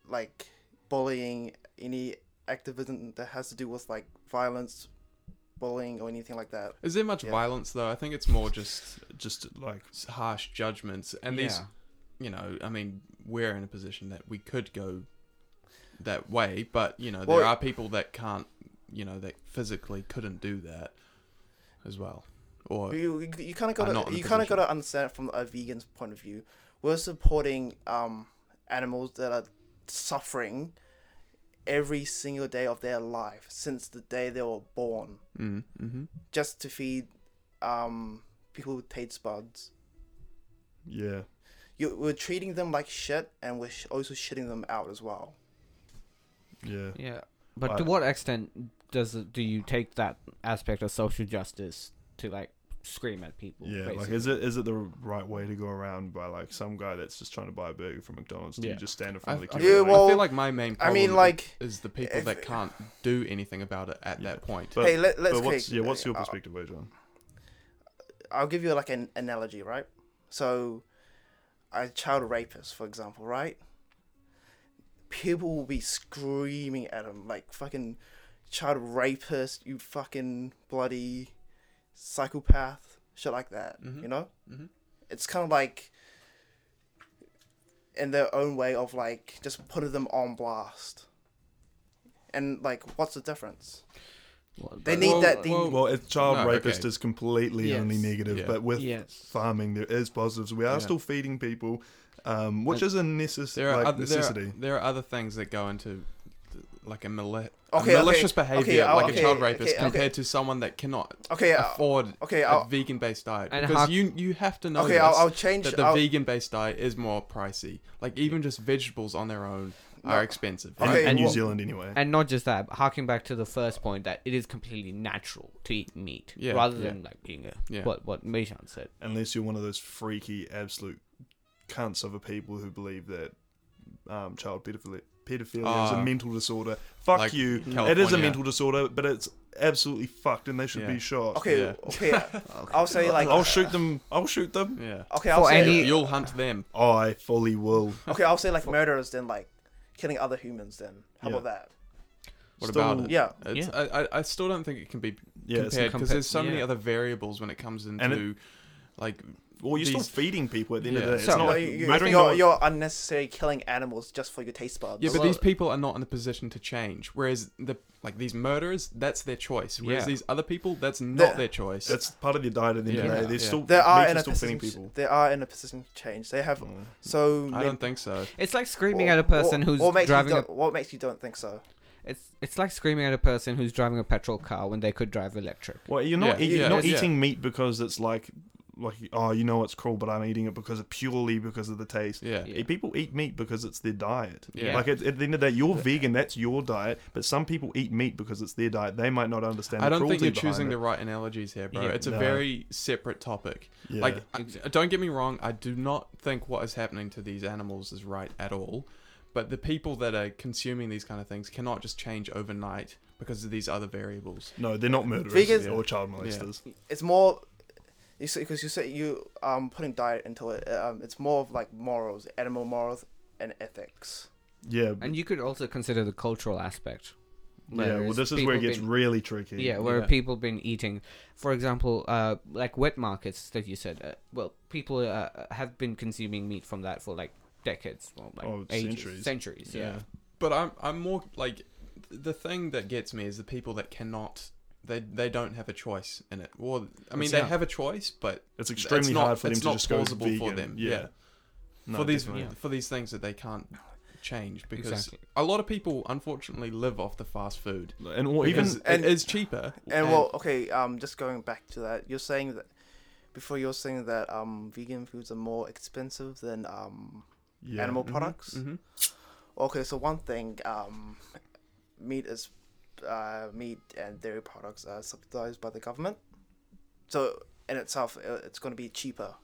S5: like bullying, any activism that has to do with like violence, bullying, or anything like that.
S3: Is there much
S5: Yeah.
S3: violence though? I think it's more just
S2: Just like
S3: harsh judgments and these
S4: Yeah.
S3: you know, I mean, we're in a position that we could go that way, but you know, there
S5: Well-
S3: are people that can't, you know, that physically couldn't do that as well. Or
S5: You, you, you kind of
S3: I'm not
S5: got
S3: in
S5: to,
S3: the
S5: you kind of
S3: position.
S5: got to understand it from a vegan's point of view. We're supporting um animals that are suffering every single day of their life since the day they were born.
S3: mm, hmm
S5: just to feed um, people with taste buds.
S2: yeah.
S5: You, we're treating them like shit, and we're sh- also shitting them out as well.
S2: Yeah.
S4: Yeah, but
S2: But-
S4: to what extent does it, do you take that aspect of social justice to like scream at people?
S2: Yeah, like
S4: basically?
S2: is it is it the right way to go around by like some guy that's just trying to buy a burger from McDonald's? Do
S4: Yeah.
S2: you just stand in
S3: I, I,
S2: front of the
S3: I
S2: queue?
S5: Yeah,
S2: and,
S3: feel
S2: like,
S5: well-
S3: like my main
S5: I
S3: problem
S5: mean, like,
S3: is the people
S5: if-
S3: that can't do anything about it at that point.
S2: But-
S5: hey, let, let's.
S2: but what's,
S5: click.
S2: yeah, what's your
S5: Uh,
S2: perspective, John?
S5: I'll give you like an analogy, right? So, a child rapist, for example, right? People will be screaming at him like fucking child rapist, you fucking bloody psychopath, shit like that. You know,
S3: Mhm.
S5: it's kind of like in their own way of like just putting them on blast. And like, what's the difference?
S4: Well,
S5: They
S4: but-
S5: need
S3: Well,
S5: that. They,
S3: well,
S2: Well, if child
S3: Mm. No,
S2: rapist
S3: okay.
S2: is completely
S4: Yes.
S2: only negative,
S3: Yeah.
S2: but with
S4: Yes.
S2: farming there is positives. We are
S3: Yeah.
S2: still feeding people, um, which is a necess-
S3: there are
S2: like,
S3: other, there are,
S2: necessity.
S3: there are other things that go into th- like a, mali- a
S5: Okay, okay,
S3: malicious
S5: okay,
S3: behavior,
S5: I'll-
S3: like a
S5: okay,
S3: child rapist,
S5: okay, okay.
S3: compared to someone that cannot
S5: okay, I'll-
S3: afford
S5: okay,
S3: a
S5: I'll-
S3: vegan based diet
S4: And
S3: because
S4: how-
S3: you you have to know
S5: okay,
S3: this,
S5: I'll, I'll change.
S3: that the
S5: I'll-
S3: vegan based diet is more pricey. Like even just vegetables on their own are
S5: No.
S3: expensive.
S2: In-
S5: okay,
S2: in New
S5: well-
S2: Zealand, anyway.
S4: And not just that, but harking back to the first point that it is completely natural to eat meat
S3: Yeah,
S4: rather
S3: yeah.
S4: than like being a
S3: Yeah.
S4: what what Meishan said.
S2: unless you're one of those freaky, absolute cunts of a people who believe that um, child pedophilia, pedophilia is
S3: Ah.
S2: a mental disorder. Fuck
S3: Like
S2: you. It is a
S3: California.
S2: mental disorder, but it's absolutely fucked, and they should
S3: Yeah.
S2: be shot.
S5: Okay,
S3: Yeah.
S5: okay. I'll say like
S2: I'll shoot them. I'll shoot them.
S3: Yeah.
S5: okay, I'll
S4: For
S5: say
S4: any-
S3: You'll hunt them.
S2: I fully will.
S5: okay, I'll say like murderers then like killing other humans then. How about that?
S3: What
S2: Still-
S3: about it?
S5: Yeah.
S3: It's,
S4: Yeah.
S3: I, I, I still don't think it can be
S2: Yeah, it's
S3: compared because
S4: compa-
S3: there's so many
S4: yeah.
S3: other variables when it comes into like
S2: Well, you're
S3: These-
S2: still feeding people at the end of
S3: Yeah.
S2: the day. It's
S4: So-
S2: not
S5: No,
S2: like
S5: you, you,
S2: murdering
S5: are
S2: them.
S5: you're unnecessarily killing animals just for your taste buds.
S3: Yeah, but these people are not in the position to change. Whereas the like these murderers, that's their choice. Whereas
S4: Yeah.
S3: these other people, that's not
S5: They're-
S3: their choice.
S2: That's part of your diet at the end of the
S3: Yeah.
S2: day. They're
S3: Yeah.
S2: still
S5: they are in a
S2: nature's still feeding
S5: position.
S2: people. Mm.
S5: They are in a position to change. They have so.
S3: I
S5: many-
S3: don't think so.
S4: It's like screaming
S5: what-
S4: at a person
S5: what-
S4: who's
S5: what makes
S4: driving
S5: You
S4: a
S5: don't, what makes you don't think so?
S4: it's it's like screaming at a person who's driving a petrol car when they could drive electric.
S2: Well, you're not
S3: Yeah.
S2: eat- you're
S3: Yeah.
S2: not
S3: Yeah.
S2: eating meat because it's like like oh you know it's cruel, but I'm eating it because of purely because of the taste.
S3: Yeah.
S4: Yeah.
S2: People eat meat because it's their diet.
S3: Yeah.
S2: Like at, at the end of the day, you're vegan. That's your diet. But some people eat meat because it's their diet. They might not understand.
S3: I
S2: the
S3: don't think
S2: cruelty
S3: you're choosing
S2: behind
S3: the
S2: it.
S3: right analogies here, bro.
S4: Yeah.
S3: it's a
S2: No.
S3: very separate topic.
S2: Yeah.
S3: Like, I, don't get me wrong. I do not think what is happening to these animals is right at all. But the people that are consuming these kind of things cannot just change overnight because of these other variables.
S2: No, they're not murderers
S5: Vegans-
S2: or child molesters.
S5: It's more. You see, because you say you um putting diet into it. Um, it's more of like morals, animal morals, and ethics.
S2: Yeah. b-
S4: And you could also consider the cultural aspect.
S2: yeah. Well,
S4: Whereas
S2: this is where it
S4: people
S2: gets
S4: been-
S2: really tricky.
S4: yeah, where
S3: yeah.
S4: people been eating, for example, uh, like wet markets that you said. Uh, well, people uh, have been consuming meat from that for like decades, well, like
S2: Oh,
S4: ages,
S2: centuries.
S4: centuries. yeah.
S3: But I'm I'm more like the thing that gets me is the people that cannot they they don't have a choice in it. Or I mean
S2: It's
S3: they
S2: not-
S3: have a choice, but
S2: It's extremely
S3: not-
S2: hard for them
S3: it's
S2: to
S3: not
S2: just go
S3: plausible for
S2: vegan.
S3: them.
S2: Yeah.
S3: yeah.
S2: No,
S3: for these
S2: definitely.
S4: Yeah.
S3: for these things that they can't change because
S4: Exactly.
S3: a lot of people unfortunately live off the fast food.
S2: And or even
S3: Because
S5: and-
S3: it is cheaper.
S5: And well, okay. Um, just going back to that, you're saying that before you're saying that um vegan foods are more expensive than um
S2: yeah. Mm-hmm.
S5: animal products.
S3: mhm.
S5: Okay, so one thing, um, meat is uh, meat and dairy products are subsidized by the government, so in itself, uh, it's going to be cheaper.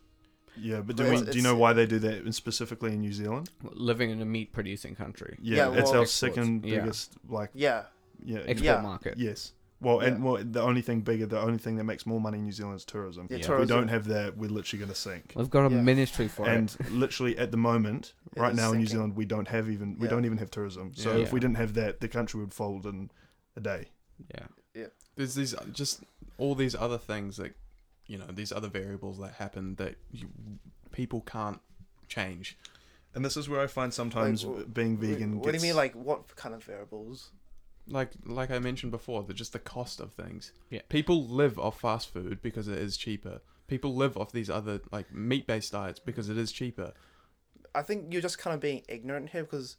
S2: Yeah, but do,
S5: Well,
S2: we,
S5: it's-
S2: do you know why they do that and specifically in New Zealand?
S4: Living in a meat producing country,
S2: Yeah,
S5: Yeah,
S2: it's
S5: well-
S2: our second
S4: Yeah.
S2: biggest like
S5: Yeah,
S2: yeah
S4: export
S5: Yeah.
S4: market.
S2: yes. Well, and
S5: Yeah.
S2: well, the only thing bigger, the only thing that makes more money in New Zealand is tourism.
S5: Yeah,
S2: If we
S5: tourism.
S2: don't have that, we're literally going to sink.
S4: We've got a
S5: Yeah.
S4: ministry for it.
S2: And literally at the moment,
S5: It
S2: right
S5: is
S2: now in New
S5: sinking.
S2: Zealand, we don't have even we
S5: Yeah.
S2: don't even have tourism. So
S3: Yeah.
S2: if we didn't have that, the country would fold in a day.
S4: Yeah.
S3: there's these just all these other things that you know these other variables that happen that you, people can't change.
S2: And this is where I find sometimes
S5: w-
S2: being
S5: Wh-
S2: vegan.
S5: What do
S2: gets-
S5: you mean, like what kind of variables?
S3: like like I mentioned before, the, just the cost of things.
S4: Yeah.
S3: People live off fast food because it is cheaper. People live off these other like meat based diets because it is cheaper.
S5: I think you're just kind of being ignorant here because,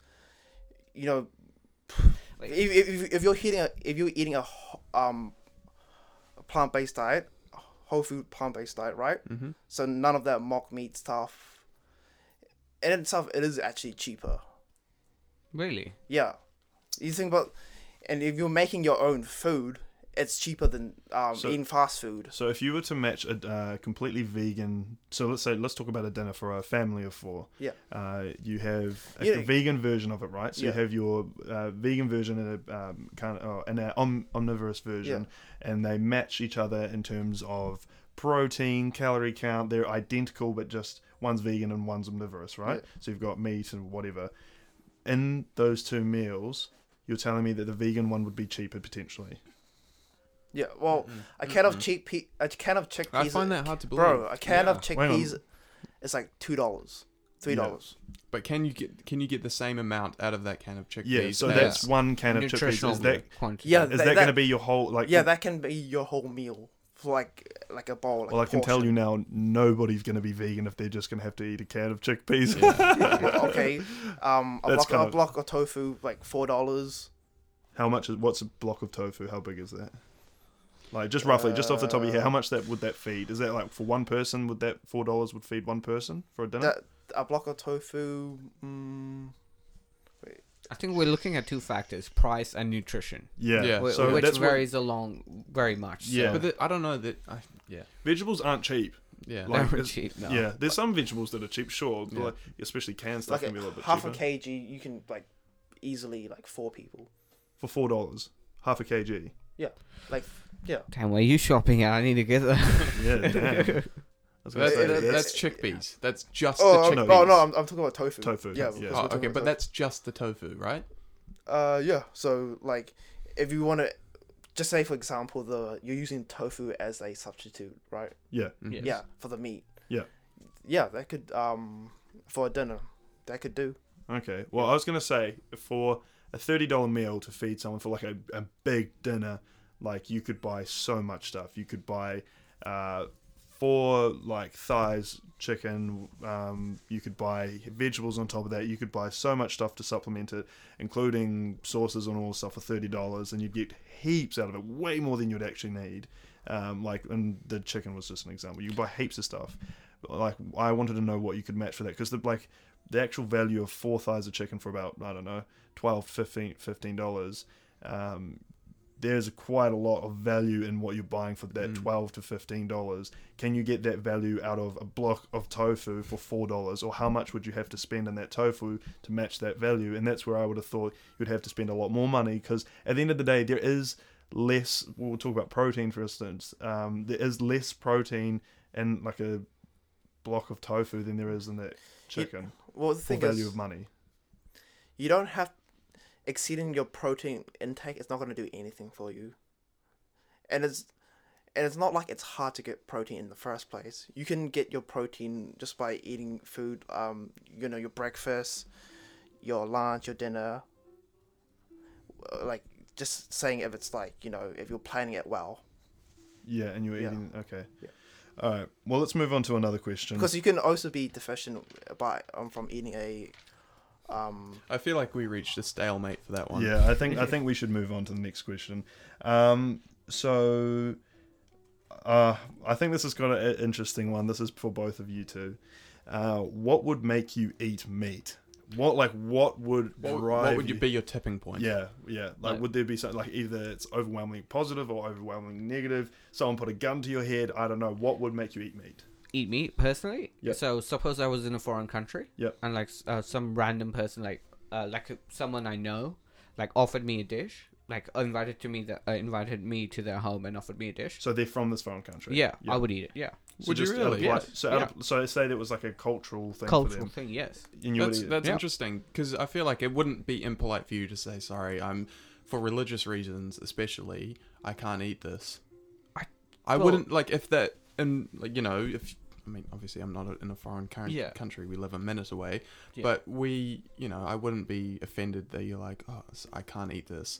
S5: you know,
S4: Like-
S5: if, if, if you're eating a, if you're eating a wh- um a plant based diet, whole food plant based diet, right? Mm-hmm. So none of that mock meat stuff. In itself, it is actually cheaper.
S4: Really?
S5: Yeah, you think about, and if you're making your own food, it's cheaper than um,
S2: So-
S5: eating fast food.
S2: So if you were to match a uh, completely vegan, so let's say let's talk about a dinner for a family of four.
S5: Yeah.
S2: Uh, you have a
S5: Yeah.
S2: vegan version of it, right? So you
S5: Yeah.
S2: have your uh, vegan version and a um, kind of oh, and an om- omnivorous version, and they match each other in terms of protein, calorie count. They're identical, but just one's vegan and one's omnivorous, right? So you've got meat and whatever. In those two meals, you're telling me that the vegan one would be cheaper potentially.
S5: Yeah, well, a can of cheap pe- a can of chickpeas.
S3: I find that hard to believe.
S5: Bro, a can of
S2: Hang on.
S5: chickpeas is like two dollars, three dollars.
S3: But can you get can you get the same amount out of that can of chickpeas?
S2: Yeah, so
S3: as-
S2: that's one can of chickpeas.
S4: Nutritional
S2: Is that
S4: quantity.
S5: Yeah,
S2: Is
S5: That-
S2: that,
S5: that-
S2: going to be your whole like?
S5: Yeah. that can be your whole meal for like like a bowl. Like
S2: well, I can tell you now, nobody's going to be vegan if they're just going to have to eat a can of chickpeas.
S5: okay, um, a
S2: That's
S5: block
S2: kinda-
S5: a block of tofu like four dollars.
S2: how much? Is, what's a block of tofu? How big is that? Like just roughly, just off the top of your
S5: Uh,
S2: head, how much that would that feed? Is that like for one person? Would that four dollars would feed one person for a dinner?
S5: That a block of tofu. Mm,
S4: I think we're looking at two factors: price and nutrition,
S2: yeah.
S3: Yeah.
S4: wh-
S2: So
S4: which
S2: that's where
S4: varies along very much.
S2: Yeah.
S4: so
S3: But the, I don't know that. I, yeah,
S2: vegetables aren't cheap.
S3: yeah.
S4: they
S2: Like,
S4: were
S2: it's-
S4: cheap. No.
S2: Yeah, there's some vegetables that are cheap, sure, but
S3: Yeah.
S2: like, especially canned stuff
S5: like
S2: can be a
S5: a,
S2: little bit
S5: half
S2: cheaper.
S5: a kg, you can like easily like four people.
S2: for four dollars, half a kg.
S5: Yeah, like yeah.
S4: Damn, where are you shopping at? I need to get that.
S2: Yeah, damn. I was gonna
S3: That's,
S2: say,
S5: it- it-
S3: that's chickpeas. That's just
S5: Oh,
S3: the
S5: no,
S2: chickpeas.
S3: chickpeas.
S5: oh no, I'm, I'm talking about tofu.
S2: Tofu,
S5: Yeah.
S2: yeah.
S5: because
S2: Oh,
S5: we're
S3: Oh,
S5: talking
S3: okay,
S5: about
S3: but that's just the tofu, right?
S5: Uh, yeah. So like, if you want to, just say for example, the you're using tofu as a substitute, right?
S2: yeah,
S5: Yeah, for the meat.
S2: yeah.
S5: yeah, that could um for dinner, that could do.
S2: Okay. Well, I was gonna say for a thirty dollar meal to feed someone for like a, a big dinner, like you could buy so much stuff. You could buy uh, four like thighs, chicken. Um, you could buy vegetables on top of that. You could buy so much stuff to supplement it, including sauces and all this stuff for thirty dollars, and you'd get heaps out of it, way more than you'd actually need. Um, like, and the chicken was just an example. You could buy heaps of stuff. Like, I wanted to know what you could match for that because the like the actual value of four thighs of chicken for about I don't know 12 15 15 dollars um, there's quite a lot of value in what you're buying for that 12 to 15 dollars can you get that value out of a block of tofu for four dollars or how much would you have to spend on that tofu to match that value and that's where I would have thought you'd have to spend a lot more money because at the end of the day there is less we'll talk about protein for instance um, there is less protein in like a block of tofu than there is in that chicken
S5: Well, the
S2: for
S5: thing
S2: value
S5: is,
S2: of money.
S5: you don't have exceeding your protein intake is not going to do anything for you and it's and it's not like it's hard to get protein in the first place you can get your protein just by eating food um you know your breakfast your lunch your dinner Uh, like just saying if it's like you know if you're planning it well
S2: Yeah, and you're
S5: Yeah.
S2: eating. Okay.
S5: Yeah.
S2: All right. Well, let's move on to another question.
S5: because you can also be deficient by um, from eating a um
S3: I feel like we reached a stalemate for that one.
S2: Yeah, I think I think we should move on to the next question. Um, so, uh, I think this has got an interesting one. This is for both of you two. Uh, what would make you eat meat? What like what would
S3: What,
S2: drive?
S3: what would you be your tipping point?
S2: Yeah, yeah. Like,
S4: Like-
S2: would there be something like either it's overwhelmingly positive or overwhelmingly negative? Someone put a gun to your head. I don't know. What would make you eat meat?
S4: eat meat personally.
S2: Yep.
S4: So suppose I was in a foreign country.
S2: Yep.
S4: And like s- uh, some random person, like uh, like someone I know, like offered me a dish, like invited to me that uh, invited me to their home and offered me a dish.
S2: So they're from this foreign country.
S4: yeah, I would eat it. Yeah.
S2: So
S3: Would you
S2: just out of
S3: really?
S2: like-
S4: Yes.
S2: So, out of- so say that was like a cultural thing for
S4: Cultural
S2: them.
S4: thing, yes.
S2: And you would
S3: That's,
S2: eat it.
S3: that's
S4: Yeah.
S3: interesting because I feel like it wouldn't be impolite for you to say sorry. I'm for religious reasons, especially. I can't eat this.
S4: I-
S3: I
S4: well-
S3: wouldn't like if that and like you know if I mean obviously I'm not in a foreign current
S4: Yeah.
S3: country. We live a minute away,
S4: Yeah.
S3: but we you know I wouldn't be offended that you're like oh s- I can't eat this.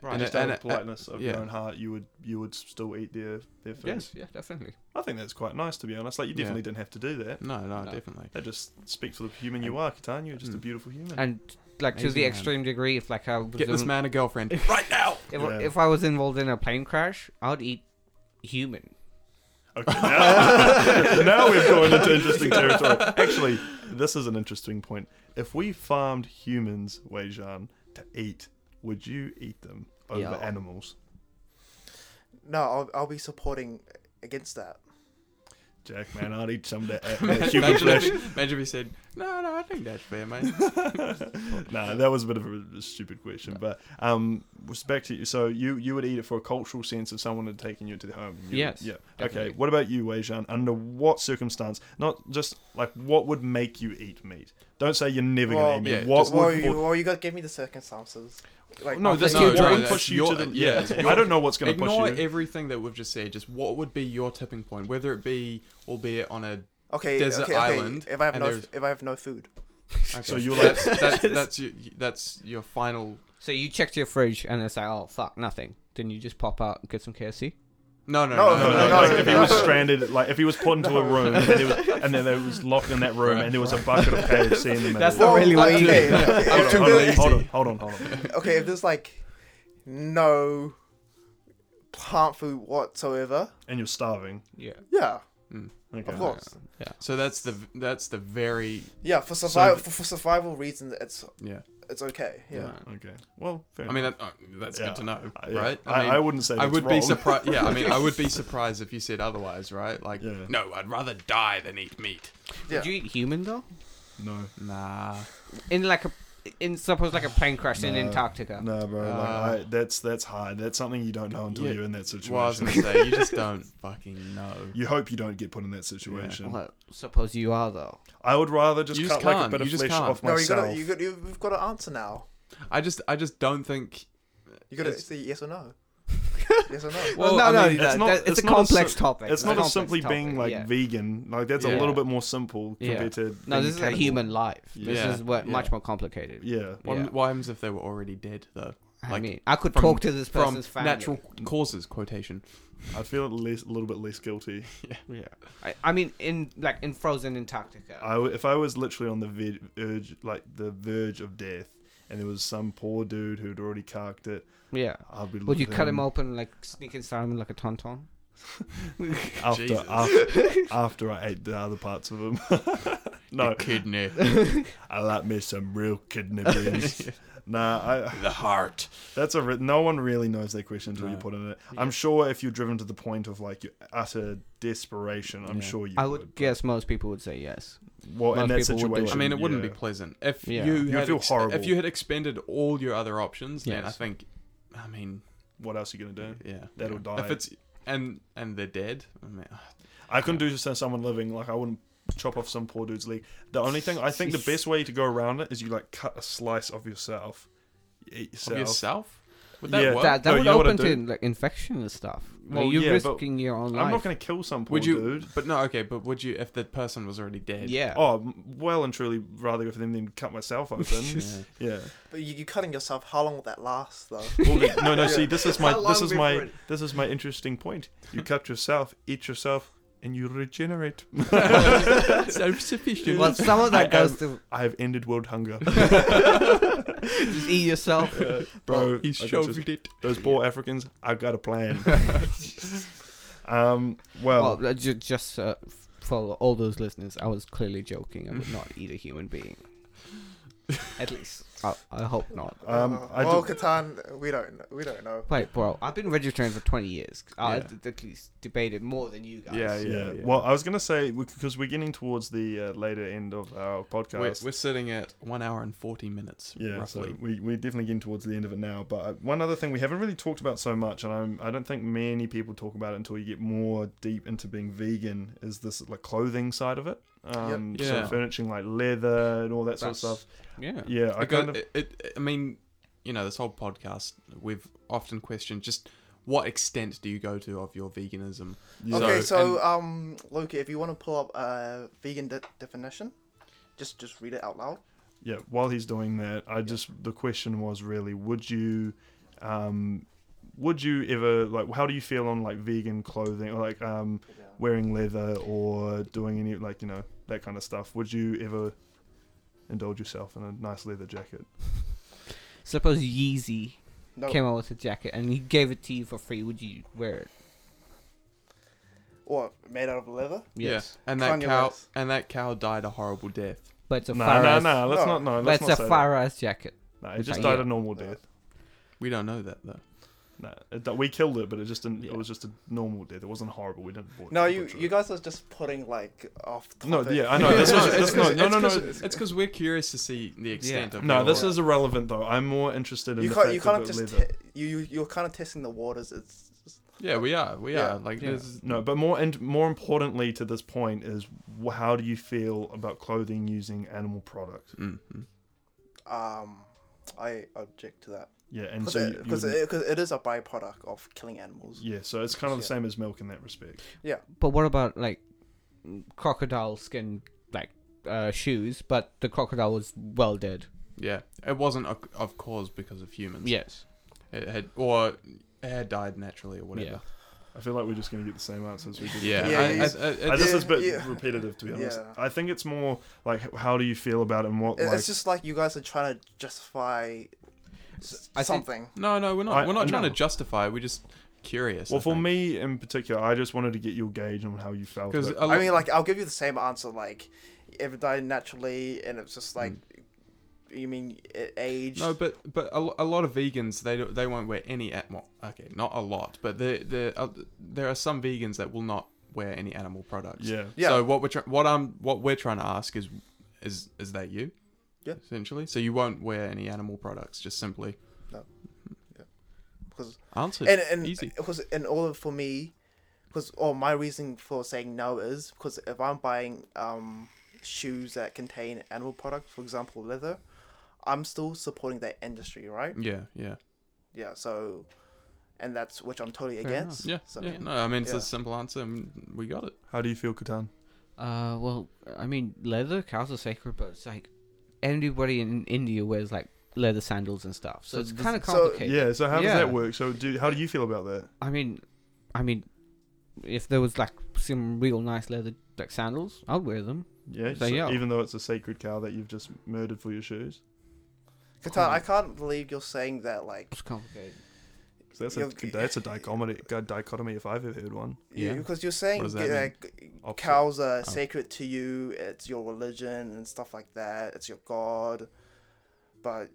S4: Right.
S3: And
S2: just
S3: it-
S2: out
S3: and
S2: of
S3: it- uh,
S2: politeness of your
S3: yeah.
S2: own heart, you would you would still eat their their food.
S4: Yes, yeah, definitely.
S2: I think that's quite nice to be honest. Like you
S3: Yeah.
S2: definitely didn't have to do that.
S3: No, no,
S4: No.
S3: definitely.
S2: That just speaks for the human you are, Catan. You're just a beautiful human.
S4: Mm. And like to
S3: Amazing,
S4: the
S3: man.
S4: extreme degree, if like I was
S3: Get this
S4: in-
S3: man a girlfriend right now.
S4: if,
S2: Yeah.
S4: if I was involved in a plane crash, I'd eat human.
S2: Okay, now, now we've gone into interesting territory. Actually, this is an interesting point. If we farmed humans, Weijan, to eat, would you eat them over
S4: Yeah.
S2: animals?
S5: no i'll, I'll be supporting against that
S2: Jack, man, I'd eat some of that, that human
S3: imagine,
S2: flesh.
S3: if, imagine if he said, "No, no, I think that's fair, mate."
S2: no, that was a bit of a, a stupid question, but um, was back to you. So you you would eat it for a cultural sense if someone had taken you to the home. You would-
S4: Yes,
S2: yeah.
S4: definitely.
S2: Okay. What about you, Weijan? Under what circumstance? Not just like what would make you eat meat? Don't say you're never
S5: Well,
S2: gonna eat meat.
S3: yeah,
S2: what
S3: just-
S5: Well,
S2: would?
S5: you,
S2: for-
S5: well, you gotta give me the circumstances. Like,
S2: no,
S5: I
S2: this
S4: no,
S2: what
S4: no,
S2: would
S4: that's
S2: push you
S3: your-
S2: to the
S3: yeah,
S2: yeah.
S3: it's your-
S2: I don't know what's gonna push you.
S3: Ignore everything that we've just said. Just what would be your tipping point, whether it be, albeit on a
S5: okay,
S3: desert
S5: okay, okay,
S3: island,
S5: If I have
S3: and
S5: no,
S3: there's-
S5: if I have no food,
S3: okay.
S2: So you're like-
S3: that's, that's, that's your that's your final.
S4: So you checked your fridge and it's like, oh fuck, nothing. Then you just pop out and get some KFC.
S3: No, no, no,
S5: No,
S2: No,
S3: no,
S2: no,
S5: no,
S2: like
S5: no,
S2: if he
S5: no.
S2: was stranded, like if he was put into a room and, there was, and then there was locked in that room and there was a bucket of KFC in the middle.
S4: That's not
S5: Well,
S4: really what
S5: okay,
S4: you
S5: okay,
S4: do.
S5: if-
S2: hold, on,
S5: if-
S2: hold on, hold on, hold on, hold on.
S5: okay, if there's like no plant food whatsoever,
S2: And you're starving.
S4: Yeah.
S5: yeah,
S2: Okay.
S5: of course,
S3: So that's the that's the very
S5: yeah. For survival,
S3: So-
S5: for, for survival reasons, it's
S3: yeah.
S5: it's okay. Yeah,
S4: Yeah.
S2: Okay. Well, fair
S3: I mean, that, uh, that's
S2: Yeah.
S3: good to know,
S2: Uh, yeah.
S3: right?
S2: I-
S3: mean,
S2: I wouldn't say
S3: I
S2: that's
S3: would
S2: wrong.
S3: be surprised. Yeah, I mean, I would be surprised if you said otherwise, right? Like,
S2: Yeah.
S3: no, I'd rather die than eat meat.
S5: yeah.
S4: Would you eat human though?
S2: no.
S3: Nah.
S4: In like a in suppose like a plane crash in Antarctica.
S2: No, bro. Like,
S3: Uh,
S2: I, that's that's hard. That's something you don't know until
S3: Yeah.
S2: you're in that
S3: Well, I was
S2: situation.
S3: gonna say you just don't fucking know.
S2: you hope you don't get put in that situation.
S4: Well, suppose you are though.
S2: I would rather just
S3: You
S2: cut
S3: just
S2: like a
S3: can't.
S2: bit of
S3: You just
S2: flesh
S3: can't.
S2: off
S5: No, you
S2: myself.
S5: gotta, you gotta, you, we've got to answer now.
S3: I just I just don't think
S5: You gotta
S3: It's-
S5: say yes or no. yes or no?
S4: Well,
S3: no,
S4: I
S3: no,
S4: mean,
S3: that's
S4: that-
S2: not-
S4: that- it's, a
S2: not as
S4: complex
S2: sim-
S4: topic.
S2: It's not
S4: a
S2: as
S4: complex
S2: simply being
S4: topic,
S2: like
S4: yeah.
S2: vegan. Like that's a
S4: Yeah.
S2: little bit more simple
S4: Yeah.
S2: compared to
S4: No,
S2: being
S4: this is a
S2: cannibal.
S4: human life. This
S3: Yeah.
S4: is what
S2: Yeah.
S4: much more complicated.
S2: Yeah.
S3: What,
S4: Yeah.
S3: what happens if they were already dead though?
S4: I mean, I could
S3: from-
S4: talk to this
S3: from
S4: person's family.
S3: natural causes quotation.
S2: I feel at least a little bit less guilty.
S4: Yeah. I, I mean, in like in frozen Antarctica.
S2: I w if I was literally on the ve- verge, like the verge of death, and there was some poor dude who'd already carked it,
S4: yeah.
S2: I'd be.
S4: Would you cut him
S2: looking
S4: open like sneak inside him like a tauntaun?
S2: after
S3: Jesus.
S2: after, after I ate the other parts of him? no,
S3: kidney,
S2: I like me some real kidney beans. Nah, I,
S3: the heart.
S2: that's a re- no one really knows that question until you
S3: No.
S2: put in it. I'm sure if you're driven to the point of like your utter desperation, I'm
S3: Yeah.
S2: sure you
S4: I
S2: would.
S4: would guess most people would say yes.
S2: well, in
S4: most
S2: that
S4: people would do it.
S2: situation,
S3: I mean, it wouldn't be
S2: yeah.
S3: pleasant if
S4: Yeah.
S3: you
S4: You'd
S3: had
S2: feel
S3: ex-
S2: horrible.
S3: if you had expended all your other options. Then I
S4: Yes.
S3: think, I mean,
S2: what else are you gonna do?
S3: yeah,
S2: That'll
S3: yeah.
S2: die.
S3: If it's and and they're dead. I mean,
S2: I couldn't do this to someone living. Like I wouldn't chop off some poor dude's leg. The only thing I think the best way to go around it is you like cut a slice of yourself. Eat
S3: of
S2: yourself.
S3: yourself. Would that
S2: Yeah.
S3: work?
S4: that that
S2: no,
S4: would
S2: you know what
S4: open
S2: I
S4: to
S2: do?
S4: like infection and stuff. Well,
S2: Well,
S4: you're
S2: yeah, but
S4: risking your own life.
S2: I'm not gonna kill some poor
S3: would you?
S2: dude.
S3: But no, okay. But would you if the person was already dead?
S4: Yeah.
S2: Oh, m- well and truly, rather go for them than cut myself open.
S3: Yeah.
S2: yeah.
S5: But you, you're cutting yourself. How long will that last, though?
S2: Well, the- no, no. See, this is my
S4: How
S2: this
S4: long
S2: is my
S4: before
S2: this is my interesting point. You cut yourself, eat yourself, and you regenerate.
S3: Self-sufficient.
S4: well, some of that
S2: I am-
S4: goes to
S2: I have ended world hunger,
S4: just eat yourself.
S2: bro.
S3: He's
S2: I got you.
S3: shoveled it.
S2: Those poor Africans, I got a plan. um, well,
S4: Well, uh, ju- just uh, f- for all those listeners, I was clearly joking. I would not eat a human being. At least, I, I hope not.
S2: um, I
S5: Uh, well,
S2: did-
S5: Catan, we don't, we don't know.
S4: Wait, bro, I've been vegetarian for 20 years. I
S3: Yeah.
S4: d- at least debated more than you guys.
S2: yeah. Well, I was gonna say because we're getting towards the uh, later end of our
S3: We're,
S2: podcast.
S3: we're sitting at one hour and forty minutes,
S2: yeah,
S3: roughly.
S2: so we, we're definitely getting towards the end of it now. But uh, one other thing we haven't really talked about so much, and I'm, I don't think many people talk about it until you get more deep into being vegan, is this like clothing side of it. Um, So
S3: Yeah.
S2: furnishing like leather and all that sort of
S4: That's-
S2: stuff.
S4: Yeah.
S2: Yeah, I
S3: It go-
S2: kind of
S3: it, it- I mean, you know, this whole podcast, we've often questioned just what extent do you go to of your veganism?
S5: Okay, so
S3: and-
S5: um, Loki, if you want to pull up a vegan de- definition, just just read it out loud.
S2: yeah while he's doing that i just the question was really would you um would you ever like how do you feel on like vegan clothing or like um wearing leather or doing any like you know that kind of stuff would you ever indulge yourself in a nice leather jacket
S4: Suppose Yeezy
S2: Oh.
S5: No,
S4: came out with a jacket and he gave it to you for free. Would you wear it?
S5: or made out of leather.
S4: Yes.
S3: Yeah. And that
S5: Kanye
S3: cow
S5: West.
S3: and that cow died a horrible death.
S4: But it's a
S2: no
S4: fire
S2: no
S4: ass.
S2: no let's
S5: No.
S2: not no let's
S4: That's
S2: not
S4: a
S2: say that.
S4: fire ass jacket.
S2: no it just
S4: Yeah.
S2: died a normal death
S3: We don't know that though.
S2: no it, di- we killed it but it just didn't, it was just a normal death it wasn't horrible we didn't butcher-
S5: No, you
S2: butcher
S5: you
S2: it.
S5: guys are just putting like off. Topic.
S2: no yeah i know this was
S3: it's
S2: that's not no no no
S3: It's because we're curious to see the extent of
S2: no
S3: your-
S2: this is irrelevant though i'm more interested in
S5: you
S2: the
S5: can't
S2: fact
S5: you kind
S2: that
S5: of just
S2: leather-
S5: t- you you you're kind of testing the waters. It's it's-
S3: yeah we are we
S5: Yeah.
S3: are like
S4: Yeah.
S3: this is-
S2: No, but more and more importantly to this point is wh- how do you feel about clothing using animal product?
S3: Mm, mm.
S5: um, I object to that
S2: Yeah, and
S5: because
S2: so you, you would-
S5: it is a byproduct of killing animals.
S2: yeah, so it's kind of the
S5: Yeah.
S2: same as milk in that respect.
S4: But what about like crocodile skin like uh, shoes? But the crocodile was well dead.
S3: yeah it wasn't of- of course because of humans
S4: Yes.
S3: it had or it had died naturally or
S4: Yeah.
S3: whatever
S2: I feel like we're just going to get the same answers. We did
S3: yeah,
S5: Yeah,
S3: I-
S5: it's-
S3: I- I-
S2: I,
S3: it's-
S2: this is a bit
S5: Yeah.
S2: repetitive to be honest.
S5: Yeah.
S2: I think it's more like h- how do you feel about it and what
S5: It-
S2: like
S5: it's just like you guys are trying to justify s-
S4: I think-
S5: something.
S3: no no we're not
S2: I-
S3: we're not
S2: I
S3: trying to
S2: know.
S3: justify we're just curious
S2: well
S3: I
S2: for
S3: think.
S2: me in particular, I just wanted to get your gauge on how you felt.
S3: because
S2: about-
S3: a
S5: I
S3: lo-
S5: mean, like, I'll give you the same answer. Like, if it died naturally, and it's just like, you mean it aged?
S3: No, but but a, lo- a lot of vegans they don't- they won't wear any at well, okay, not a lot, but there there are, there are some vegans that will not wear any animal products.
S2: yeah.
S5: Yeah.
S3: So what we're try- what I'm what we're trying to ask is is is that you?
S5: Yeah.
S3: Essentially, so you won't wear any animal products, just simply.
S5: No. Yeah. 'Cause-
S3: Answered.
S5: and and
S3: easy.
S5: because in order for me, because or my reason for saying no is because if I'm buying um shoes that contain animal products, for example, leather,
S3: Mm.
S5: I'm still supporting that industry, right?
S3: Yeah, yeah.
S5: Yeah. So and that's which I'm totally
S4: Fair
S5: against.
S3: Yeah,
S5: So,
S3: yeah. No, I mean it's
S5: yeah.
S3: a simple answer. and We got it.
S2: How do you feel, Catan?
S4: Uh, well, I mean, leather cows are sacred, but it's like anybody in India wears like leather sandals and stuff, so,
S5: So
S4: it's
S5: this-
S4: kind of
S5: so-
S4: complicated.
S2: Yeah. So how does
S4: Yeah.
S2: that work? So do how do you feel about that?
S4: I mean, I mean, if there was like some real nice leather like sandals, I'd wear them.
S2: Yeah. so
S4: So, yeah.
S2: Even though it's a sacred cow that you've just murdered for your shoes,
S5: Qatar, I can't believe you're saying that. Like,
S4: It's complicated.
S2: 'Cause that's a
S5: You've-
S2: that's a dichotomy, a dichotomy if I've ever heard one.
S5: you
S3: Yeah.
S5: because you're saying
S3: does that mean?
S5: like
S2: Opposite.
S5: cows are uh,
S4: Oh.
S5: sacred to you. It's your religion and stuff like that. It's your god, but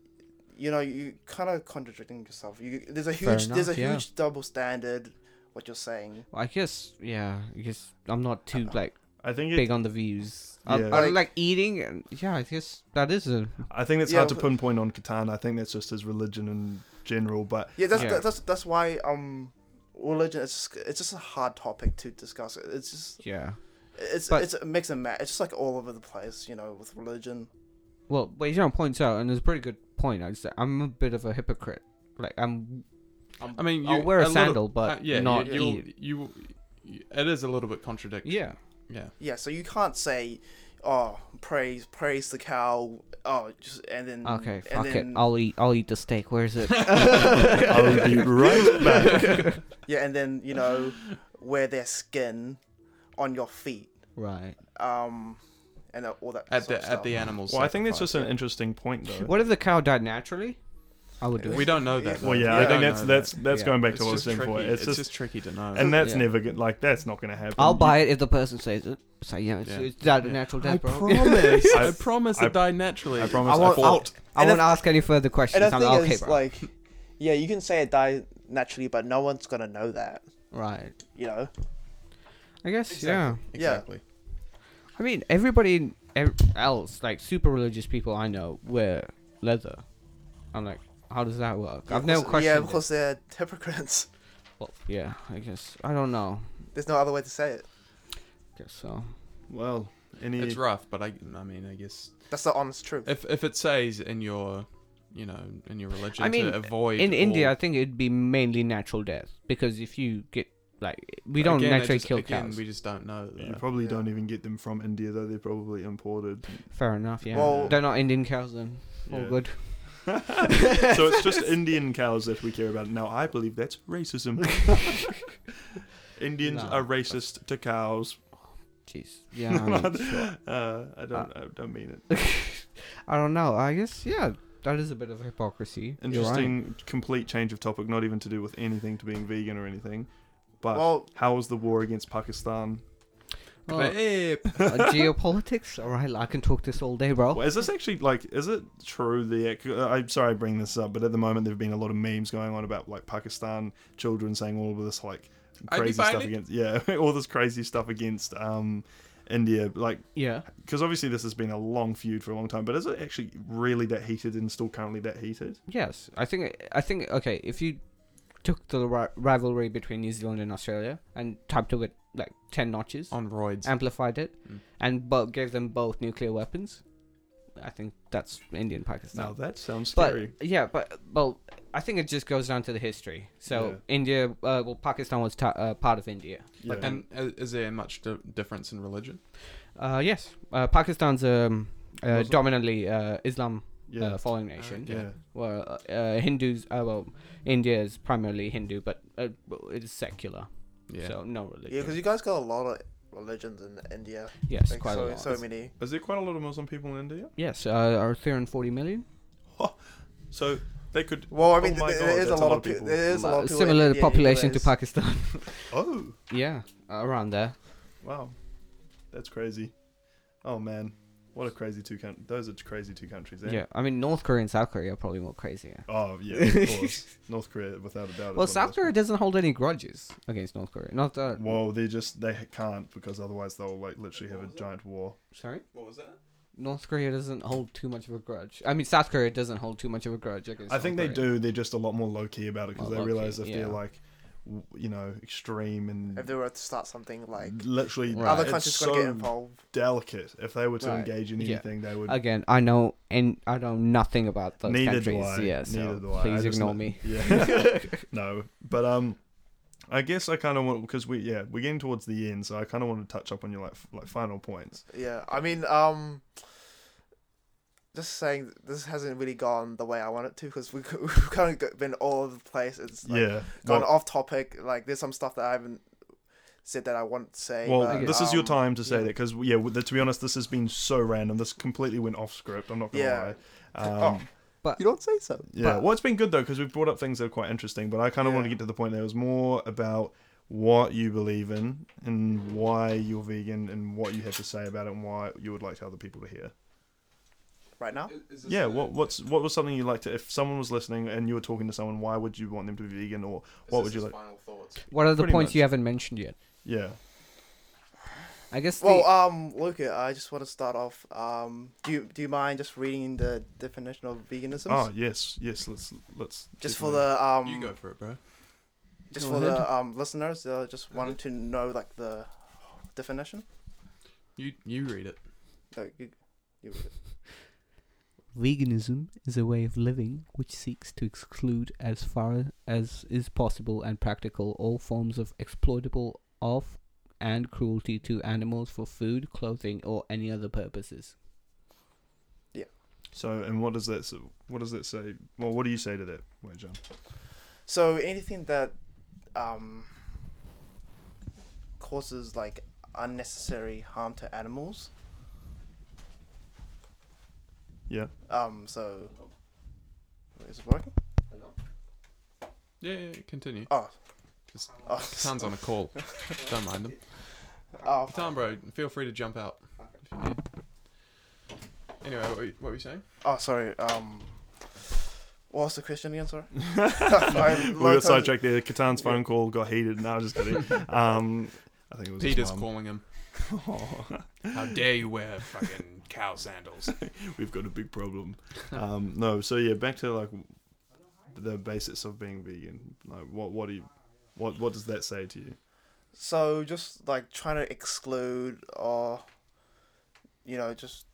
S5: you know you kind of contradicting yourself. You there's a
S4: Fair
S5: huge there's a
S4: enough, yeah.
S5: huge double standard. What you're saying.
S4: Well, I guess, yeah. I guess I'm not too like
S2: I think it,
S4: big on the views. I,
S2: Yeah.
S4: I
S5: Like-
S4: like eating, and yeah, I guess that is a
S2: I think it's
S5: Yeah,
S2: hard to
S5: but-
S2: pinpoint on Catan. I think that's just his religion in general. But
S5: Yeah, that's
S4: Yeah.
S5: That, that's that's why um religion it's just, it's just a hard topic to discuss. It's just
S4: yeah.
S5: it's
S4: But-
S5: it's a mix and match. It's just like all over the place, you know, with religion.
S4: Well, what John points out, and it's a pretty good point. I just, I'm a bit of a hypocrite. Like I'm,
S3: I mean, you,
S4: I'll wear a
S3: little-
S4: sandal, but
S3: uh, yeah,
S4: not
S3: you, you'll-
S4: eat.
S3: you, you- It is a little bit contradictory.
S4: Yeah.
S3: Yeah.
S5: Yeah, so you can't say, oh, praise praise the cow. Oh, just and then
S4: Okay,
S5: and
S4: fuck
S5: then,
S4: it. I'll eat. I'll eat the steak. Where is it?
S2: I'll be right back.
S5: yeah, and then you know, wear their skin on your feet,
S4: right.
S5: um, and all that.
S3: At
S5: sort of
S3: the at the
S5: stuff.
S3: animals.
S2: Well, I think that's just an interesting point, though.
S4: What if the cow died naturally? I would do
S3: we
S4: it.
S3: don't know that.
S5: Well,
S2: Well,
S3: though.
S2: yeah,
S3: We
S2: I think
S3: don't
S2: that's
S3: know
S2: that's
S3: that.
S2: that's
S4: Yeah.
S2: going back
S3: It's
S2: to what I was
S3: just
S2: saying before.
S3: tricky.
S2: It's, just,
S3: just tricky to know.
S2: and that's
S4: Yeah.
S2: never get like that's not going to happen.
S4: I'll
S2: You-
S4: buy it if the person says it. So yeah, it's,
S3: Yeah.
S4: it's died a natural
S3: I
S4: death, bro.
S3: promise.
S2: I-
S3: I promise
S2: I-
S3: it died naturally.
S2: I promise.
S4: I won't-
S2: I
S4: I'll-
S2: fought.
S4: I
S5: And
S4: won't
S5: I-
S4: ask any further
S5: And
S4: questions.
S5: I
S4: I'm
S5: think
S4: like, okay,
S5: it's
S4: bro.
S5: like, yeah, you can say it died naturally, but no one's gonna know that,
S4: right.
S5: you know.
S4: I guess. Yeah.
S3: Exactly. Exactly.
S4: I mean, everybody in- ev- else, like super religious people I know, wear leather. I'm like, how does that work? I've never
S5: Because-
S4: questioned.
S5: Yeah,
S4: it.
S5: because they're hypocrites.
S4: Well, yeah, I guess. I don't know.
S5: There's no other way to say it.
S4: guess so.
S2: Well, any
S3: It's rough, but I, I mean, I guess
S5: That's the honest truth.
S3: if if it says in your, you know, in your religion
S4: I mean,
S3: to avoid
S4: In
S3: all-
S4: India, I think it'd be mainly natural death because if you get like we don't
S3: again, it
S4: naturally
S3: just-
S4: kill
S3: again,
S4: cows.
S3: We just don't know.
S2: you
S3: That.
S2: probably
S5: Yeah.
S2: don't even get them from India though. They're probably imported.
S4: Fair enough. Yeah,
S5: Well-
S4: they're not Indian cows then. All
S2: Yeah.
S4: good.
S2: so it's just Indian cows that we care about. Now I believe that's racism. Indians
S4: No.
S2: are racist to cows.
S4: Jeez. Yeah. I, mean, sure.
S2: Uh, I don't. I don't mean it.
S4: I don't know. I guess yeah. That is a bit of hypocrisy. You're right.
S2: Interesting. Complete change of topic. Not even to do with anything to being vegan or anything. But
S5: Well-
S2: how was the war against Pakistan?
S4: Oh,
S3: Eh,
S4: uh, geopolitics. All right, I can talk this all day, bro.
S2: Well, is this actually like? Is it true? The ac- uh, I'm sorry, I bring this up, but at the moment there've been a lot of memes going on about like Pakistan children saying all of this like
S3: I'd be
S2: crazy stuff
S3: violent.
S2: against yeah, all this crazy stuff against um India, like
S4: Yeah.
S2: because obviously this has been a long feud for a long time. But is it actually really that heated and still currently that heated?
S4: Yes, I think I think okay. If you took the ri- rivalry between New Zealand and Australia and typed it like ten notches,
S3: on roids.
S4: amplified it,
S3: Mm.
S4: and both gave them both nuclear weapons, I think that's Indian Pakistan.
S2: Now that sounds
S4: but
S2: scary.
S4: yeah, but well, I think it just goes down to the history. So
S2: Yeah.
S4: India, uh, well, Pakistan was ta- uh, part of India.
S2: Yeah.
S3: and uh, is there much di- difference in religion?
S4: Uh, yes, uh, Pakistan's um, uh,
S2: Muslim?
S4: dominantly uh, Islam
S2: yeah,
S4: uh, following nation.
S2: yeah.
S4: Well, uh, uh, Hindus. Uh, well, India is primarily Hindu, but uh, it is secular,
S3: Yeah.
S4: so no
S5: Yeah,
S4: religion.
S5: because you guys got a lot of religions in India.
S4: yes,
S5: Like,
S4: quite
S5: so,
S4: a lot.
S5: so many.
S2: Is there quite a lot of Muslim people in India?
S4: yes, uh, are 340 million.
S2: So they could.
S5: Well, I
S2: Oh
S5: mean,
S2: my
S5: th-
S2: God,
S5: there is
S2: that's
S5: a lot of people. There is a lot
S4: Uh,
S5: of people. in
S4: similar
S5: India
S4: population to
S5: anyways.
S4: Pakistan.
S2: Oh,
S4: yeah, around there.
S2: Wow, that's crazy. Oh man, what a crazy two countries. Those are crazy two countries. Eh?
S4: Yeah, I mean North Korea and South Korea are probably more crazier.
S2: Oh yeah, of course. North Korea, without a doubt. is
S4: Well,
S2: one of
S4: South
S2: those-
S4: Korea doesn't hold any grudges against North Korea. Not uh, that.
S2: Whoa, they just they can't because otherwise they'll like literally have a giant war.
S4: Sorry.
S3: What was that?
S4: North Korea doesn't hold too much of a grudge. I mean, South Korea doesn't hold too much of a grudge against.
S2: I think they
S4: North Korea.
S2: do. They're just a lot more low key about it because
S4: More
S2: they
S4: low-key,
S2: realize if
S4: yeah.
S2: they're like, w- you know, extreme and
S5: If they were to start something like
S2: literally
S4: Right.
S5: other
S2: it's
S5: countries
S2: so
S5: gonna get involved,
S2: delicate. If they were to
S4: Right.
S2: engage in
S4: Yeah.
S2: anything, they would.
S4: Again, I know and I know nothing about those
S2: neither
S4: countries.
S2: do I.
S4: Yeah, so
S2: neither do I. I
S4: please
S2: just
S4: ignore
S2: kn-
S4: me.
S2: Yeah. no, but um, I guess I kind of want because we yeah we're getting towards the end, so I kind of want to touch up on your like f- like final points.
S5: Yeah, I mean, um, just saying this hasn't really gone the way I want it to because we've, we've kind of been all over the place. It's like
S2: yeah.
S5: gone
S2: Well,
S5: off topic. Like there's some stuff that I haven't said that I want to say.
S2: well,
S5: but,
S2: this is your
S5: um,
S2: time to say
S5: yeah.
S2: that 'cause that because yeah, with the- to be honest, this has been so random. This completely went off script. I'm not gonna
S5: Yeah.
S2: lie.
S5: Oh.
S2: Um,
S5: You don't say so.
S2: Yeah.
S4: But-
S2: well, it's been good though because we've brought up things that are quite interesting. But I kind of want to
S5: Yeah.
S2: get to the point that it was more about what you believe in and why you're vegan and what you have to say about it and why you would like other people to hear.
S5: Right now,
S2: Yeah. What what's what was something you like to? If someone was listening and you were talking to someone, why would you want them to be vegan or what would you like?
S3: Final thoughts.
S4: What are the
S2: Pretty
S4: points
S2: much.
S4: you haven't mentioned yet?
S2: Yeah.
S4: I guess. The,
S5: well, um, Luca, I just want to start off. Um, do you do you mind just reading the definition of veganism?
S2: Oh yes, yes. Let's let's
S5: just
S2: keep
S5: for
S2: it up.
S5: the um,
S3: You go for it, bro.
S5: just
S4: Go
S5: for
S4: ahead.
S5: the um listeners, uh, just wanted to know like the definition.
S3: You you read it.
S5: No, you, you read it.
S4: Veganism is a way of living which seeks to exclude, as far as is possible and practical, all forms of exploitable of and cruelty to animals for food, clothing, or any other purposes.
S2: So and what does that s- what does that say? Well, what do you say to that, Wait, John?
S5: So anything that um, causes like unnecessary harm to animals.
S2: Yeah.
S5: Um. So is it working?
S3: Yeah, yeah, continue.
S5: Oh.
S3: Just-
S5: Oh.
S3: Tan's on a call. Don't mind them.
S5: Oh.
S3: Tan, bro, feel free to jump out if you need. Anyway, what were you, what were you saying?
S5: Oh. Sorry. Um. What was the question again? Sorry.
S2: we
S5: uh,
S2: got sidetracked there. Katan's phone call got heated. No, I was just kidding. Um, I think it was his
S3: Peter's
S2: mum.
S3: calling him.
S2: Oh,
S3: How dare you wear fucking cow sandals?
S2: we've got a big problem. Um, no, so yeah, back to like the basics of being vegan. Like, what what do you, what what does that say to you?
S5: So just like trying to exclude or you know just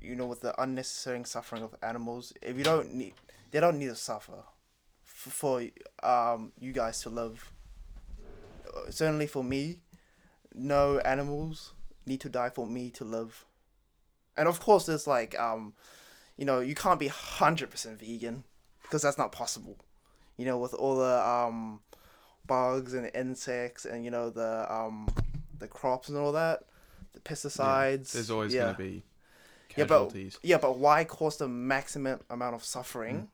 S5: you know with the unnecessary suffering of animals if you don't need they don't need to suffer f- for um you guys to live Uh, certainly for me no animals need to die for me to live and of course there's like um you know you can't be 100% vegan because that's not possible you know with all the um bugs and insects and you know the um the crops and all that the pesticides
S3: There's always going
S5: yeah.
S3: to be
S5: Yeah, but
S3: casualties.
S5: yeah, but why cause the maximum amount of suffering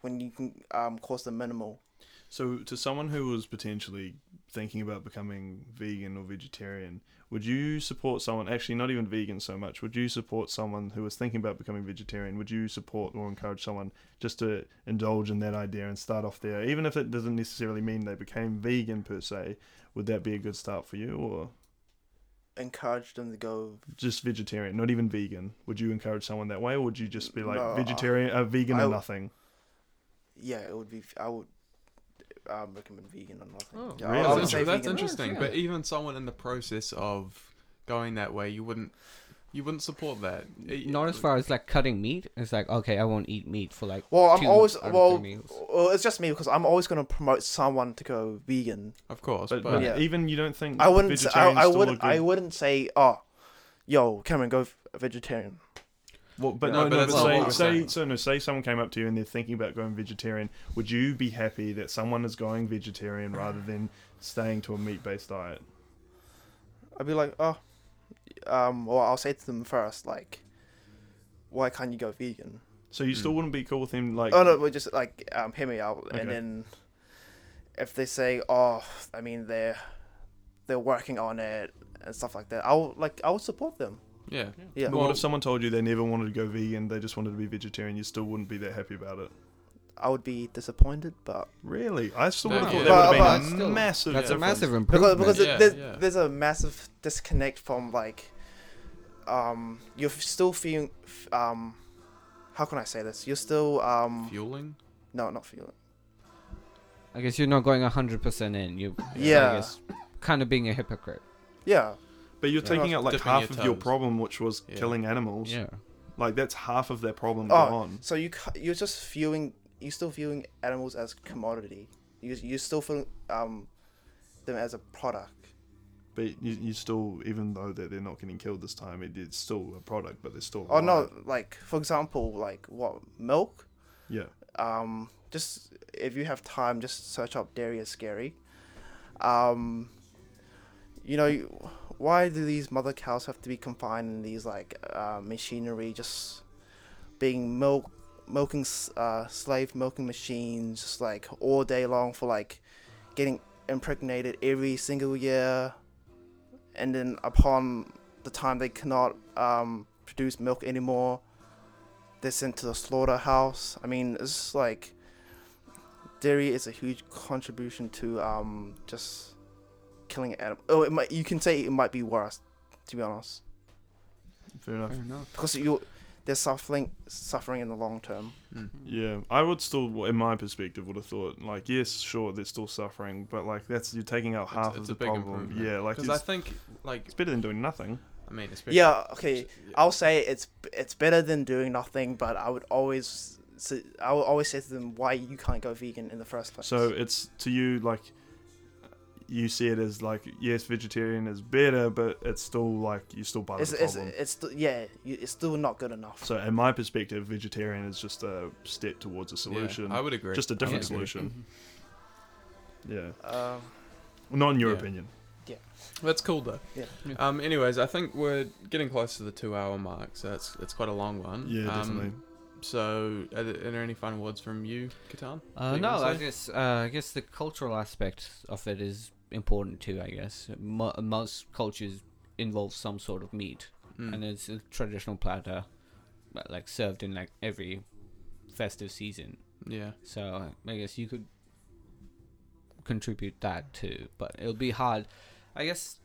S5: when you can um, cause the minimal?
S2: So, to someone who was potentially thinking about becoming vegan or vegetarian, would you support someone, actually not even vegan so much, would you support someone who was thinking about becoming vegetarian? Would you support or encourage someone just to indulge in that idea and start off there? Even if it doesn't necessarily mean they became vegan per se, would that be a good start for you or
S5: Encourage them to go.
S2: just vegetarian, not even vegan? Would you encourage someone that way or would you just be like
S5: No, I-
S2: vegetarian, uh, vegan
S5: I-
S2: or nothing?
S5: Yeah, it would be. I would um, recommend vegan or nothing.
S3: Oh,
S5: yeah, I- I
S2: really?
S5: would
S3: That's,
S5: say
S3: inter- that's
S5: vegan.
S3: interesting.
S4: Yeah.
S3: But even someone in the process of going that way, you wouldn't you wouldn't support that. It-
S4: Not as far as like cutting meat. It's like okay, I won't eat meat for like.
S5: Well, I'm
S4: two
S5: always
S4: out of
S5: well,
S4: three meals.
S5: well. It's just me because I'm always going to promote someone to go vegan.
S3: Of course, but,
S2: But, but
S5: Yeah.
S2: even you don't think
S5: I wouldn't. Say, I,
S2: vegetarian's Mm.
S5: I
S2: still a
S5: wouldn't.
S2: good-
S5: I wouldn't say, oh, yo, Cameron, go f- vegetarian.
S2: Well, but
S3: No,
S2: no,
S3: but
S2: no,
S3: that's
S2: but
S4: not what
S2: say,
S4: we're
S2: say
S3: saying.
S2: so. No, say someone came up to you and they're thinking about going vegetarian. Would you be happy that someone is going vegetarian rather than staying to a meat-based diet?
S5: I'd be like, oh, um, or I'll say to them first, like, why can't you go vegan?
S2: So you
S3: Hmm.
S2: still wouldn't be cool with him, like,
S5: Oh no, we're just like um, hear me out,
S2: Okay.
S5: and then if they say, "Oh, I mean they're they're working on it and stuff like that," I'll like I'll support them.
S3: yeah,
S5: Yeah,
S2: but what if someone told you they never wanted to go vegan, they just wanted to be vegetarian? You still wouldn't be that happy about it.
S5: I would be disappointed, but
S2: Really, I still
S3: No,
S2: would have
S3: yeah.
S2: thought
S5: But-
S2: that would
S5: but
S2: have been a
S4: still,
S2: massive.
S4: That's a
S2: difference.
S4: massive
S5: because
S4: improvement.
S5: because
S3: Yeah,
S5: there's
S3: yeah.
S5: there's a massive disconnect from like um you're still feeling f- um how can I say this? You're still um
S3: fueling.
S5: no not feeling
S4: I guess you're not going hundred percent in. You,
S5: Yeah.
S4: I guess, kind of being a hypocrite.
S5: yeah
S2: But you're
S3: Yeah.
S2: taking out like
S3: Dipping
S2: half
S3: your
S2: of your
S3: toes.
S2: problem, which was
S3: Yeah.
S2: killing animals.
S4: Yeah.
S2: Like that's half of their problem
S5: Oh,
S2: gone.
S5: so you cu- you're just viewing you're still viewing animals as commodity. You you still feel um them as a product.
S2: But you, you still, even though that they're not getting killed this time, it, it's still a product. But they're still.
S5: Oh no,
S2: alive.
S5: like for example, like what milk?
S2: Yeah.
S5: Um, just if you have time, just search up dairy is scary. Um, you know, you- why do these mother cows have to be confined in these like uh, machinery, just being milk, milking s- uh, slave milking machines, just like all day long for like getting impregnated every single year, and then upon the time they cannot um, produce milk anymore, they're sent to the slaughterhouse. I mean, it's just like dairy is a huge contribution to um, just killing animals. Oh, it might, you can say it might be worse, to be honest,
S2: Fair enough.
S4: Fair enough.
S5: because you they're suffering suffering in the long term.
S2: Yeah, I would still, in my perspective, would have thought like, yes, sure, they're still suffering, but like that's you're taking out half
S3: it's
S2: of
S3: a
S2: the
S3: big
S2: problem.
S3: improvement.
S2: Yeah, like
S3: Because
S2: it's,
S3: I think, like,
S2: it's better than doing nothing.
S3: I mean, especially
S5: Yeah, okay. I'll say it's it's better than doing nothing, but I would always say- I would always say to them why you can't go vegan in the first place.
S2: So it's to you like, you see it as like, yes, vegetarian is better, but it's still like you're still part
S5: it's
S2: of the
S5: it's,
S2: problem.
S5: it's st- yeah, you, it's still not good enough.
S2: so in my perspective, vegetarian is just a step towards a
S3: yeah,
S2: solution.
S3: I would agree.
S2: Just a
S3: I would
S2: different
S3: agree.
S2: solution. Yeah,
S5: um,
S2: not in your
S3: Yeah.
S2: opinion.
S3: That's cool though.
S5: Yeah.
S4: Yeah.
S3: Um. Anyways, I think we're getting close to the two-hour mark, so it's it's quite a long one.
S2: Yeah,
S3: Um,
S2: definitely.
S3: So, are there, are there any final words from you, Catan?
S4: Uh,
S3: That you wanna
S4: no, I
S3: say?
S4: guess uh, I guess the cultural aspect of it is important too. I guess Mo- most cultures involve some sort of meat,
S3: Mm.
S4: and it's a traditional platter, but, like served in like every festive season.
S3: Yeah.
S4: So I guess you could contribute that too, but it'll be hard. I guess,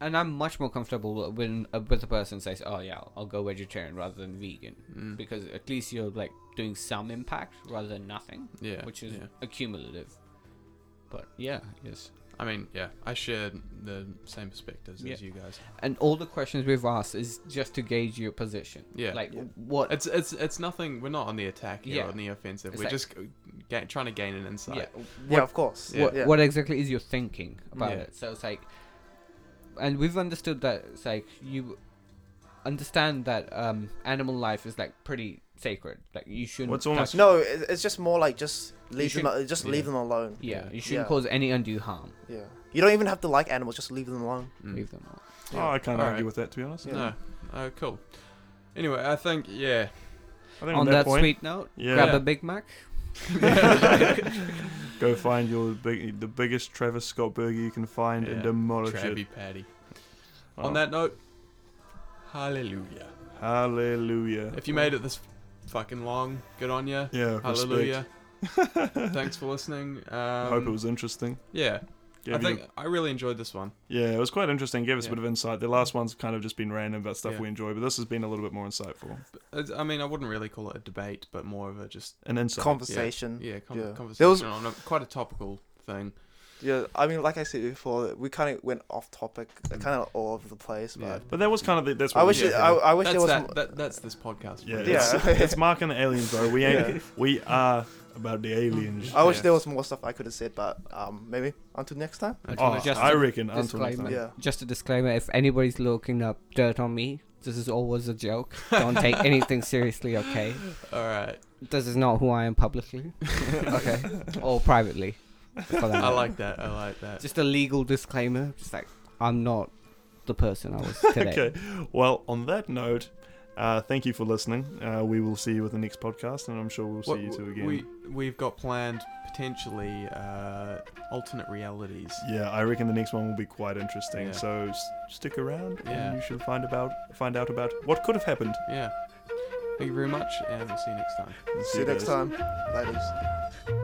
S4: and I'm much more comfortable when uh, with a person says, "Oh yeah, I'll go vegetarian rather than vegan,"
S3: Mm.
S4: because at least you're like doing some impact rather than nothing
S3: Yeah.
S4: which is
S3: yeah.
S4: accumulative. But yeah, yes.
S3: I mean, yeah. I share the same perspectives
S4: Yeah.
S3: as you guys.
S4: And all the questions we've asked is just to gauge your position.
S3: Yeah.
S4: Like
S5: Yeah.
S4: what?
S3: It's it's it's nothing. We're not on the attack here,
S4: Yeah.
S3: or on the offensive.
S4: It's
S3: we're
S4: like-
S3: just ga- trying to gain an insight.
S4: yeah.
S5: yeah,
S4: What,
S5: of course.
S3: Yeah.
S4: What,
S5: yeah.
S4: what exactly is your thinking about
S3: Yeah.
S4: it? So it's like, and we've understood that it's like you understand that um animal life is like pretty sacred. Like you shouldn't.
S2: Well, it's almost-
S4: touch-
S5: No, it- it's just more like just leave
S4: should-
S5: them. al- Just leave
S3: yeah.
S5: them alone.
S4: Yeah, you shouldn't
S5: Yeah.
S4: cause any undue harm.
S5: Yeah. You don't even have to like animals. Just leave them alone.
S3: Mm.
S4: Leave them. alone.
S2: Oh, I can't
S3: All
S2: argue
S3: right.
S2: with that to be honest.
S5: Yeah.
S3: No. Oh, cool. Anyway, I think yeah.
S2: I think
S4: On that,
S2: that point,
S4: sweet note,
S2: Yeah.
S4: grab a Big Mac.
S2: Go find your big, the biggest Travis Scott burger you can find
S3: Yeah,
S2: and demolish it.
S3: Travi Patty.
S2: Oh,
S3: On that note, hallelujah.
S2: hallelujah.
S3: If you made it this fucking long, good on you.
S2: yeah,
S3: Hallelujah.
S2: respect.
S3: Thanks for listening. Um,
S2: I Hope it was interesting.
S3: Yeah,
S2: Gave
S3: I
S2: you-
S3: think I really enjoyed this one.
S2: yeah, it was quite interesting. Gave us
S3: Yeah.
S2: a bit of insight. The last one's kind of just been random about stuff
S3: Yeah.
S2: we enjoy, but this has been a little bit more insightful.
S3: It's- I mean, I wouldn't really call it a debate, but more of a just
S2: An insight.
S5: Conversation.
S3: yeah, con-
S5: Yeah.
S3: conversation
S5: There was-
S3: on a, quite a topical thing.
S5: Yeah, I mean, like I said before, we kind of went off topic, kind of all over the place. But
S3: Yeah.
S2: but that was kind of the, that's what
S5: I
S2: we
S5: wish,
S2: did.
S5: it, I, I wish
S3: That's
S5: there was.
S3: that,
S5: mo-
S3: that. That's this podcast.
S2: yeah,
S3: really.
S5: Yeah.
S2: It's, it's Mark and the aliens, bro. We ain't.
S5: Yeah.
S2: We are about the aliens.
S5: I wish
S2: Yeah.
S5: there was more stuff I could have said, but um, maybe until next time.
S3: Until
S2: Oh,
S3: next
S4: Just
S2: I
S4: a
S2: reckon. Until next
S4: disclaimer.
S2: time.
S5: Yeah.
S4: Just a disclaimer: if anybody's looking up dirt on me, this is always a joke. Don't take anything seriously, okay?
S3: All right.
S4: This is not who I am publicly, okay, or privately. for that
S3: I
S4: matter.
S3: like that. I like that.
S4: just a legal disclaimer. Just like I'm not the person I was today.
S2: Okay. Well, on that note, uh, thank you for listening. Uh, we will see you with the next podcast, and I'm sure we'll see
S3: What-
S2: you two again.
S3: We we've got planned potentially uh, alternate realities.
S2: Yeah, I reckon the next one will be quite interesting.
S3: Yeah.
S2: So s- stick around,
S3: Yeah.
S2: and you should find about find out about what could have happened.
S3: Yeah. Thank you very much, and we'll see you next time.
S5: See you next
S2: guys.
S5: time. Ladies.